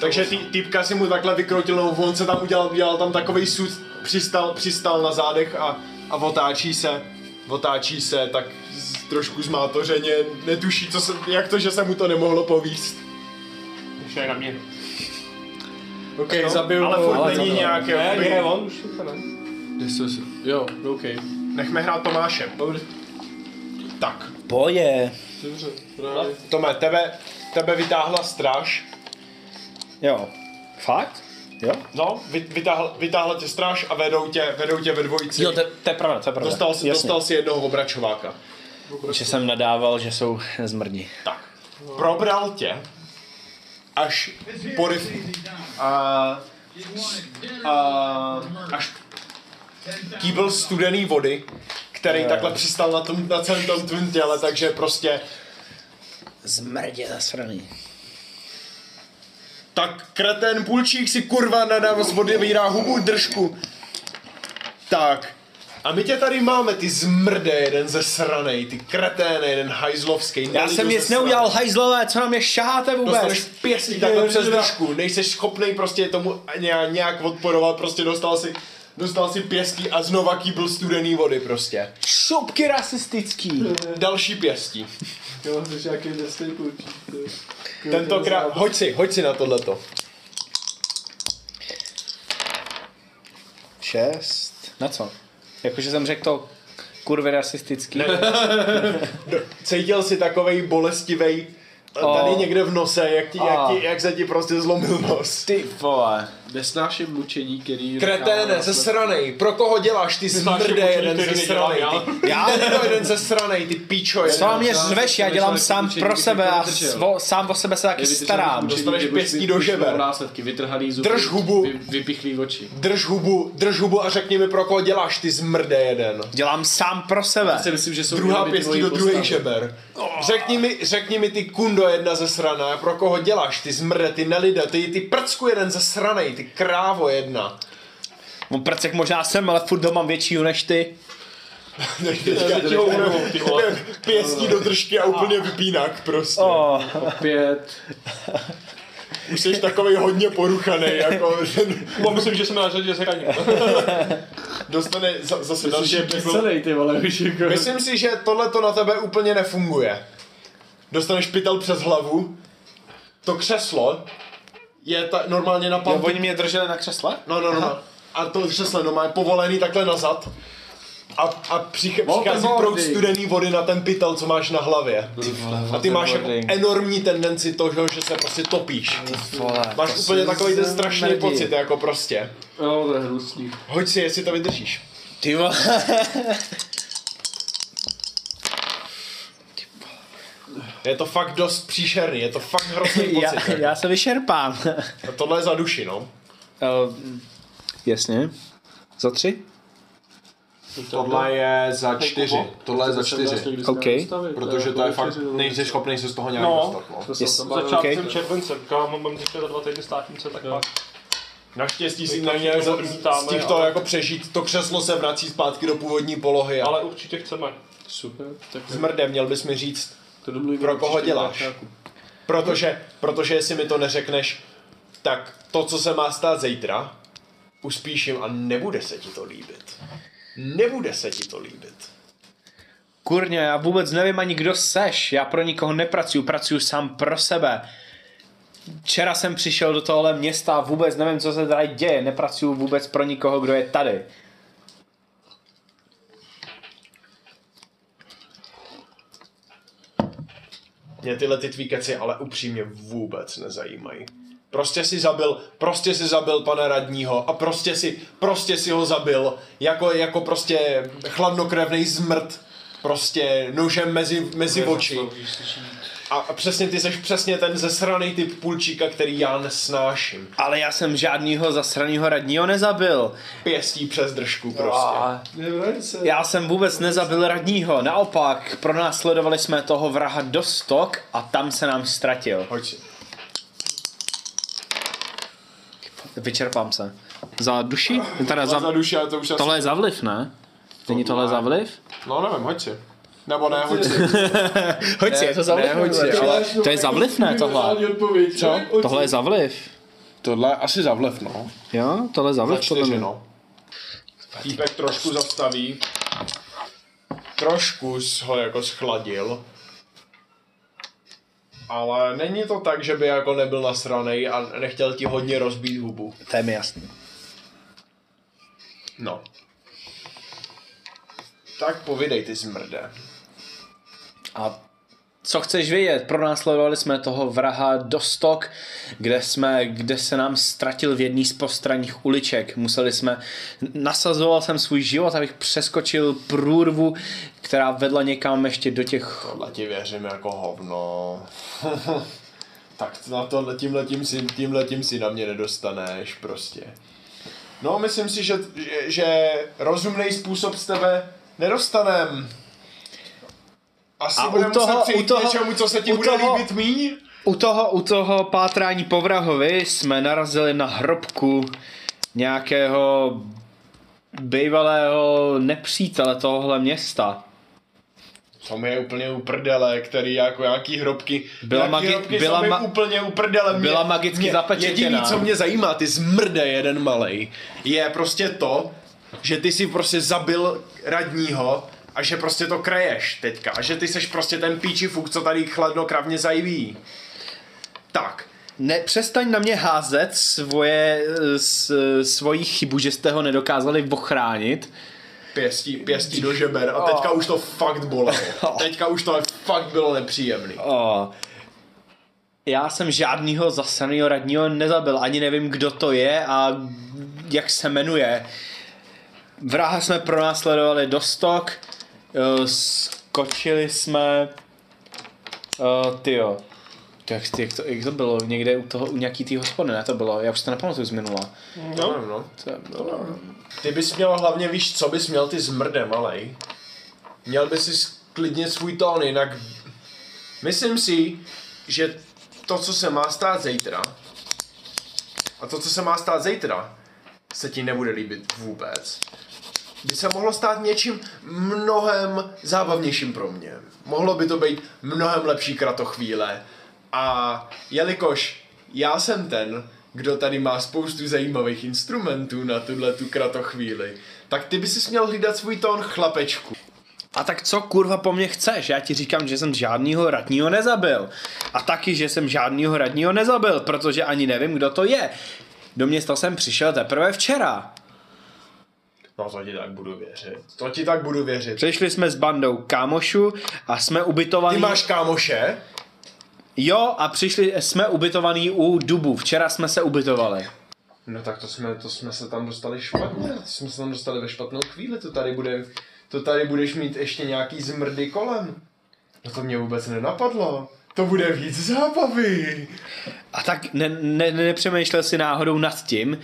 Speaker 2: Takže ty, týpka si mu takhle vykrotil nohu, on se tam udělal, udělal tam takový sud, přistal, přistal na zádech a, a otáčí se, otáčí se, tak z, trošku zmátořeně, netuší, co se, jak to, že se mu to nemohlo povíst.
Speaker 3: ještě je na mě.
Speaker 2: Ok, no, zabiju Ale furt není nějak, jako-
Speaker 3: Ne,
Speaker 2: jakoby-
Speaker 3: ne, on už to ne.
Speaker 9: Jo, OK.
Speaker 2: nechme hrát Tomášem. Dobře. Tak,
Speaker 1: Boje.
Speaker 2: Tome, tebe, tebe vytáhla stráž.
Speaker 1: Jo. Fakt? Jo?
Speaker 2: No, vy, vytáhla, vytáhla tě stráž a vedou tě, vedou tě ve dvojici.
Speaker 1: Jo, to, to je pravda, to je pravda.
Speaker 2: dostal, si,
Speaker 1: Jasně.
Speaker 2: dostal si jednoho obračováka.
Speaker 1: Že jsem nadával, že jsou zmrdí.
Speaker 2: Tak, probral tě až po ryb... a, a, až kýbl studený vody, který takhle přistal na, tom, na celém tom tvém těle, takže prostě
Speaker 1: Zmrdě zasraný.
Speaker 2: Tak kretén půlčík si kurva nadám z vody vyrá hubu držku. Tak. A my tě tady máme, ty zmrde, jeden ze sranej, ty kreténe, jeden hajzlovský.
Speaker 1: Já
Speaker 2: nelidu
Speaker 1: jsem nic
Speaker 2: zesranej.
Speaker 1: neudělal, hajzlové, co na mě šáháte
Speaker 2: Dostaneš
Speaker 1: vůbec?
Speaker 2: pěstí takhle přes držku, nejseš schopnej prostě tomu nějak, nějak odporovat, prostě dostal si, dostal si pěstí a znova kýbl studený vody prostě.
Speaker 1: Šupky rasistický.
Speaker 2: Další pěstí.
Speaker 4: Jo, jsi nějaký drsný klučík.
Speaker 2: Tentokrát, hoď si, hoď si na tohleto.
Speaker 1: Šest. Na co? Jakože jsem řekl to kurvy rasistický.
Speaker 2: cítil si takovej bolestivej eh, tady
Speaker 1: O.
Speaker 2: někde v nose, jak, ti, jak,
Speaker 1: A.
Speaker 2: ti, jak se ti prostě zlomil nos.
Speaker 1: Ty vole.
Speaker 4: Nesnáším mučení, který...
Speaker 2: Kreténe, ze sranej, pro koho děláš ty smrde
Speaker 3: mučení,
Speaker 2: jeden ze
Speaker 3: který
Speaker 2: sranej,
Speaker 3: nedělám
Speaker 2: ty, já? jeden ze sranej, ty píčo
Speaker 1: Co
Speaker 2: jeden.
Speaker 1: vám mě řveš, já dělám sám pro sebe a svo, sám o sebe se taky starám.
Speaker 2: Dostaneš pěstí do žeber.
Speaker 4: Následky, vytrhalý zuby,
Speaker 2: Drž hubu.
Speaker 4: vy- vypichlý oči.
Speaker 2: Drž hubu, drž hubu a řekni mi, pro koho děláš ty zmrde jeden.
Speaker 1: Dělám sám pro sebe.
Speaker 4: Já si myslím, že jsou
Speaker 2: Druhá
Speaker 4: jenom ty
Speaker 2: pěstí
Speaker 4: tvoji
Speaker 2: do druhých
Speaker 4: postavy.
Speaker 2: žeber. Řekni mi, řekni mi ty kundo jedna ze sraná, pro koho děláš ty zmrde, ty nelida, ty, ty prcku jeden ze sranej, ty krávo jedna.
Speaker 1: Mám prcek možná jsem, ale furt ho mám většího než ty.
Speaker 2: Pěstí do držky a úplně vypínak prostě.
Speaker 1: Oh.
Speaker 4: Pět.
Speaker 2: Už jsi takovej hodně poruchaný, jako ten
Speaker 3: No, myslím, že jsme na řadě zraní.
Speaker 2: dostane za- zase další
Speaker 4: Další
Speaker 2: peklo.
Speaker 4: bezcelej, ty vole, už jako...
Speaker 2: Myslím si, že tohle to na tebe úplně nefunguje. Dostaneš pytel přes hlavu, to křeslo je ta, normálně na
Speaker 1: Jo,
Speaker 2: pampu.
Speaker 1: oni mě drželi na křesle?
Speaker 2: No, no, no. A to křeslo no, má povolený takhle nazad. A, a přich, přichází proud studený vody na ten pytel, co máš na hlavě. a ty máš jako enormní tendenci toho, že se prostě topíš.
Speaker 1: Vole.
Speaker 2: Máš úplně takový ten strašný
Speaker 1: zmrdí.
Speaker 2: pocit, jako prostě.
Speaker 4: No, to je hnusný.
Speaker 2: Hoď si, jestli to vydržíš.
Speaker 1: Ty vole.
Speaker 2: Je to fakt dost příšerný, je to fakt hrozný
Speaker 1: Já,
Speaker 2: pocit.
Speaker 1: já se vyšerpám.
Speaker 2: A tohle je za duši, no.
Speaker 1: Ehm, Jasně. Za tři?
Speaker 2: Tohle je za čtyři. Tohle je za čtyři.
Speaker 1: OK.
Speaker 2: Protože to je fakt, nejsi schopný se z toho nějak
Speaker 3: No.
Speaker 2: dostat, no.
Speaker 1: Yes.
Speaker 3: Začátkem okay. července, kámo, mám teďka za dva týdny státnice, tak pak.
Speaker 2: Naštěstí si
Speaker 3: to
Speaker 2: na nějak
Speaker 3: všechno
Speaker 2: za- z
Speaker 3: odmítáme,
Speaker 2: těchto
Speaker 3: ale-
Speaker 2: jako přežít, to křeslo se vrací zpátky do původní polohy a
Speaker 3: Ale určitě chceme. Hm.
Speaker 4: Super, tak
Speaker 2: zmrde, měl bys mi říct,
Speaker 4: to domluvíme.
Speaker 2: Pro koho
Speaker 4: příště
Speaker 2: děláš?
Speaker 4: na začátku.
Speaker 2: protože, protože jestli mi to neřekneš, tak to, co se má stát zítra, uspíším a nebude se ti to líbit. Nebude se ti to líbit.
Speaker 1: Kurňa, já vůbec nevím ani kdo seš, já pro nikoho nepracuju, pracuju sám pro sebe. Včera jsem přišel do tohle města a vůbec nevím, co se tady děje, nepracuju vůbec pro nikoho, kdo je tady.
Speaker 2: Mě tyhle ty tvý keci ale upřímně vůbec nezajímají. Prostě si zabil, prostě si zabil pana radního a prostě si, prostě si ho zabil jako, jako prostě chladnokrevný zmrt. prostě nožem mezi, mezi oči. A, a přesně ty seš přesně ten zesraný typ půlčíka, který já nesnáším.
Speaker 1: Ale já jsem žádnýho zasranýho radního nezabil.
Speaker 2: Pěstí přes držku prostě.
Speaker 1: Já jsem vůbec nezabil radního, naopak, pronásledovali jsme toho vraha do stok a tam se nám ztratil.
Speaker 2: Hoď si.
Speaker 1: Vyčerpám se. Za duši? Teda za...
Speaker 2: Za duši, ale to už asi...
Speaker 1: Tohle je zavliv, ne? Není tohle zavliv?
Speaker 2: No nevím, hoď si. Nebo ne, hoď si.
Speaker 1: Hoď si, je to zavliv.
Speaker 2: hoď si,
Speaker 1: ale... To je zavliv, ne tohle?
Speaker 10: odpověď, co?
Speaker 1: Tohle je zavliv.
Speaker 11: Tohle asi zavlev, no.
Speaker 1: Jo, tohle je zavliv. podle
Speaker 2: Čtyři,
Speaker 1: mě.
Speaker 2: no.
Speaker 10: Týpek trošku zastaví.
Speaker 2: Trošku jsi ho jako schladil. Ale není to tak, že by jako nebyl nasranej a nechtěl ti hodně rozbít hubu.
Speaker 1: To je mi jasný.
Speaker 2: No. Tak povidej ty zmrde.
Speaker 1: A co chceš vědět? Pronásledovali jsme toho vraha do stok, kde, jsme, kde se nám ztratil v jedný z postranních uliček. Museli jsme, nasazoval jsem svůj život, abych přeskočil průrvu, která vedla někam ještě do těch...
Speaker 2: Tohle ti věřím jako hovno. tak na tohle, tím letím si, tím letím si na mě nedostaneš prostě. No, myslím si, že, že, že rozumný způsob z tebe nedostanem. Asi
Speaker 1: A
Speaker 2: a
Speaker 1: u
Speaker 2: budeme
Speaker 1: toho-
Speaker 2: muset
Speaker 1: u
Speaker 2: přijít k
Speaker 1: toho-
Speaker 2: něčemu, co se ti
Speaker 1: u
Speaker 2: bude
Speaker 1: toho-
Speaker 2: líbit míň.
Speaker 1: U toho, u toho pátrání po vrahovi jsme narazili na hrobku nějakého bývalého nepřítele tohohle města.
Speaker 2: To mi je úplně uprdele, který jako nějaký hrobky.
Speaker 1: Byla
Speaker 2: nějaký
Speaker 1: magi-
Speaker 2: hrobky
Speaker 1: byla
Speaker 2: jsou mi
Speaker 1: ma-
Speaker 2: úplně uprdele. Mě,
Speaker 1: byla magicky
Speaker 2: mě,
Speaker 1: zapečetěná.
Speaker 2: Jediný, co mě zajímá, ty zmrde jeden malej, je prostě to, že ty si prostě zabil radního a že prostě to kreješ teďka. A že ty seš prostě ten píči fuk, co tady chladnokravně zajíví. Tak.
Speaker 1: Ne, přestaň na mě házet svoje, s, svoji chybu, že jste ho nedokázali ochránit.
Speaker 2: Pěstí, pěstí do žeber a teďka už to fakt bolelo. Teďka už to fakt bylo nepříjemný.
Speaker 1: O, Eh, já jsem žádnýho zasaného radního nezabil, ani nevím, kdo to je a jak se jmenuje. Vraha jsme pronásledovali do stok, eh, skočili jsme... Uh, tyjo. To Jak, jak, to, jak to bylo? Někde u, toho, u nějaký tý hospody, ne to bylo? Já už si to nepamatuju z minula.
Speaker 2: No, no, no.
Speaker 1: To,
Speaker 2: Ty bys měl hlavně, víš, co bys měl ty zmrde, malej. Měl by si klidně svůj tón, jinak... Myslím si, že to, co se má stát zítra, a to, co se má stát zítra, se ti nebude líbit vůbec. By se mohlo stát něčím mnohem zábavnějším pro mě. Mohlo by to být mnohem lepší kratochvíle. A jelikož já jsem ten, kdo tady má spoustu zajímavých instrumentů na tuhle tu kratochvíli, tak ty by si měl hlídat svůj tón chlapečku.
Speaker 1: A tak co kurva po mně chceš? Já ti říkám, že jsem žádnýho radního nezabil. A taky, že jsem žádnýho radního nezabil, protože ani nevím, kdo to je. Do města jsem přišel teprve včera.
Speaker 2: No to ti tak budu věřit. To ti tak budu věřit.
Speaker 1: Přišli jsme s bandou kámošů a jsme ubytovaní...
Speaker 2: Ty máš kámoše?
Speaker 1: Jo, a přišli jsme ubytovaní u Dubu. Včera jsme se ubytovali.
Speaker 2: No tak to jsme, to jsme se tam dostali špatně, to jsme se tam dostali ve špatnou chvíli, to tady bude, to tady budeš mít ještě nějaký zmrdy kolem. No to mě vůbec nenapadlo. To bude víc zábavy.
Speaker 1: A tak ne, ne, nepřemýšlel si náhodou nad tím,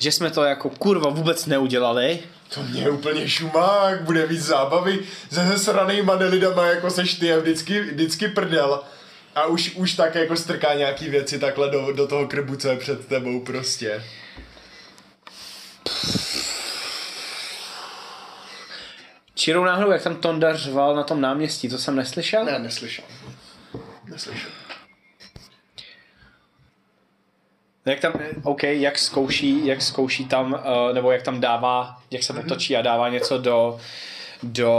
Speaker 1: že jsme to jako kurva vůbec neudělali.
Speaker 2: To mě je úplně šumák, bude víc zábavy se zesranýma nelidama, jako seš ty a vždycky, vždycky prdel. A už, už tak jako strká nějaký věci takhle do, do toho krbu, co je před tebou prostě.
Speaker 1: Čirou náhodou, jak tam Tonda řval na tom náměstí, to jsem neslyšel?
Speaker 2: Ne, neslyšel. Neslyšel.
Speaker 1: No Jak tam, OK, jak zkouší, jak zkouší tam, uh, nebo jak tam dává, jak se potočí a dává něco do, do,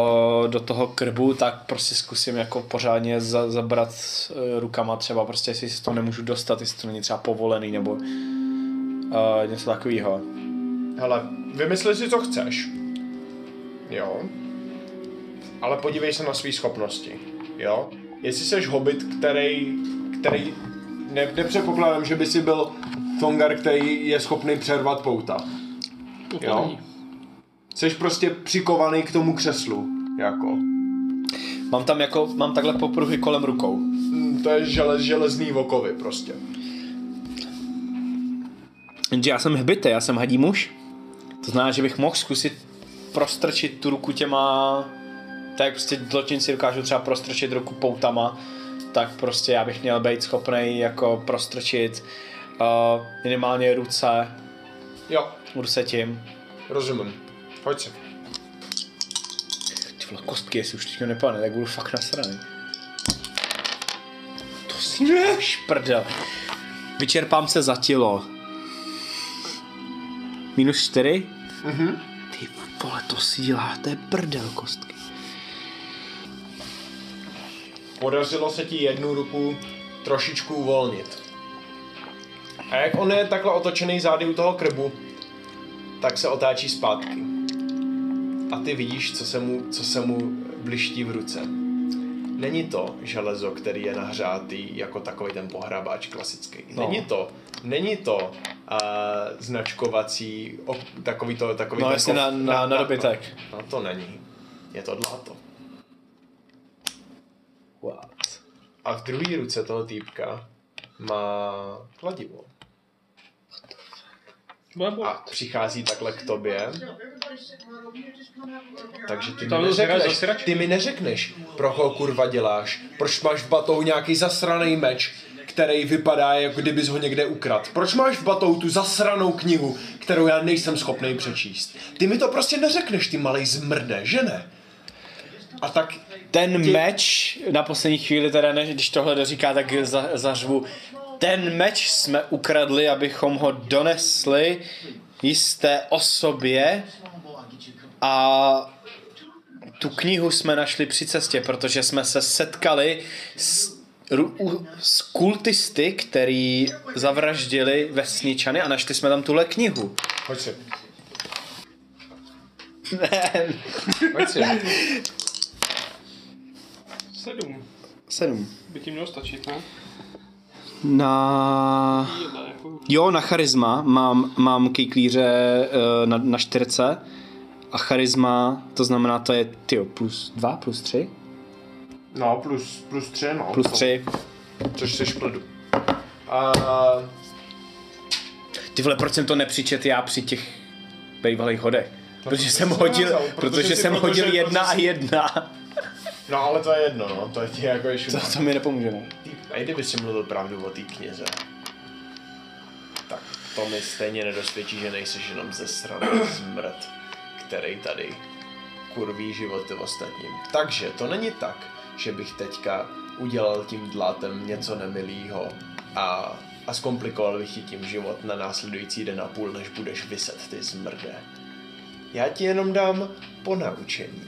Speaker 1: do toho krbu, tak prostě zkusím jako pořádně za, zabrat uh, rukama třeba, prostě jestli se to nemůžu dostat, jestli to není třeba povolený, nebo uh, něco takového.
Speaker 2: Hele, vymysli si, co chceš. Jo. Ale podívej se na své schopnosti. Jo. Jestli jsi hobit, který, který ne, nepřepokládám, že by si byl Tongar, který je schopný přervat pouta. Jo. Jsi prostě přikovaný k tomu křeslu. Jako.
Speaker 1: Mám tam jako, mám takhle popruhy kolem rukou.
Speaker 12: Mm, To je želez, železný vokovy prostě.
Speaker 1: Jenže já jsem hbitý, já jsem hadí muž. To znamená, že bych mohl zkusit prostrčit tu ruku těma... Tak jak prostě zločinci dokážou třeba prostrčit ruku poutama, tak prostě já bych měl být schopný jako prostrčit uh, minimálně ruce,
Speaker 2: Jo,
Speaker 1: ruce tím.
Speaker 2: rozumím. Pojď se.
Speaker 1: Ty vole, kostky, jestli už teďka nepadne, tak budu fakt nasraný. To si neš, prdel. Vyčerpám se za tělo. Minus čtyři? Mhm. Ty vole, to si dělá, to je prdel kostky.
Speaker 2: Podařilo se ti jednu ruku trošičku uvolnit. A jak on je takhle otočený zády u toho krbu, tak se otáčí zpátky. A ty vidíš, co se mu, co se mu bliští v ruce. Není to železo, který je nahřátý jako takový ten pohrabáč klasický.
Speaker 1: No.
Speaker 2: Není to, není to uh, značkovací, ok, takový to, takový
Speaker 1: No
Speaker 2: ten
Speaker 1: jasně
Speaker 2: kov-
Speaker 1: na, na, na dobytek.
Speaker 2: No to není. Je to dláto.
Speaker 1: What?
Speaker 2: A v druhé ruce toho týpka má kladivo. A přichází takhle k tobě. Takže ty mi,
Speaker 3: Tam to zrazu
Speaker 2: neřekneš,
Speaker 3: sračka.
Speaker 2: ty mi neřekneš, pro koho kurva děláš. Proč máš v batou nějaký zasraný meč, který vypadá, jako kdybys ho někde ukrad. Proč máš v batou tu zasranou knihu, kterou já nejsem schopný přečíst. Ty mi to prostě neřekneš, ty malej zmrde, že ne? A tak
Speaker 1: Ten meč, na poslední chvíli teda, než, když tohle doříká, tak za, zařvu. Ten meč jsme ukradli, abychom ho donesli jisté osobě a tu knihu jsme našli při cestě, protože jsme se setkali s, ru, u, s kultisty, který zavraždili vesničany a našli jsme tam tuhle knihu.
Speaker 2: pojď si.
Speaker 1: Ne,
Speaker 2: Pojď si.
Speaker 3: Sedm.
Speaker 1: sedm.
Speaker 3: By ti mělo stačit, ne?
Speaker 1: Na...
Speaker 3: Jedna, jako...
Speaker 1: Jo, na charisma mám, mám kejklíře eh, na, na čtyřce a charisma, to znamená, to je tyjo, plus dva, plus tři,
Speaker 12: No, plus, plus tři, no.
Speaker 1: plus tři.
Speaker 12: Což jsi pldu.
Speaker 2: A
Speaker 1: Ty vole, proč jsem to nepřičet já při těch bývalých hodech? Protože jsem
Speaker 12: jsi
Speaker 1: hodil,
Speaker 12: házel, protože
Speaker 1: protože
Speaker 12: jsi-
Speaker 1: jsem
Speaker 12: protože-
Speaker 1: hodil jedna a
Speaker 12: protože
Speaker 1: jedna.
Speaker 12: No, ale to je jedno, no. To je ti jako ještě...
Speaker 1: To, to mi nepomůže, ne?
Speaker 2: A i kdyby si mluvil pravdu o té knize, tak to mi stejně nedosvědčí, že nejseš jenom ze strany zmrt, který tady kurví životy ostatním. Takže to není tak, že bych teďka udělal tím dlátem něco nemilýho a, a zkomplikoval bych ti tím život na následující den a půl, než budeš vyset ty zmrde. Já ti jenom dám ponaučení.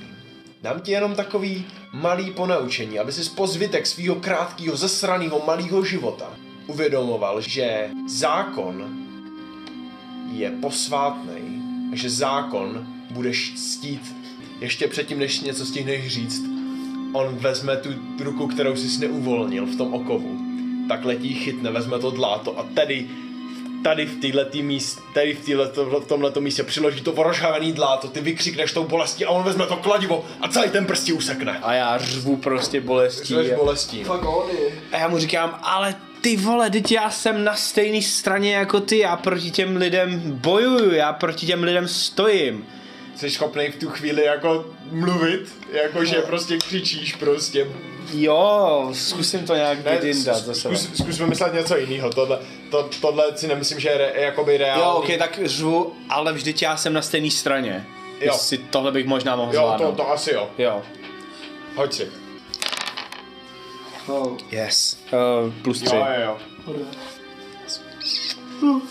Speaker 2: Dám ti jenom takový malý ponaučení, aby si po zbytek svého krátkého, zasraného malého života uvědomoval, že zákon je posvátný, že zákon budeš ctít ještě předtím, než něco stihneš říct. On vezme tu ruku, kterou jsi neuvolnil v tom okovu. Tak letí chytne, vezme to dláto a tady tady v této míst, tady v, této, v tomhleto místě přiloží to porožávaný dláto, ty vykřikneš tou bolestí a on vezme to kladivo a celý ten prstí usekne.
Speaker 1: A já řvu prostě bolestí.
Speaker 2: Přilož bolestí.
Speaker 1: A já mu říkám, ale ty vole, teď já jsem na stejné straně jako ty, já proti těm lidem bojuju, já proti těm lidem stojím.
Speaker 12: Jsi schopný v tu chvíli jako mluvit, jakože
Speaker 1: No.
Speaker 12: prostě křičíš prostě.
Speaker 1: Jo, zkusím to nějak ne, jindat za sebe.
Speaker 12: zkus, zkus vymyslet něco jiného. Tohle, to, tohle si nemyslím, že je re, jakoby reálný.
Speaker 1: Jo, ok, tak řvu, ale vždyť já jsem na stejné straně.
Speaker 12: Jo.
Speaker 1: Jestli tohle bych možná mohl
Speaker 12: jo
Speaker 1: zvládnout.
Speaker 12: to, to asi jo.
Speaker 1: Jo.
Speaker 12: Hoď si.
Speaker 1: Yes. Uh, plus tři.
Speaker 12: Jo, jo,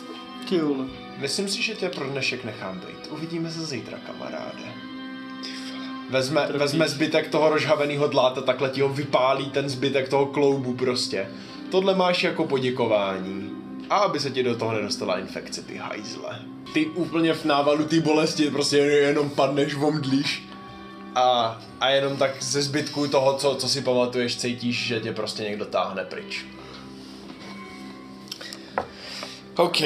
Speaker 12: jo.
Speaker 2: Myslím si, že tě pro dnešek nechám být. Uvidíme se zítra, kamaráde. Vezme, vezme zbytek toho rozhaveného dláta, takhle ti ho vypálí ten zbytek toho kloubu prostě. Tohle máš jako poděkování. A aby se ti do toho nedostala infekce, ty hajzle. Ty úplně v návalu té bolesti prostě jenom padneš, vomdlíš. A, a jenom tak ze zbytku toho, co, co si pamatuješ, cítíš, že tě prostě někdo táhne pryč.
Speaker 1: OK.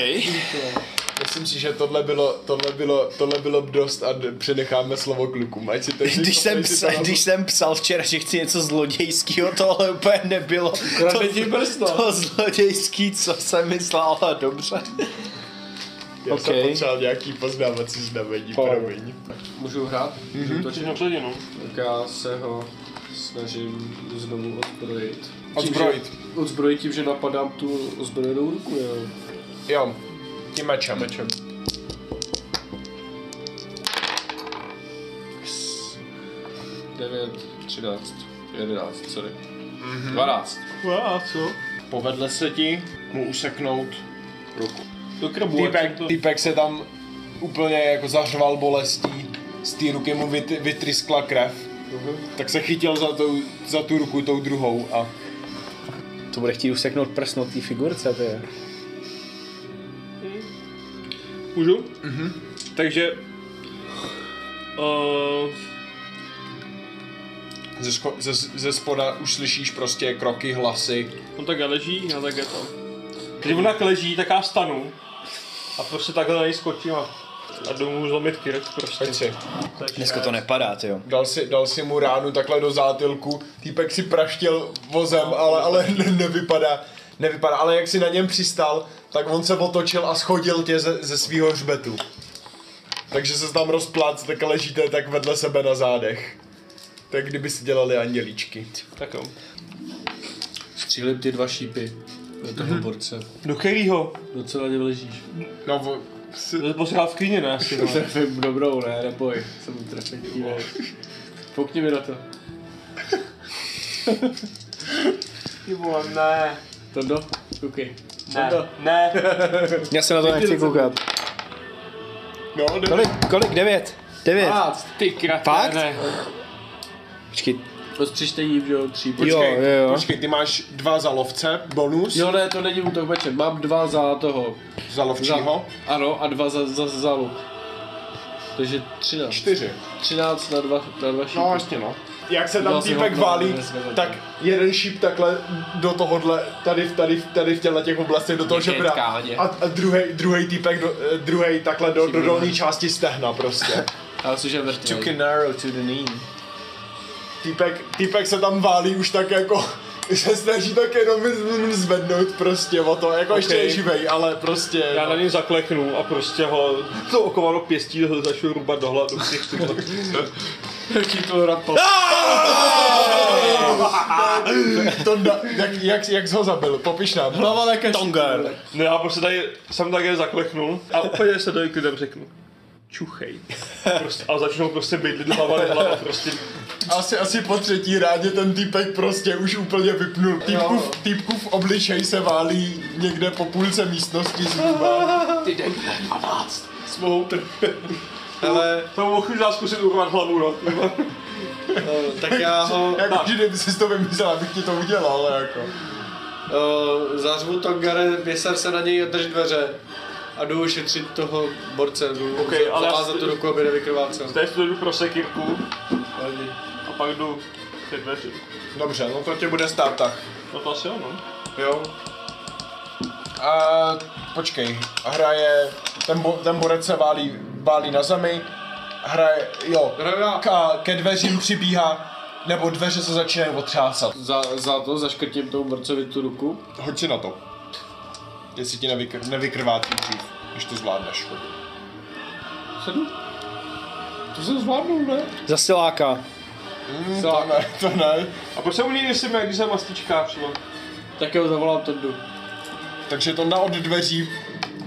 Speaker 2: Myslím si, že tohle bylo, tohle bylo, tohle bylo dost a d- přenecháme slovo klukům. Ať si to
Speaker 6: Když jsem,
Speaker 2: si to
Speaker 6: psal,
Speaker 2: na-
Speaker 6: když jsem psal včera, že chci něco zlodějského, tohle úplně nebylo. To, to zlodějský, co jsem myslel, ale dobře.
Speaker 2: Já jsem
Speaker 6: OK.
Speaker 2: potřeboval nějaký poznávací znamení, promiň.
Speaker 4: Můžu hrát? Mm-hmm. Můžu to
Speaker 3: Naklidně, no.
Speaker 4: tak já se ho snažím znovu odbrojit.
Speaker 2: Odzbrojit.
Speaker 4: Tím, že, odzbrojit tím, že napadám tu ozbrojenou ruku, jo.
Speaker 2: Jo, tím mečem. mečem.
Speaker 4: Devět, třináct, jedenáct, sorry. Mm-hmm. 12.
Speaker 2: Povedle se ti mu useknout
Speaker 3: Do krbu.
Speaker 2: Týpek, týpek se tam úplně jako zařval bolestí, z té ruky mu vyt, vytryskla krev. Tak se chytil za, tou, za tu ruku tou druhou a
Speaker 6: To bude chtít useknout prst na té figurce, to je.
Speaker 3: Můžu? Mhm. Takže... Uh,
Speaker 2: ze, sko, ze, ze spoda už slyšíš prostě kroky, hlasy.
Speaker 3: on takhle leží, já takhle to. Když on tak leží, tak já vstanu. A prostě takhle na něj skočím a, a jdu mu zlomit krk prostě.
Speaker 2: Pojď si.
Speaker 6: Dneska to nepadá, ty jo.
Speaker 2: Dal si, dal si mu ránu takhle do zátilku, týpek si praštil vozem, ale, ale ne, nevypadá, nevypadá. Ale jak si na něm přistál, tak on se otočil a schodil tě ze, ze svého hřbetu. Takže se tam rozplác, tak ležíte tak vedle sebe na zádech. Tak kdyby si dělali andělíčky.
Speaker 3: Tak jo.
Speaker 4: Střílim ty dva šípy do toho mm-hmm. borce.
Speaker 3: Mhm. Do kterýho?
Speaker 4: Docela něm ležíš.
Speaker 2: No,
Speaker 3: To pořád v kyně, ne? Asi, no.
Speaker 4: Trefím dobrou, ne, neboj. Jsem trefený, ne. Fokni mi na to.
Speaker 3: Ty vole, ne.
Speaker 4: Tondo, koukej.
Speaker 3: Ne, ne.
Speaker 6: Já se na to nechci koukat.
Speaker 2: no, no,
Speaker 6: Kolik, kolik? Devět? Devět.
Speaker 1: Ah,
Speaker 4: 12.
Speaker 3: Ty kratě,
Speaker 6: Fakt?
Speaker 3: ne.
Speaker 6: Počkej.
Speaker 4: To z přičtení, že jo, tří bod.
Speaker 6: Jo, jo, jo.
Speaker 2: Počkej, ty máš dva za lovce, bonus,
Speaker 4: Jo, ne, to není útok mečem. Mám dva za toho.
Speaker 2: za lovčího.
Speaker 4: Ano, a dva za, za, za luk. Takže 13.
Speaker 2: Čtyři.
Speaker 4: 13 na dva, na dva šípy.
Speaker 2: No, jasně, no. Jak se tam
Speaker 4: No, asi
Speaker 2: týpek
Speaker 4: hodno,
Speaker 2: válí,
Speaker 4: hodno, hodno.
Speaker 2: tak jeden šíp takhle do tohohle, tady, v- tady, v- tady v těchto těch oblastech do toho žebra.
Speaker 4: tkáně.
Speaker 2: A, a druhý, druhý týpek, do, eh, druhý takhle do, do dolní části stehna prostě.
Speaker 4: Já myslím, že vrtě.
Speaker 2: arrow to the knee. Týpek, týpek se tam válí už tak jako, se snaží tak jenom zvednout prostě o to, jako ještě je živej, ale prostě.
Speaker 3: Já na něj zakleknu a prostě ho to okovalo pěstí ho začnu rubat do hlavy. do ksichtu.
Speaker 2: to, na- jak, jak, jak jsi ho zabil, popiš nám.
Speaker 5: No,
Speaker 2: Hlava lékař. Tongar.
Speaker 3: Ne, já prostě tady jsem také zakleknul a úplně se tady klidem řeknu. Čuchej. Prostě, a začnou prostě bydlit hlava na hlava, prostě
Speaker 2: Asi, asi po třetí rádě ten týpek prostě už úplně
Speaker 7: No.
Speaker 2: vypnul. Týpku, v- týpku v obličej se válí někde po půlce místnosti zhruba.
Speaker 3: To mohu dát zkusit urvat hlavu, no.
Speaker 7: Tak já ho
Speaker 2: Jako vždy, kdyby jsi to vymyslel, abych ti to udělal, ale jako.
Speaker 7: uh, zařvu to Gare, běser se na něj a drž dveře. A jdu ušetřit toho borce, jdu
Speaker 3: Okej,
Speaker 7: okay,
Speaker 3: ale já
Speaker 7: zavázat
Speaker 3: si-
Speaker 7: tu ruku, aby nevykrvácel.
Speaker 3: Tady jdu pro sekirku a pak jdu ke dveři.
Speaker 2: Dobře, no to tě bude stát tak.
Speaker 3: No to asi jo, no.
Speaker 7: Jo,
Speaker 2: A počkej, hraje, ten, bo, ten borec se válí, válí na zemi, hraje, jo,
Speaker 7: Hraju já.
Speaker 2: ka, ke dveřím přibíhá, nebo dveře se začínají otřásat.
Speaker 4: Za, za to zaškrtím tomu borcovi tu ruku.
Speaker 2: Hoď si na to. Jestli ti nevykr, nevykrvátí dřív, když to zvládneš.
Speaker 4: To jsem zvládnul, ne?
Speaker 6: Zase láka.
Speaker 2: Hmm, to ne, to ne.
Speaker 3: A proč se mu někdy jsem, když jsem mastičkář, no?
Speaker 4: Tak jo, zavolám Tondu.
Speaker 2: Takže to na od dveří,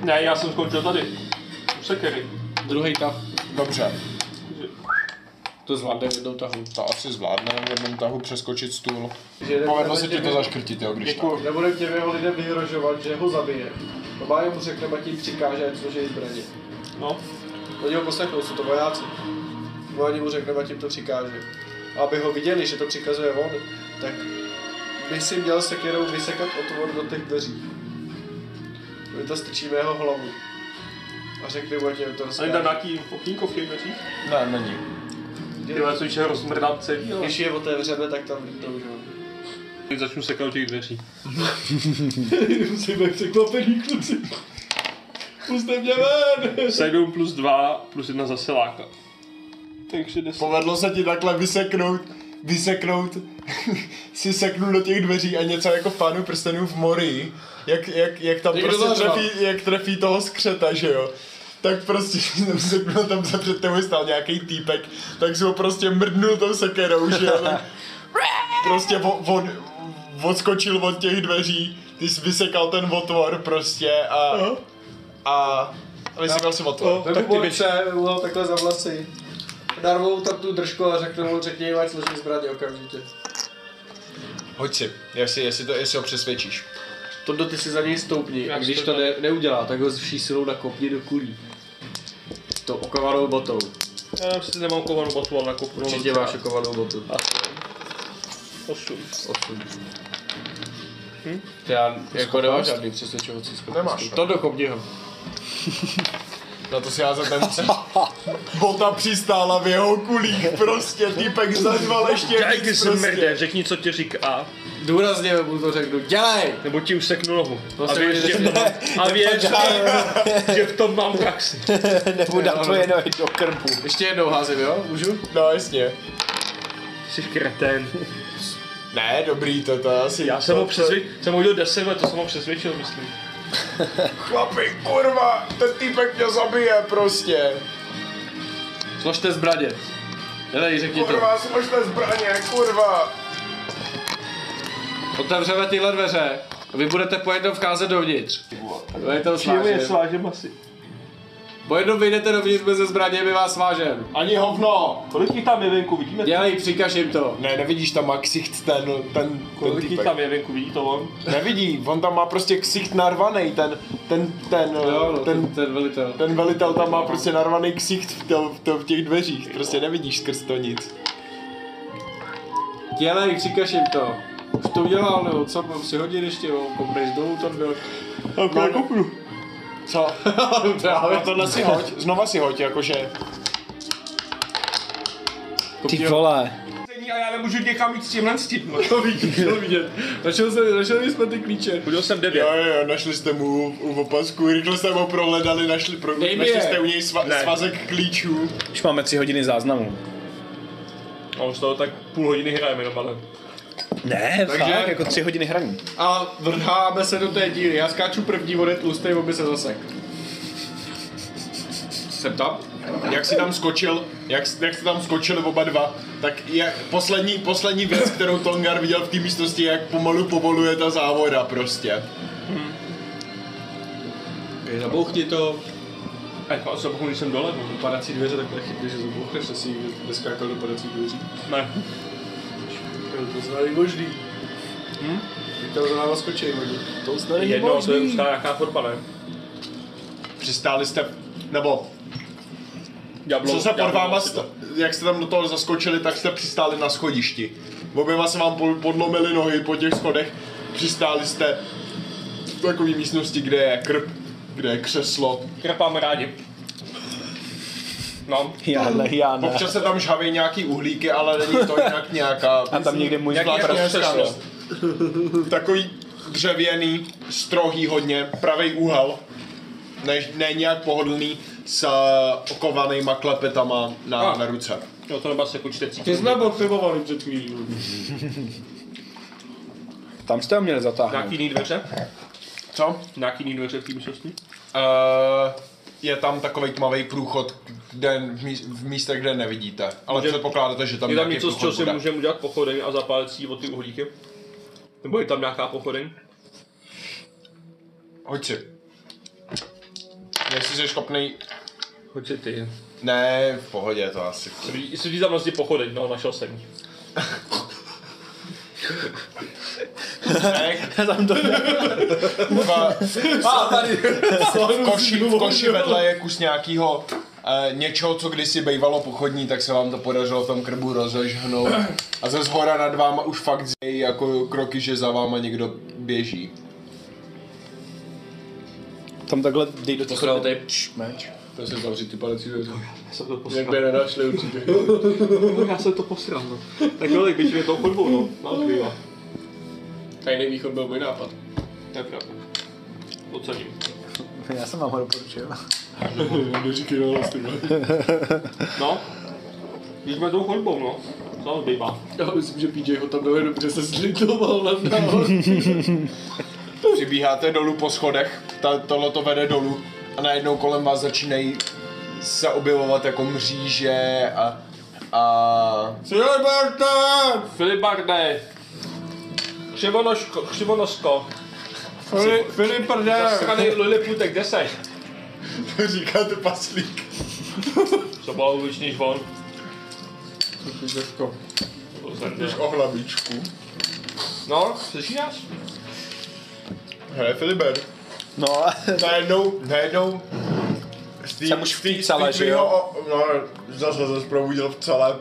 Speaker 3: Ne, já jsem skončil tady. U sekery.
Speaker 4: Druhý tah.
Speaker 2: dobře,
Speaker 4: To zvládne v jednou tahu.
Speaker 2: to asi zvládne v jednom tahu přeskočit stůl. Povedlo se ti to zaškrtit, jo, když tak.
Speaker 4: Nebudem těm jeho lidem vyhrožovat, že ho zabije. To má mu řekneme, ti přikáže, ať složí zbraně.
Speaker 3: No.
Speaker 4: Oni ho poslechnou, jsou to vojáci. Oni mu řekneme, ať jim to přikáže. A aby ho viděli, že to přikazuje on, tak by si měl sekirou vysekat otvor do těch dveří. My to strčíme jeho hlavu. A řekli mu, ať jim to
Speaker 3: A je tam
Speaker 4: rozkáže.
Speaker 3: nějaký okýnko v těch dveřích?
Speaker 2: Ne, není.
Speaker 3: Ty vole, co když je rozmrdám celý, jo.
Speaker 4: Když je otevřeme, tak tam vrtou, že jo.
Speaker 3: Teď začnu sekat u těch dveří.
Speaker 4: Musím být překvapený kluci.
Speaker 3: Puste mě ven! 7 plus 2 plus 1 za siláka. Takže 10.
Speaker 2: Povedlo se ti takhle vyseknout, vyseknout, si seknu do těch dveří a něco jako v pánu prstenů v mori, jak, jak, jak tam
Speaker 13: Někdo
Speaker 2: prostě
Speaker 13: zařval.
Speaker 2: trefí, jak trefí toho skřeta, že jo. Tak prostě jsem seknul tam se před tebou stál nějaký týpek, tak jsem ho prostě mrdnul tou sekerou, že jo. tak prostě vo- on, odskočil od těch dveří, ty jsi vysekal ten otvor prostě a, a vysekal si otvor.
Speaker 5: Vemu police, mu ho takhle za vlasy. Narvou tam tu držku a řeknou mu, řekni, ať složí zbraně okamžitě.
Speaker 14: Hoď si, jestli, jestli, to, jestli ho přesvědčíš.
Speaker 5: Tondo ty si za něj stoupni a
Speaker 3: Jak
Speaker 5: když
Speaker 3: to
Speaker 5: to
Speaker 3: tak?
Speaker 5: ne, neudělá, tak ho s vší silou nakopni do kulí. To okovanou botou.
Speaker 3: Já nevím, jestli nemám kovanou botu, ale jako nakopnu.
Speaker 5: Určitě máš okovanou botu.
Speaker 3: 8.
Speaker 5: Já jako nemám žádný přesvědčovací schopnost.
Speaker 2: Nemáš, no.
Speaker 5: To dokopni ho.
Speaker 2: Na to si házet nemusíš. Bota přistála v jeho kulích, prostě týpek zařval ještě
Speaker 3: Dělej
Speaker 2: víc
Speaker 3: si mrde,
Speaker 2: prostě.
Speaker 3: řekni, co ti říká.
Speaker 5: Důrazně mu to řeknu, dělej!
Speaker 3: Nebo ti useknu nohu. A
Speaker 5: se
Speaker 3: věř,
Speaker 5: mi
Speaker 3: že, a věř, že- že v tom mám praxi.
Speaker 1: Nebo dám tvoje nohy do krbu.
Speaker 5: Ještě jednou házím, jo? Můžu?
Speaker 2: No jasně.
Speaker 3: Jsi kretén.
Speaker 2: Ne, dobrý, to, to asi.
Speaker 3: Já jsem ho přesvědčil, jsem ho udělal 10 let, to jsem ho přesvědčil, myslím.
Speaker 2: Chlapi, kurva, ten týpek mě zabije prostě.
Speaker 5: Složte zbraně. Dělej, řekni to.
Speaker 2: Kurva, složte zbraně, kurva.
Speaker 5: Otevřeme tyhle dveře. a Vy budete po jednom vcházet dovnitř. To je to svážem.
Speaker 3: svážem asi.
Speaker 5: Po jednom vyjdete dovnitř bez zbraně, my vás svážem.
Speaker 2: Ani hovno.
Speaker 3: Kolik jich tam je venku, vidíme?
Speaker 5: Dělej, přikaž jim to.
Speaker 2: Ne, nevidíš tam má ksicht ten, ten, ten
Speaker 3: Kolik jich
Speaker 2: týpek.
Speaker 3: tam je venku, vidí to on?
Speaker 2: Nevidí, on tam má prostě ksicht narvaný, ten, ten, ten,
Speaker 5: Jo, no,
Speaker 2: ten,
Speaker 5: ten, ten velitel.
Speaker 2: Ten velitel tam má prostě narvaný ksicht v, tom, v, tom, v těch dveřích, prostě nevidíš skrz to nic.
Speaker 5: Dělej, přikaž jim to. Už to udělal, nebo co, mám si hodit ještě, jo, komprejs dolů to byl.
Speaker 2: No,
Speaker 3: jako
Speaker 2: kopnu. Co?
Speaker 5: Právě.
Speaker 2: A tohle si hoď, znova si hoď, jakože.
Speaker 1: Ty vole.
Speaker 3: A já nemůžu někam jít s tímhle s tím.
Speaker 5: To vidím, chtěl vidět. Našel jsem, našel jsme ty klíče.
Speaker 3: Udělal jsem 9.
Speaker 2: Jo, jo, našli jste mu u opasku, rychle jste ho prohledali, našli, pro,
Speaker 5: Dej mi
Speaker 2: našli
Speaker 5: je.
Speaker 2: jste u něj sva, svazek klíčů.
Speaker 1: Už máme tři hodiny záznamu.
Speaker 3: A už toho tak půl hodiny hrajeme jenom, ale...
Speaker 1: Ne, Takže? fakt, jako tři hodiny hraní.
Speaker 5: A vrháme se do té díry. Já skáču první, on je tlustý, on by se zasek. Jsem tam?
Speaker 2: Jak si tam skočil, jak, jak jste tam skočili oba dva, tak jak, poslední, poslední věc, kterou Tongar viděl v té místnosti, je, jak pomalu povoluje ta závoda prostě.
Speaker 5: Okay, zabouchni to.
Speaker 3: Ech, a co pokud když jsem dole? no?
Speaker 5: Padací dveře takhle chytli, že zabouchneš, že si ji neskákal do padací dveří.
Speaker 3: Ne.
Speaker 5: Jo, to znali možný. Hm? Víte, za náma skočí, oni. To znali
Speaker 3: Jedno, to je už ta nějaká fotba, ne?
Speaker 2: Přistáli jste, nebo
Speaker 3: Diablo,
Speaker 2: Co se pod
Speaker 3: Diablo
Speaker 2: váma,
Speaker 3: asi
Speaker 2: sta- jak jste tam do toho zaskočili, tak jste přistáli na schodišti. Oběma se vám po- podlomily nohy po těch schodech, přistáli jste v takové místnosti, kde je krb, kde je křeslo.
Speaker 3: Krpám rádi. No,
Speaker 1: Já ne, já ne.
Speaker 2: Občas se tam žhaví nějaký uhlíky, ale není to jinak nějaká...
Speaker 1: A tam někde můj
Speaker 2: nějaký
Speaker 1: zvláštní
Speaker 2: nějaká
Speaker 1: křeslo.
Speaker 2: zkušenost. Takový dřevěný, strohý hodně, pravý úhel. Ne, ne nějak pohodlný s eh, okovanýma klepetama na,
Speaker 3: A.
Speaker 2: na ruce.
Speaker 3: jo, to nebyl se kučtecí.
Speaker 5: Ty jsme potřebovali před chvílí. no.
Speaker 1: Tam jste ho měli zatáhnout.
Speaker 3: Nějaký jiný dveře?
Speaker 2: Co?
Speaker 3: Nějaký jiný dveře v té místnosti?
Speaker 2: Eh, je tam takový tmavý průchod, kde v, míst, v místech, kde nevidíte. Ale
Speaker 3: Může-
Speaker 2: předpokládáte, že tam
Speaker 3: Je tam
Speaker 2: nějaký
Speaker 3: něco, z čeho
Speaker 2: průchod
Speaker 3: si
Speaker 2: bude.
Speaker 3: můžeme udělat pochodeň a zapálit si od ty uhlíky? Nebo je tam nějaká pochodeň?
Speaker 2: Hoď si. Jestli jsi schopný...
Speaker 3: Hoď si ty.
Speaker 2: Ne, v pohodě to asi.
Speaker 3: Jsi tam vlastně pochodeň, no, našel jsem ji.
Speaker 2: Ne, v, v, koši, v koši vedle je kus nějakého eh, něčeho, co kdysi bývalo pochodní, tak se vám to podařilo v tom krbu rozežhnout. A ze zhora nad váma už fakt zjejí jako kroky, že za váma někdo běží.
Speaker 1: Tam takhle dej do toho.
Speaker 5: Tady
Speaker 2: To se zavřít ty palecí
Speaker 3: Jsem to posral.
Speaker 5: by nenašli určitě.
Speaker 3: Já jsem to posral, no. Tak jo, tak běžíme tou chodbou, no. Mám zbývá.
Speaker 5: Tajný východ byl můj nápad.
Speaker 3: To je pravda. Ocením.
Speaker 1: Já jsem vám ho doporučil.
Speaker 15: Neříkej na hlas, ty vole.
Speaker 3: No. Když jsme tou chodbou, no. To bývá.
Speaker 16: Já myslím, že PJ ho tam velmi dobře se zlitoval na
Speaker 17: Přibíháte dolů po schodech, ta, tohle to vede dolů a najednou kolem vás začínají se objevovat jako mříže a... a...
Speaker 3: Filibarde! Křivonoško, křivonosko.
Speaker 2: Filiprde!
Speaker 3: Zaskanej liliputek, kde seš?
Speaker 2: Říkáte paslík.
Speaker 3: Co bylo víc než on? To jsem jde.
Speaker 2: O hlavičku.
Speaker 3: No, slyší nás?
Speaker 2: Hele, Filiber.
Speaker 1: No,
Speaker 2: Najednou, najednou... Stý,
Speaker 1: Jsem už v té cele, že jo?
Speaker 2: no, zase zase probudil v celé.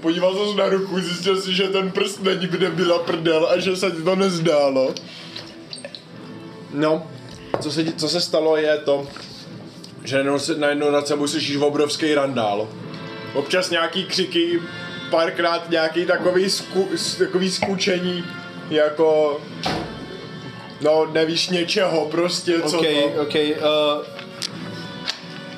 Speaker 2: Podíval se na ruku, zjistil si, že ten prst není kde byla prdel a že se ti to nezdálo.
Speaker 17: No,
Speaker 2: Co se, ti- co se stalo je to,
Speaker 17: že najednou, se- najednou nad sebou slyšíš obrovský randál.
Speaker 2: občas nějaký křiky, párkrát nějaký takový, sku, s- takový skučení, jako... No, nevíš něčeho prostě, co
Speaker 1: OK,
Speaker 2: to...
Speaker 1: OK. Uh,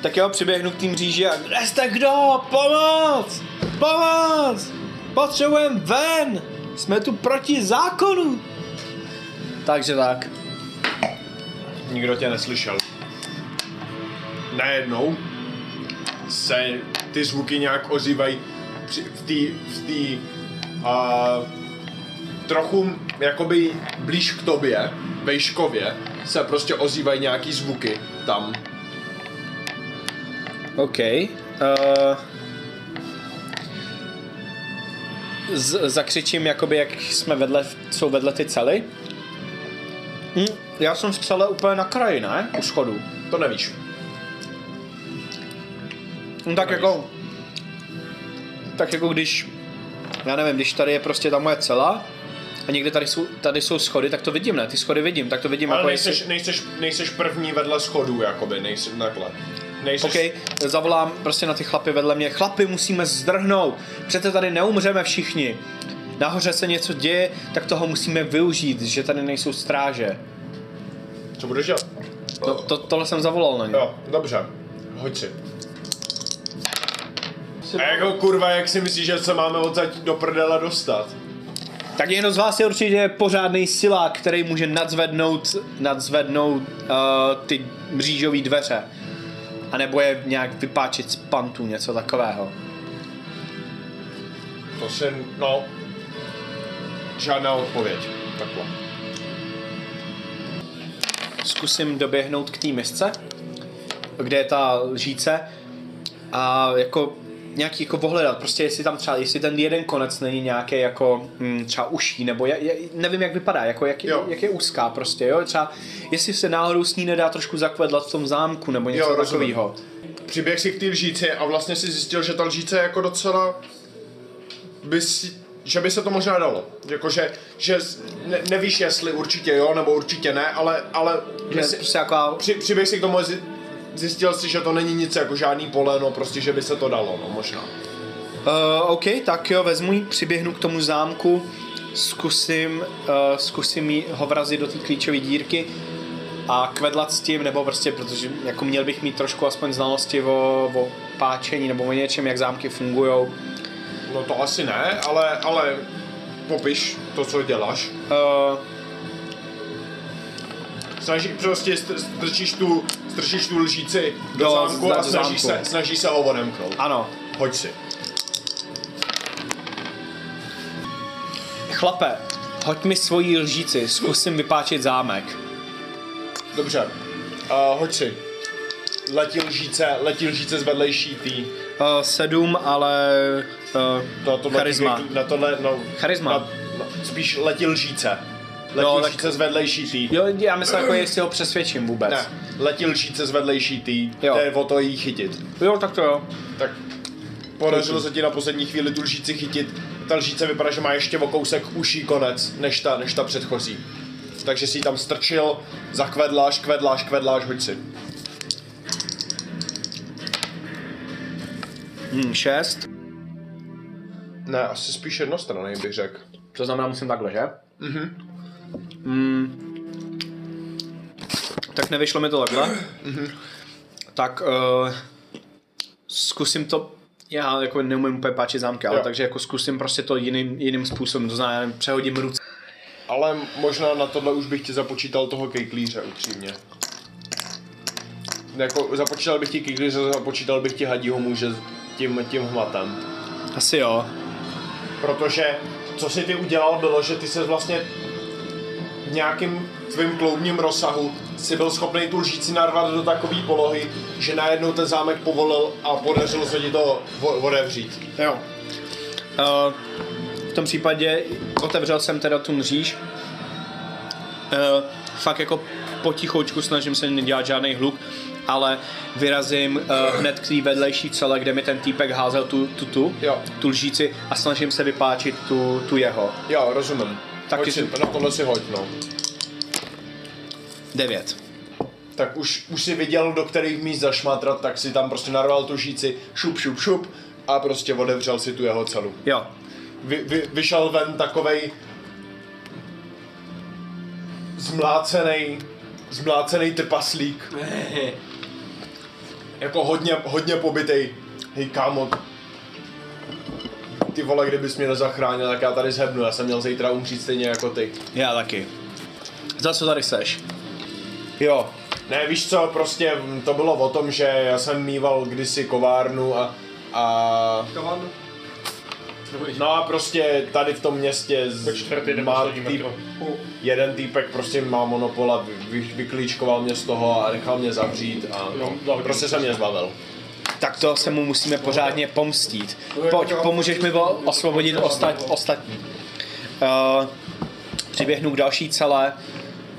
Speaker 1: tak jo, přiběhnu k tým říži a kde jste kdo? Pomoc! Pomoc! Potřebujeme ven! Jsme tu proti zákonu! Takže tak.
Speaker 17: Nikdo tě neslyšel.
Speaker 2: najednou se ty zvuky nějak ozývají při- v té v tý, a, trochu jakoby blíž k tobě, vejškově, se prostě ozývají nějaký zvuky tam.
Speaker 1: OK. Uh, z- zakřičím, jakoby, jak jsme vedle, jsou vedle ty cely. Hm, já jsem v celé úplně na kraji, ne? U schodu.
Speaker 17: To nevíš.
Speaker 1: No tak jako... Tak jako když... Já nevím, když tady je prostě ta moje cela a někde tady jsou, tady jsou schody, tak to vidím, ne? Ty schody vidím, tak to vidím
Speaker 2: Ale
Speaker 1: jako
Speaker 2: nejseš, nejseš, nejseš první vedle schodů, jakoby, nejseš takhle. Nejseš,
Speaker 1: OK, zavolám prostě na ty chlapy vedle mě. Chlapy, musíme zdrhnout. Přece tady neumřeme všichni. Nahoře se něco děje, tak toho musíme využít, že tady nejsou stráže.
Speaker 2: Co budeš dělat?
Speaker 1: No, to, tohle jsem zavolal na ně.
Speaker 2: Jo, dobře. Hoď si. A jako kurva, jak si myslíš, že se máme odsať do prdele dostat?
Speaker 1: Tak někdo z vás je určitě pořádný silák, který může nadzvednout, nadzvednout uh, ty mřížové dveře. A nebo je nějak vypáčit z pantů, něco takového.
Speaker 2: To se, no... Žádná odpověď. Takhle.
Speaker 1: Zkusím doběhnout k té misce, kde je ta lžíce a jako nějaký jako ohledat, prostě jestli tam třeba, jestli ten jeden konec není nějaký jako hm, třeba uší, nebo je, je, nevím jak vypadá, jako jak,
Speaker 2: Jo.
Speaker 1: jak, je úzká prostě, jo, třeba jestli se náhodou s ní nedá trošku zakvedlat v tom zámku, nebo něco
Speaker 2: rozumím.
Speaker 1: takového.
Speaker 2: Přiběh si k té lžíci a vlastně si zjistil, že ta lžíce je jako docela... By si, že by se to možná dalo. Jako, že, že s- ne, nevíš, jestli určitě jo, nebo určitě ne, ale, ale
Speaker 1: Že
Speaker 2: si,
Speaker 1: prostě jako
Speaker 2: při, přiběh si k tomu a zi- zjistil si, že to není nic jako žádný poleno, prostě, že by se to dalo, no možná.
Speaker 1: Uh, OK, tak jo, vezmu ji, přiběhnu k tomu zámku, zkusím, uh, zkusím jí ho vrazit do té klíčové dírky a kvedlat s tím, nebo prostě, protože jako měl bych mít trošku aspoň znalosti o, o páčení nebo o něčem, jak zámky fungují.
Speaker 2: No to asi ne, ale, ale popiš to, co děláš.
Speaker 1: Uh,
Speaker 2: Snaží, prostě str- strčíš tu, strčíš tu lžíci do,
Speaker 1: Do-
Speaker 2: zámku
Speaker 1: do
Speaker 2: a snažíš se,
Speaker 1: zámku.
Speaker 2: snaží se ho odemknout.
Speaker 1: ano,
Speaker 2: Hoď si.
Speaker 1: chlape, hoď mi svoji lžíci, zkusím vypáčit zámek.
Speaker 2: Dobře, uh, hoď si. Letí lžíce, letí lžíce z vedlejší tý.
Speaker 1: Uh, sedm, ale uh,
Speaker 2: Na tohle
Speaker 1: Charisma.
Speaker 2: Na tohle, no.
Speaker 1: Charisma.
Speaker 2: Na, na, spíš letí lžíce. Letí
Speaker 1: Jo,
Speaker 2: no,
Speaker 1: tak-
Speaker 2: lžíce z vedlejší tý.
Speaker 1: jo, já myslím, jako jestli ho přesvědčím vůbec.
Speaker 2: Ne, letí lžíce z vedlejší tý.
Speaker 1: Jo.
Speaker 2: Jde o to jí chytit.
Speaker 1: Jo, tak to jo.
Speaker 2: Tak podařilo se ti na poslední chvíli tu lžíci chytit. Ta lžíce vypadá, že má ještě o kousek uší konec, než ta, než ta předchozí. Takže si ji tam strčil, zakvedláš, kvedláš, kvedláš, hoď si.
Speaker 1: Hmm, šest.
Speaker 2: Ne, asi spíš jednostranný bych řekl.
Speaker 1: To znamená, musím takhle, že? Mhm. Mm. tak nevyšlo mi to takhle. tak uh, zkusím to, já jako neumím úplně páčit zámky, ale
Speaker 2: Jo.
Speaker 1: takže jako zkusím prostě to jiným, jiným způsobem, to znamená, já nevím, přehodím ruce.
Speaker 2: Ale možná na tohle už bych ti započítal toho kejklíře, upřímně. Jako, započítal bych ti kejklíře, započítal bych ti hadího muže s tím, tím hmatem.
Speaker 1: Asi jo.
Speaker 2: Protože co si ty udělal bylo, že ty se vlastně v nějakým tvým kloubním rozsahu si byl schopný tu lžíci narvat do takové polohy, že najednou ten zámek povolil a podařilo se ti to vo- otevřít.
Speaker 1: Jo. Uh, v tom případě otevřel jsem teda tu mříž. Uh, fakt jako potichoučku snažím se nedělat žádný hluk, ale vyrazím uh, hned k té vedlejší cele, kde mi ten týpek házel tu, tu, tu,
Speaker 2: Jo.
Speaker 1: tu lžíci a snažím se vypáčit tu, tu jeho.
Speaker 2: Jo, rozumím.
Speaker 1: Taky
Speaker 2: Hoď si,
Speaker 1: si-
Speaker 2: na tohle si hoď, no.
Speaker 1: Devět.
Speaker 2: tak už, už si viděl, do kterých míst zašmátrat, tak si tam prostě narval tu žíci, šup, šup, šup a prostě odevřel si tu jeho celu.
Speaker 1: Jo.
Speaker 2: Vy, vy, vyšel ven takovej zmlácený, zmlácený trpaslík. jako hodně, hodně pobytej. Hej kámo, ty vole, kdybys mě nezachránil, tak já tady zhebnu, já jsem měl zítra umřít stejně jako ty.
Speaker 1: Já taky. Za co tady seš?
Speaker 2: Jo. Ne, víš co, prostě mm, to bylo o tom, že já jsem mýval kdysi kovárnu a... a...
Speaker 18: Kovárnu?
Speaker 2: No a prostě tady v tom městě z...
Speaker 3: čtvrtý den poslední
Speaker 2: týp,
Speaker 3: metro.
Speaker 2: jeden týpek prostě má monopol a vy, vy, vyklíčkoval mě z toho a nechal mě zavřít a no, prostě se mě zbavil.
Speaker 1: Tak to se mu musíme pořádně pomstít. Pojď, pomůžeš mi vo- osvobodit ostat, ostatní. Uh, přiběhnu k další celé.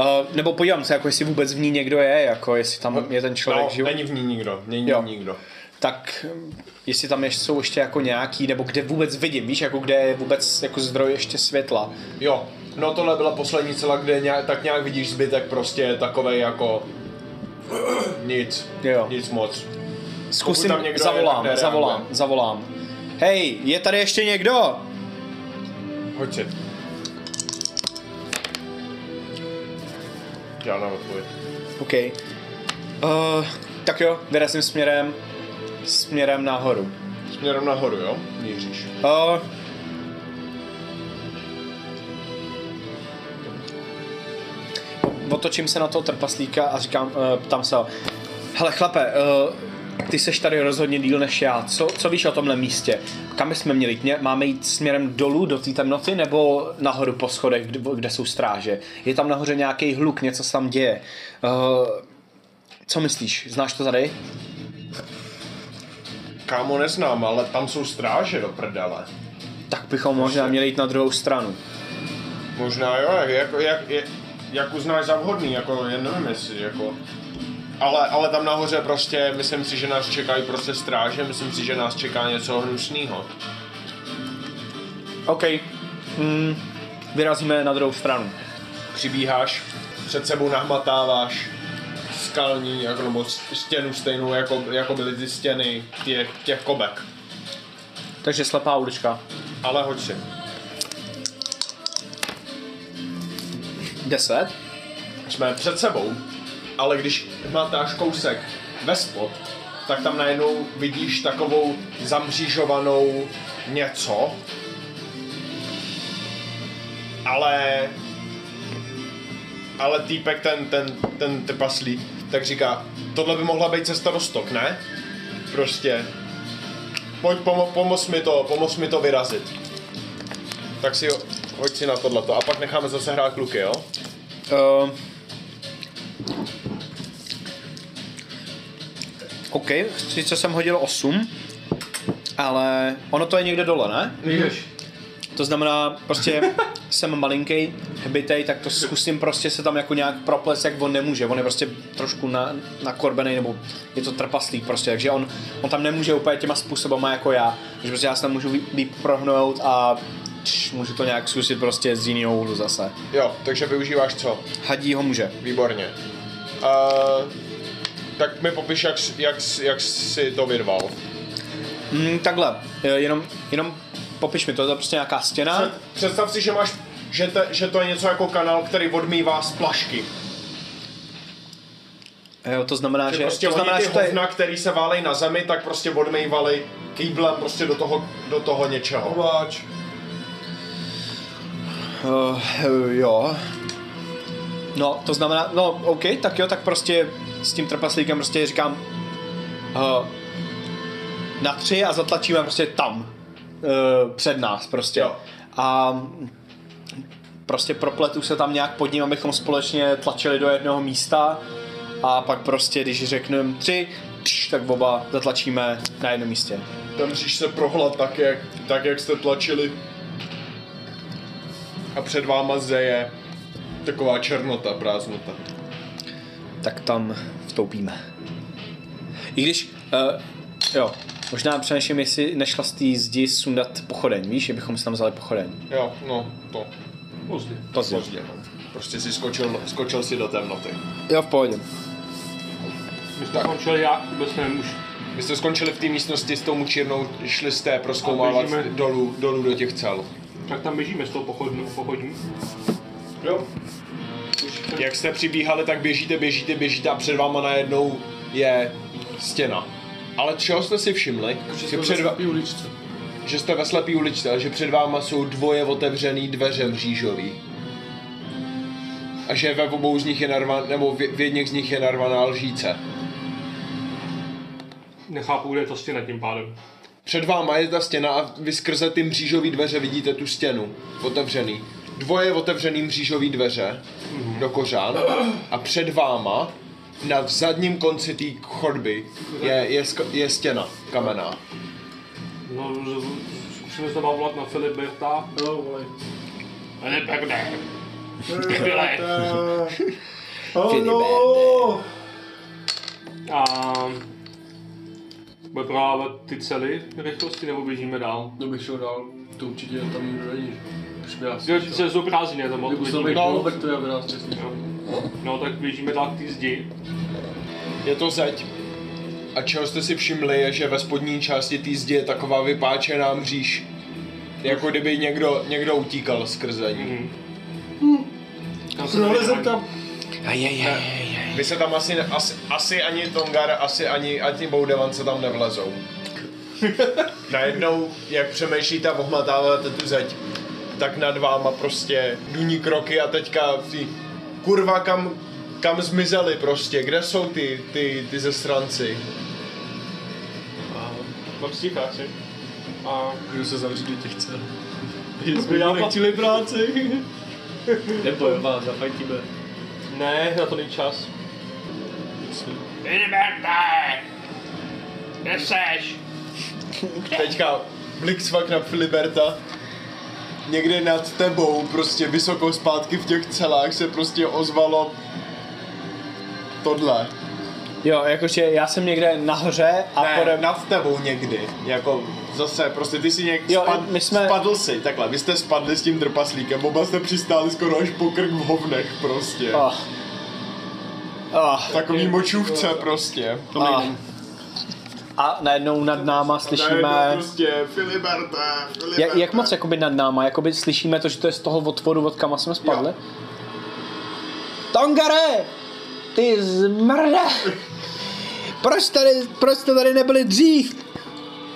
Speaker 1: Uh, nebo podívám se, jako jestli vůbec v ní někdo je, jako jestli tam je ten člověk
Speaker 2: No,
Speaker 1: živ.
Speaker 2: není v ní nikdo, není
Speaker 1: Jo.
Speaker 2: v ní nikdo.
Speaker 1: Tak hm, jestli tam ješ- jsou ještě jako nějaký, nebo kde vůbec vidím, víš, jako kde je vůbec jako zdroj ještě světla.
Speaker 2: Jo, no tohle byla poslední cela, kde nějak, tak nějak vidíš zbytek prostě takovej jako... Nic,
Speaker 1: Jo.
Speaker 2: nic moc.
Speaker 1: Zkusím,
Speaker 2: tam někdo je,
Speaker 1: zavolám,
Speaker 2: tak nereaguje.
Speaker 1: zavolám, zavolám. Hej, je tady ještě někdo?
Speaker 2: Hoď si. Žádná odpověď.
Speaker 1: OK. Uh, tak jo, vyrazím směrem, směrem nahoru.
Speaker 2: Směrem nahoru, jo? Míříš.
Speaker 1: Uh, otočím se na toho trpaslíka a říkám, uh, ptám se, ho, hele chlape, uh, ty seš tady rozhodně díl než já, co, co víš o tomhle místě? Kam jsme měli jít? Mě- Máme jít směrem dolů do té temnoty nebo nahoru po schodech, kde, kde jsou stráže? Je tam nahoře nějaký hluk, něco se tam děje. Uh, co myslíš? Znáš to tady?
Speaker 2: Kámo, neznám, ale tam jsou stráže do prdele.
Speaker 1: Tak bychom možná měli jít na druhou stranu.
Speaker 2: Možná jo, jak, jak, jak, jak, jak uznáš za vhodný, jako jen nevím jestli, jako... Ale, ale tam nahoře prostě, myslím si, že nás čekají prostě stráže, myslím si, že nás čeká něco hnusného.
Speaker 1: OK. Mm, vyrazíme na druhou stranu.
Speaker 2: přibíháš, před sebou nahmatáváš skalní, jako, nebo s- stěnu stejnou, jako, jako byly ty stěny těch, těch kobek.
Speaker 1: Takže slepá ulička.
Speaker 2: Ale hoď si.
Speaker 1: 10.
Speaker 2: Jsme před sebou, ale když hmatáš kousek ve spod, tak tam najednou vidíš takovou zamřížovanou něco, ale ale týpek, ten, ten, ten trpaslík, tak říká, tohle by mohla být cesta do stok, ne? Prostě. Pojď, pomo- pomoz mi to, pomoz mi to vyrazit. Tak si ho, hoď si na tohleto a pak necháme zase hrát kluky, jo?
Speaker 1: Uh, OK, sice jsem hodil 8, ale ono to je někde dole, ne?
Speaker 18: Víš,
Speaker 1: To znamená, prostě jsem malinký, hbitej, tak to zkusím prostě se tam jako nějak proples, jak on nemůže. On je prostě trošku na, nakorbený, nebo je to trpaslík prostě, takže on, on tam nemůže úplně těma způsobama jako já. Takže prostě já se tam můžu líp- líp prohnout a čš, můžu to nějak zkusit prostě z jiného úhlu zase.
Speaker 2: Jo, takže využíváš co?
Speaker 1: Hadí ho může.
Speaker 2: Výborně. Uh, tak mi popiš, jak, s- jak, s- jak si to vyrval.
Speaker 1: Mm, takhle, e, jenom, jenom popiš mi to, je to prostě nějaká stěna.
Speaker 2: Představ si, že máš, že, te, že to je něco jako kanál, který odmývá splašky.
Speaker 1: Jo, Eh, to znamená, že,
Speaker 19: Že prostě
Speaker 1: to znamená,
Speaker 19: oni
Speaker 1: že
Speaker 19: ty
Speaker 1: to je,
Speaker 19: hovna, který se válej na zemi, tak prostě odmejvali kýblem prostě do toho, do toho něčeho.
Speaker 2: Pláč.
Speaker 1: Uh, jo. No, to znamená, no, OK, tak jo, tak prostě s tím trpaslíkem prostě říkám uh, na tři a zatlačíme prostě tam. Uh, před nás prostě. Jo. A prostě propletu se tam nějak pod ním, abychom společně tlačili do jednoho místa a pak prostě, když řekneme tři, tš, tak oba zatlačíme na jednom místě.
Speaker 19: Ten říš se prohlad tak jak, tak, jak jste tlačili. A před váma zeje taková černota, prázdnota.
Speaker 1: tak tam vstoupíme. I když, uh, jo, možná přemýšlím, jestli nešla z té zdi sundat pochodeň, víš, že bychom si tam vzali pochodeň.
Speaker 19: Jo, no, to.
Speaker 1: Pozdě.
Speaker 19: Pozdě, no. Prostě si skočil, skočil si do temnoty.
Speaker 1: Jo, v pohodě.
Speaker 3: My jsme končili já, vůbec nevím už.
Speaker 2: Vy jste skončili v té místnosti s tou mučírnou, šli jste proskoumávat
Speaker 3: A běžíme.
Speaker 2: dolů, dolů do těch cel.
Speaker 3: Tak tam běžíme s tou pochodnou, pochodní.
Speaker 2: Jak jste přibíhali, tak běžíte, běžíte, běžíte a před váma najednou je stěna. Ale čeho jste si všimli? Že, před va-
Speaker 20: uličce.
Speaker 2: že jste ve slepý uličce, ale že před váma jsou dvoje otevřený dveře mřížový. A že ve obou z nich je narvan, nebo v, v jedněch z nich je narvaná lžíce.
Speaker 3: Nechápu, kde je to stěna tím pádem.
Speaker 2: Před váma je ta stěna a vy skrze ty mřížové dveře vidíte tu stěnu. Otevřený. Dvoje otevřený mřížové dveře do kořán. A před váma na zadním konci té chodby je, je, sk- je stěna kamená.
Speaker 3: No, z- z- zkusíme se volat na Filiberta.
Speaker 5: Jo, volej.
Speaker 3: Filiberta. Filiberte.
Speaker 19: Hello!
Speaker 3: A bude prohlávat ty cely rychlosti nebo běžíme dál?
Speaker 5: To No, bych šel dál. To určitě tam nikdo není. že? Už by asi
Speaker 3: Jo,
Speaker 5: šel.
Speaker 3: ty se jsou prázdniny, tam
Speaker 5: Musel
Speaker 3: odvidíme.
Speaker 5: bych
Speaker 3: No.
Speaker 5: dál, tak to je aby nás neslyšel.
Speaker 3: no, tak běžíme dál k té zdi.
Speaker 2: Je to zeď. A čeho jste si všimli, je, že ve spodní části té zdi je taková vypáčená mříž. Jako kdyby někdo, někdo utíkal skrze ní.
Speaker 3: Tam se nalezem No, tam.
Speaker 2: Vy se tam asi, asi, asi ani Tongar, asi ani, ani Boudevan se tam nevlezou. Najednou, jak přemýšlíte a ohmatáváte tu zeď, tak nad váma prostě duní kroky a teďka ty kurva kam, kam zmizely prostě, kde jsou ty, ty, ty zestranci?
Speaker 3: Mám stíka asi. A
Speaker 5: Můžu se zavřít do těch cel. Jsme já platili práci. Nebo jo, vás zafajtíme.
Speaker 3: ne, na to není čas. Filiberte! Kde seš?
Speaker 2: Teďka Blixvak na Filiberta někde nad tebou, prostě vysoko zpátky v těch celách se prostě ozvalo tohle.
Speaker 1: Jo, jakože já jsem někde nahoře a
Speaker 2: ne,
Speaker 1: pode...
Speaker 2: nad tebou někdy, jako zase, prostě ty si nějak
Speaker 1: Jo,
Speaker 2: spad,
Speaker 1: my jsme-
Speaker 2: spadl si, takhle, vy jste spadli s tím drpaslíkem, oba jste přistáli skoro až po krk v hovnech prostě.
Speaker 1: Oh. Oh.
Speaker 2: Takový močůvce prostě.
Speaker 1: A, a najednou nad náma
Speaker 19: Najednou
Speaker 1: slyšíme...
Speaker 19: prostě Filiberta, Filiberta.
Speaker 1: Jak, jak moc jakoby nad náma, jakoby slyšíme to, že to je z toho otvoru, od kam jsme spadli? Tongare! Ty zmrde! Proč, tady, proč jste tady nebyli dřív?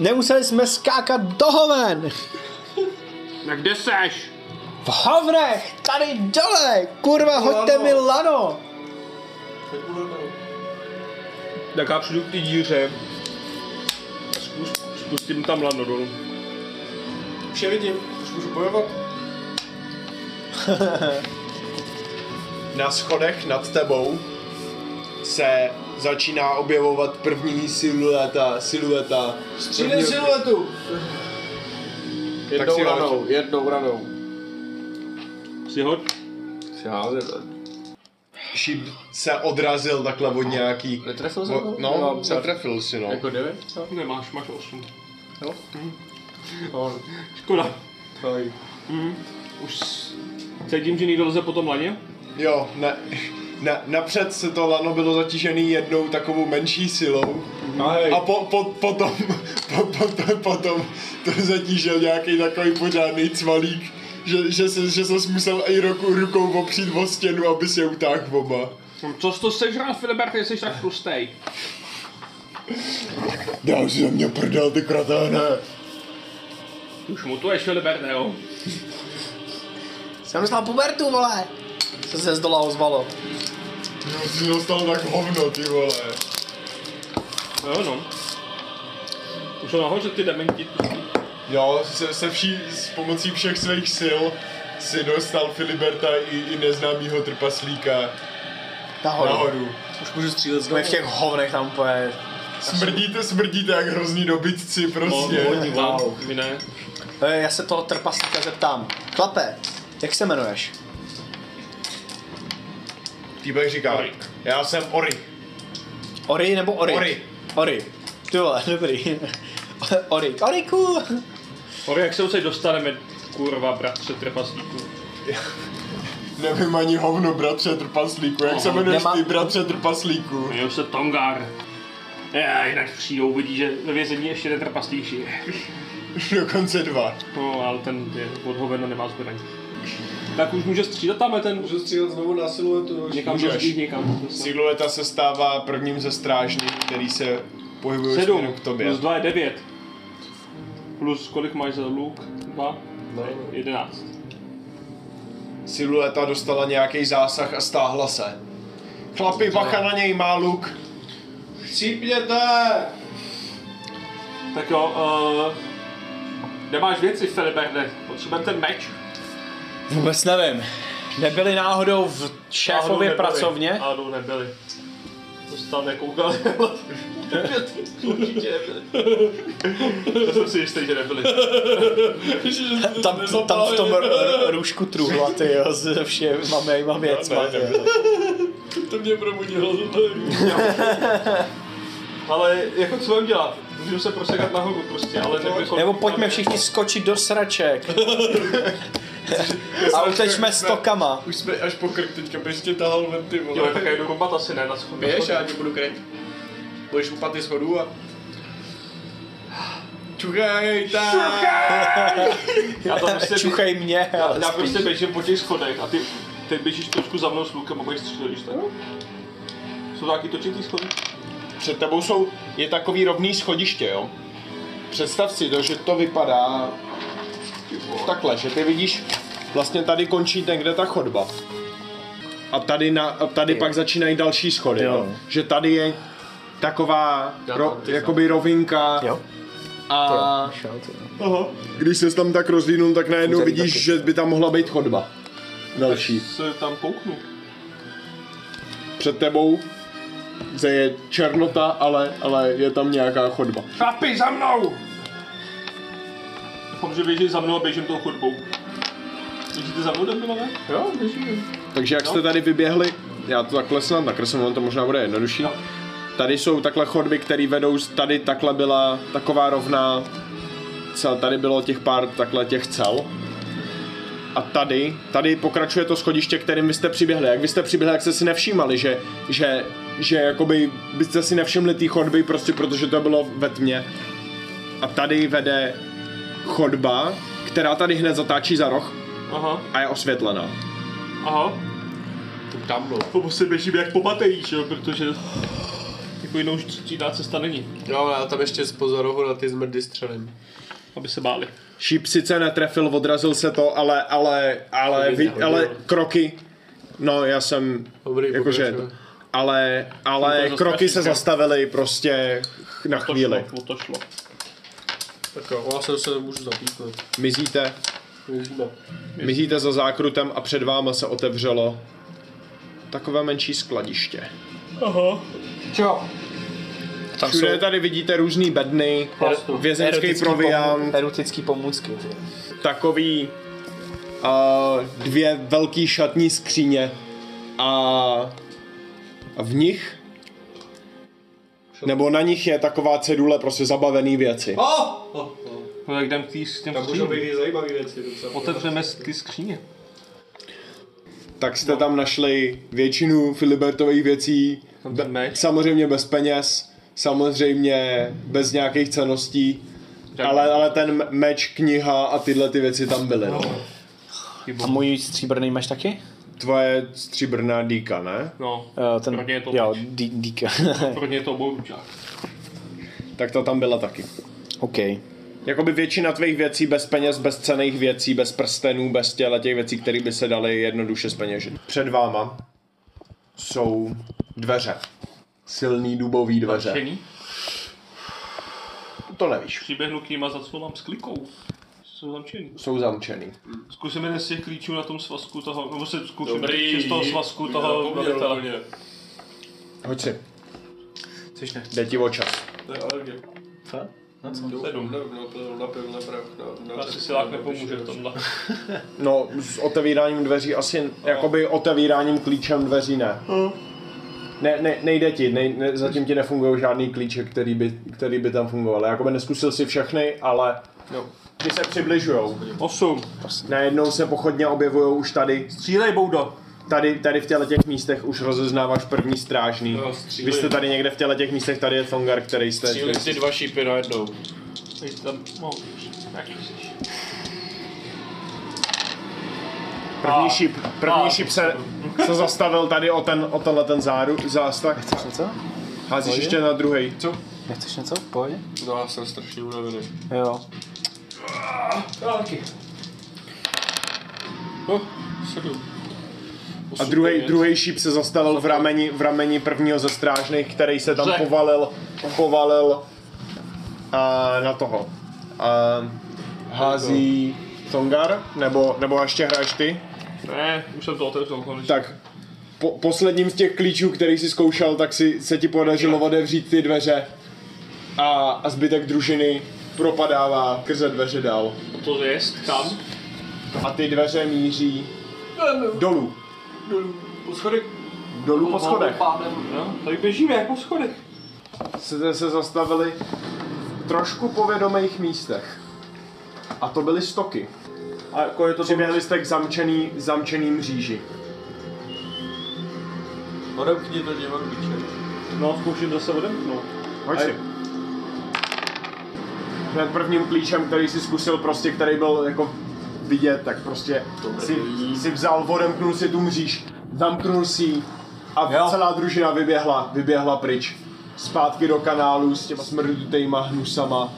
Speaker 1: Nemuseli jsme skákat do hoven!
Speaker 3: Tak kde seš?
Speaker 1: V hovnech! Tady dole! Kurva, hoďte mi lano!
Speaker 3: Tak já přijdu k té díře. A Zkus, spustím tam lano dolů.
Speaker 19: Už je vidím, už můžu bojovat.
Speaker 2: Na schodech nad tebou se začíná objevovat první silueta, silueta.
Speaker 19: Přijde siluetu!
Speaker 2: si
Speaker 20: Jednou
Speaker 2: hoď.
Speaker 20: ranou, jednou ranou.
Speaker 3: Si hoď.
Speaker 20: Si házím.
Speaker 2: Šíp se odrazil takhle od nějaký...
Speaker 20: Netrefil jsem
Speaker 2: O,
Speaker 20: to?
Speaker 2: no,
Speaker 20: Nemám
Speaker 2: se trefil si, no.
Speaker 20: Jako devět? co?
Speaker 3: Nemáš, máš 8.
Speaker 20: Jo?
Speaker 3: Hm. Škoda. Hm. Už s- cítím, že někdo lze po tom laně.
Speaker 2: Jo, ne, na, napřed se to lano bylo zatížený jednou takovou menší silou a po, po, potom, po, po, po, potom to zatížil nějaký takový pořádný cvalík, že, že, se, že se musel i roku, rukou opřít o stěnu, aby se utáhl oba.
Speaker 3: No, Co jsi to sežral, Filiberte, jsi tak tlustej.
Speaker 2: Dál si za mě prdel, ty kratáne.
Speaker 3: Ty Už mutuješ, Filiberte, jo?
Speaker 21: Jsem dostal pubertu, vole! Co se z dola ozvalo.
Speaker 2: Já jsi dostal tak hovno, ty vole.
Speaker 3: Jo, no. Už jsou nahoře ty dementi.
Speaker 2: Jo, se, se vší, s pomocí všech svých sil si dostal Filiberta i, i neznámýho trpaslíka
Speaker 1: Nahoru.
Speaker 2: nahoru.
Speaker 21: Už můžu střílet znovu.
Speaker 1: Jsme v těch hovnech tam poje.
Speaker 2: Smrdíte, smrdíte jak hrozný dobytci prostě.
Speaker 3: Wow. My ne.
Speaker 1: E, Já se toho trpaslíka zeptám. Chlape, jak se jmenuješ?
Speaker 2: Týbek říká, já jsem Ori.
Speaker 1: Ori nebo Ori?
Speaker 2: Ori.
Speaker 1: Ori. Ty vole, dobrý. Ori. Oriku!
Speaker 3: Hory, jak se odsaď dostaneme, kurva, bratře trpaslíku?
Speaker 2: Nevím ani hovno, bratře trpaslíku. Jak se jmenuješ
Speaker 1: nemám-
Speaker 2: ty, bratře trpaslíku?
Speaker 3: Jmenuji se Tongar. Já, jinak přijdou, uvidí, že ve vězení ještě jeden trpaslík žije.
Speaker 2: Dokonce dva.
Speaker 3: No, ale ten je odhoven a nemá zbraň. Tak už může střídat tam ten...
Speaker 22: Můžu střílet znovu na siluetu.
Speaker 3: Někam
Speaker 2: můžeš.
Speaker 3: můžeš jít někam. No.
Speaker 2: Silueta se stává prvním ze strážných, který se pohybuje směrem
Speaker 3: Sedm.
Speaker 2: k tobě.
Speaker 3: Plus dva je devět. Plus kolik máš za luk? Dva? No. Jedenáct.
Speaker 2: Silueta dostala nějaký zásah a stáhla se. Chlapi, bacha na něj, má luk.
Speaker 22: Chcípněte!
Speaker 3: Tak jo, uh, nemáš věci, Feliberne. Potřebujeme ten meč.
Speaker 23: Vůbec nevím. Nebyli náhodou v
Speaker 3: Náhodou
Speaker 23: šéfově
Speaker 3: nebyli.
Speaker 23: pracovně?
Speaker 3: Náhodou nebyli. To jsi tam nekoukal, ale určitě nebyli. To jsem si jistý, že nebyli.
Speaker 1: Tam, tam v tom r- r- růžku truhla, ty jo, se všema
Speaker 3: No,
Speaker 1: mýma věcma. ty jo.
Speaker 3: Ale jako co mám dělat? Můžu se prosekat nahoru prostě, ale nevím, kolik-
Speaker 23: Nebo pojďme všichni skočit do sraček. A utečme s tokama.
Speaker 2: Už jsme až po krk teďka, běž tě tahal ven, ty vole.
Speaker 3: Jo, tak já jdu kombat asi ne, na schopnost.
Speaker 5: Běž, já ti budu kryt. Budeš upat ty schodů a... Čukaj, tak!
Speaker 3: Já tam prostě
Speaker 23: Čuchej mě,
Speaker 3: Já,
Speaker 23: ale
Speaker 3: já prostě běžím po těch schodech a ty, ty běžíš trošku za mnou s lukem a budeš střílet, tak? Jsou to taky točitý schody?
Speaker 2: Před tebou jsou, je takový rovný schodiště, jo. Představ si to, že to vypadá takhle, že ty vidíš, vlastně tady končí ten, kde ta chodba. A tady, na, a tady pak začínají další schody, jo. Že tady je taková ro, jakoby rovinka. Jo. A Aha. když se tam tak rozlínul, tak najednou vidíš, že by tam mohla být chodba. Další.
Speaker 3: Se tam kouknu.
Speaker 2: Před tebou zde je černota, ale, ale je tam nějaká chodba.
Speaker 3: Chlapi, za mnou! Doufám, že běží za mnou a běžím tou chodbou. Běžíte za mnou, Domilové?
Speaker 2: Takže jak jste tady vyběhli, já to takhle snad nakreslím, ono to možná bude jednodušší. Tady jsou takhle chodby, které vedou, z- tady takhle byla taková rovná cel, tady bylo těch pár takhle těch cel. A tady, tady pokračuje to schodiště, kterým vy jste přiběhli. Jak vy jste přiběhli, jak jste si nevšímali, že, že, že jakoby byste si nevšimli té chodby, prostě protože to bylo ve tmě. A tady vede chodba, která tady hned zatáčí za roh
Speaker 3: Aha,
Speaker 2: a je osvětlená.
Speaker 3: aha. To musím běžím jak po baterii, že jo, protože jako jinou jiná cesta není,
Speaker 5: No, já tam ještě z pozorohu na ty zmrdy střelím.
Speaker 3: aby se báli.
Speaker 2: Šíp sice netrefil, odrazil se to, ale, ale, ale, vy, ale kroky, no já jsem,
Speaker 5: Dobrý,
Speaker 2: jakože,
Speaker 5: pokračuj.
Speaker 2: ale, ale
Speaker 3: zastrašit,
Speaker 2: kroky se
Speaker 3: jo.
Speaker 2: zastavily prostě ch- na
Speaker 3: To
Speaker 2: chvíli.
Speaker 3: šlo, o to šlo.
Speaker 5: Tak jo, já se no. zase nemůžu zapíknout.
Speaker 2: Mizíte, mizíte za zákrutem a před váma se otevřelo takové menší skladiště.
Speaker 23: tam jsou
Speaker 2: Všude tady vidíte různý bedny,
Speaker 3: Plastu.
Speaker 2: vězeňský proviant,
Speaker 23: erotický pomůcky. ty.
Speaker 2: takový uh, dvě velký šatní skříně a, a v nich nebo na nich je taková cedule prostě zabavený věci.
Speaker 3: No tak jdem k tý, s těm
Speaker 22: Můžou
Speaker 3: skříním.
Speaker 22: být i zajímavý věci docela.
Speaker 3: Otevřeme s- ty skříně.
Speaker 2: Tak jste tam našli většinu Filibertových věcí,
Speaker 3: Tam ten meč.
Speaker 2: samozřejmě bez peněz, samozřejmě bez nějakých ceností, ale, ale ten m- meč, kniha a tyhle ty věci tam byly. No.
Speaker 23: A můj stříbrný máš taky? Eh,
Speaker 2: tvoje stříbrná dýka, ne?
Speaker 3: No,
Speaker 1: Jo,
Speaker 3: Pro
Speaker 1: ten,
Speaker 3: ně je to
Speaker 1: jo,
Speaker 3: pryč.
Speaker 1: dí, díka.
Speaker 3: pro ně je to boručák.
Speaker 2: Tak ta tam byla taky.
Speaker 1: OK.
Speaker 2: Jakoby většina tvých věcí bez peněz, bez cených věcí, bez prstenů, bez těla těch věcí, které by se daly jednoduše zpeněžit. Před váma jsou dveře. Silný dubový dveře.
Speaker 3: Čený?
Speaker 2: To nevíš.
Speaker 3: Přiběhnu k ním a zacouvám s klikou. Jsou zamčený.
Speaker 2: Jsou zamčený.
Speaker 3: Zkusím jeden z těch klíčů na tom svazku toho, nebo se zkusím
Speaker 24: Dobrý.
Speaker 3: jeden z toho svazku toho
Speaker 24: Zapomněl úplně.
Speaker 3: velitele.
Speaker 2: Hoď si. Což ne. Jde ti o čas.
Speaker 24: To je alergie.
Speaker 3: Sedm.
Speaker 24: Na piv, na prach, na... na-
Speaker 3: Asi silák nepomůže v tomhle.
Speaker 2: No, s otevíráním dveří asi, jakoby otevíráním klíčem dveří ne. Ne, ne, nejde ti, nej, ne, zatím ti nefungují žádný klíče, který by, který by tam fungoval. Jakoby neskusil si všechny, ale ty se přibližujou.
Speaker 3: Osm.
Speaker 2: Najednou se pochodně objevují už tady,
Speaker 3: Střílej, Boudo.
Speaker 2: tady, tady v těle těch místech už rozeznáváš první strážný.
Speaker 24: No, střílej.
Speaker 2: Vy jste tady někde v těle těch místech, tady je Thongar, který jste...
Speaker 25: Cílím ty dva šípy najednou.
Speaker 3: Ej, tam, no, jaký jsi.
Speaker 2: První šíp, první šíp se, se zastavil tady o, ten, o tenhle ten záru, zástah.
Speaker 1: Chceš něco?
Speaker 2: Házíš ještě na druhý. Co?
Speaker 1: Nechceš něco? Pojď.
Speaker 25: No já jsem strašně unavený.
Speaker 1: Jo.
Speaker 2: A druhý, druhý šíp se zastavil v rameni, v rameni prvního ze strážných, který se tam povalil, povalil a, na toho. A, hází Tongar, nebo, nebo ještě hraješ ty?
Speaker 3: Ne, už jsem to otevřel konečně.
Speaker 2: Tak po, posledním z těch klíčů, který jsi zkoušel, tak si, se ti podařilo otevřít ty dveře a, a zbytek družiny propadává krze dveře dál.
Speaker 3: To jest, kam?
Speaker 2: A ty dveře míří dolů.
Speaker 3: Po schodech.
Speaker 2: Dolů po schodech.
Speaker 3: Pádem, no. Tak běžíme, jak po schodech.
Speaker 2: Jste se zastavili v trošku povědomých místech. A to byly stoky.
Speaker 26: A jako je to
Speaker 2: Přiběhli jste k zamčený, zamčeným říži.
Speaker 24: Odemkni to děvorbiče.
Speaker 26: No, zkouším zase odemknout.
Speaker 2: Hoď si. Hned prvním klíčem, který si zkusil prostě, který byl jako vidět, tak prostě si, si vzal, odemknul si tu mříž, zamknul si ji a celá družina vyběhla, vyběhla pryč. Zpátky do kanálu s těma smrdutejma hnusama,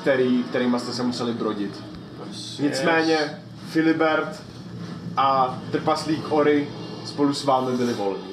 Speaker 2: který, kterýma jste se museli brodit. Nicméně Filibert a trpaslík Ory spolu s vámi byli volní.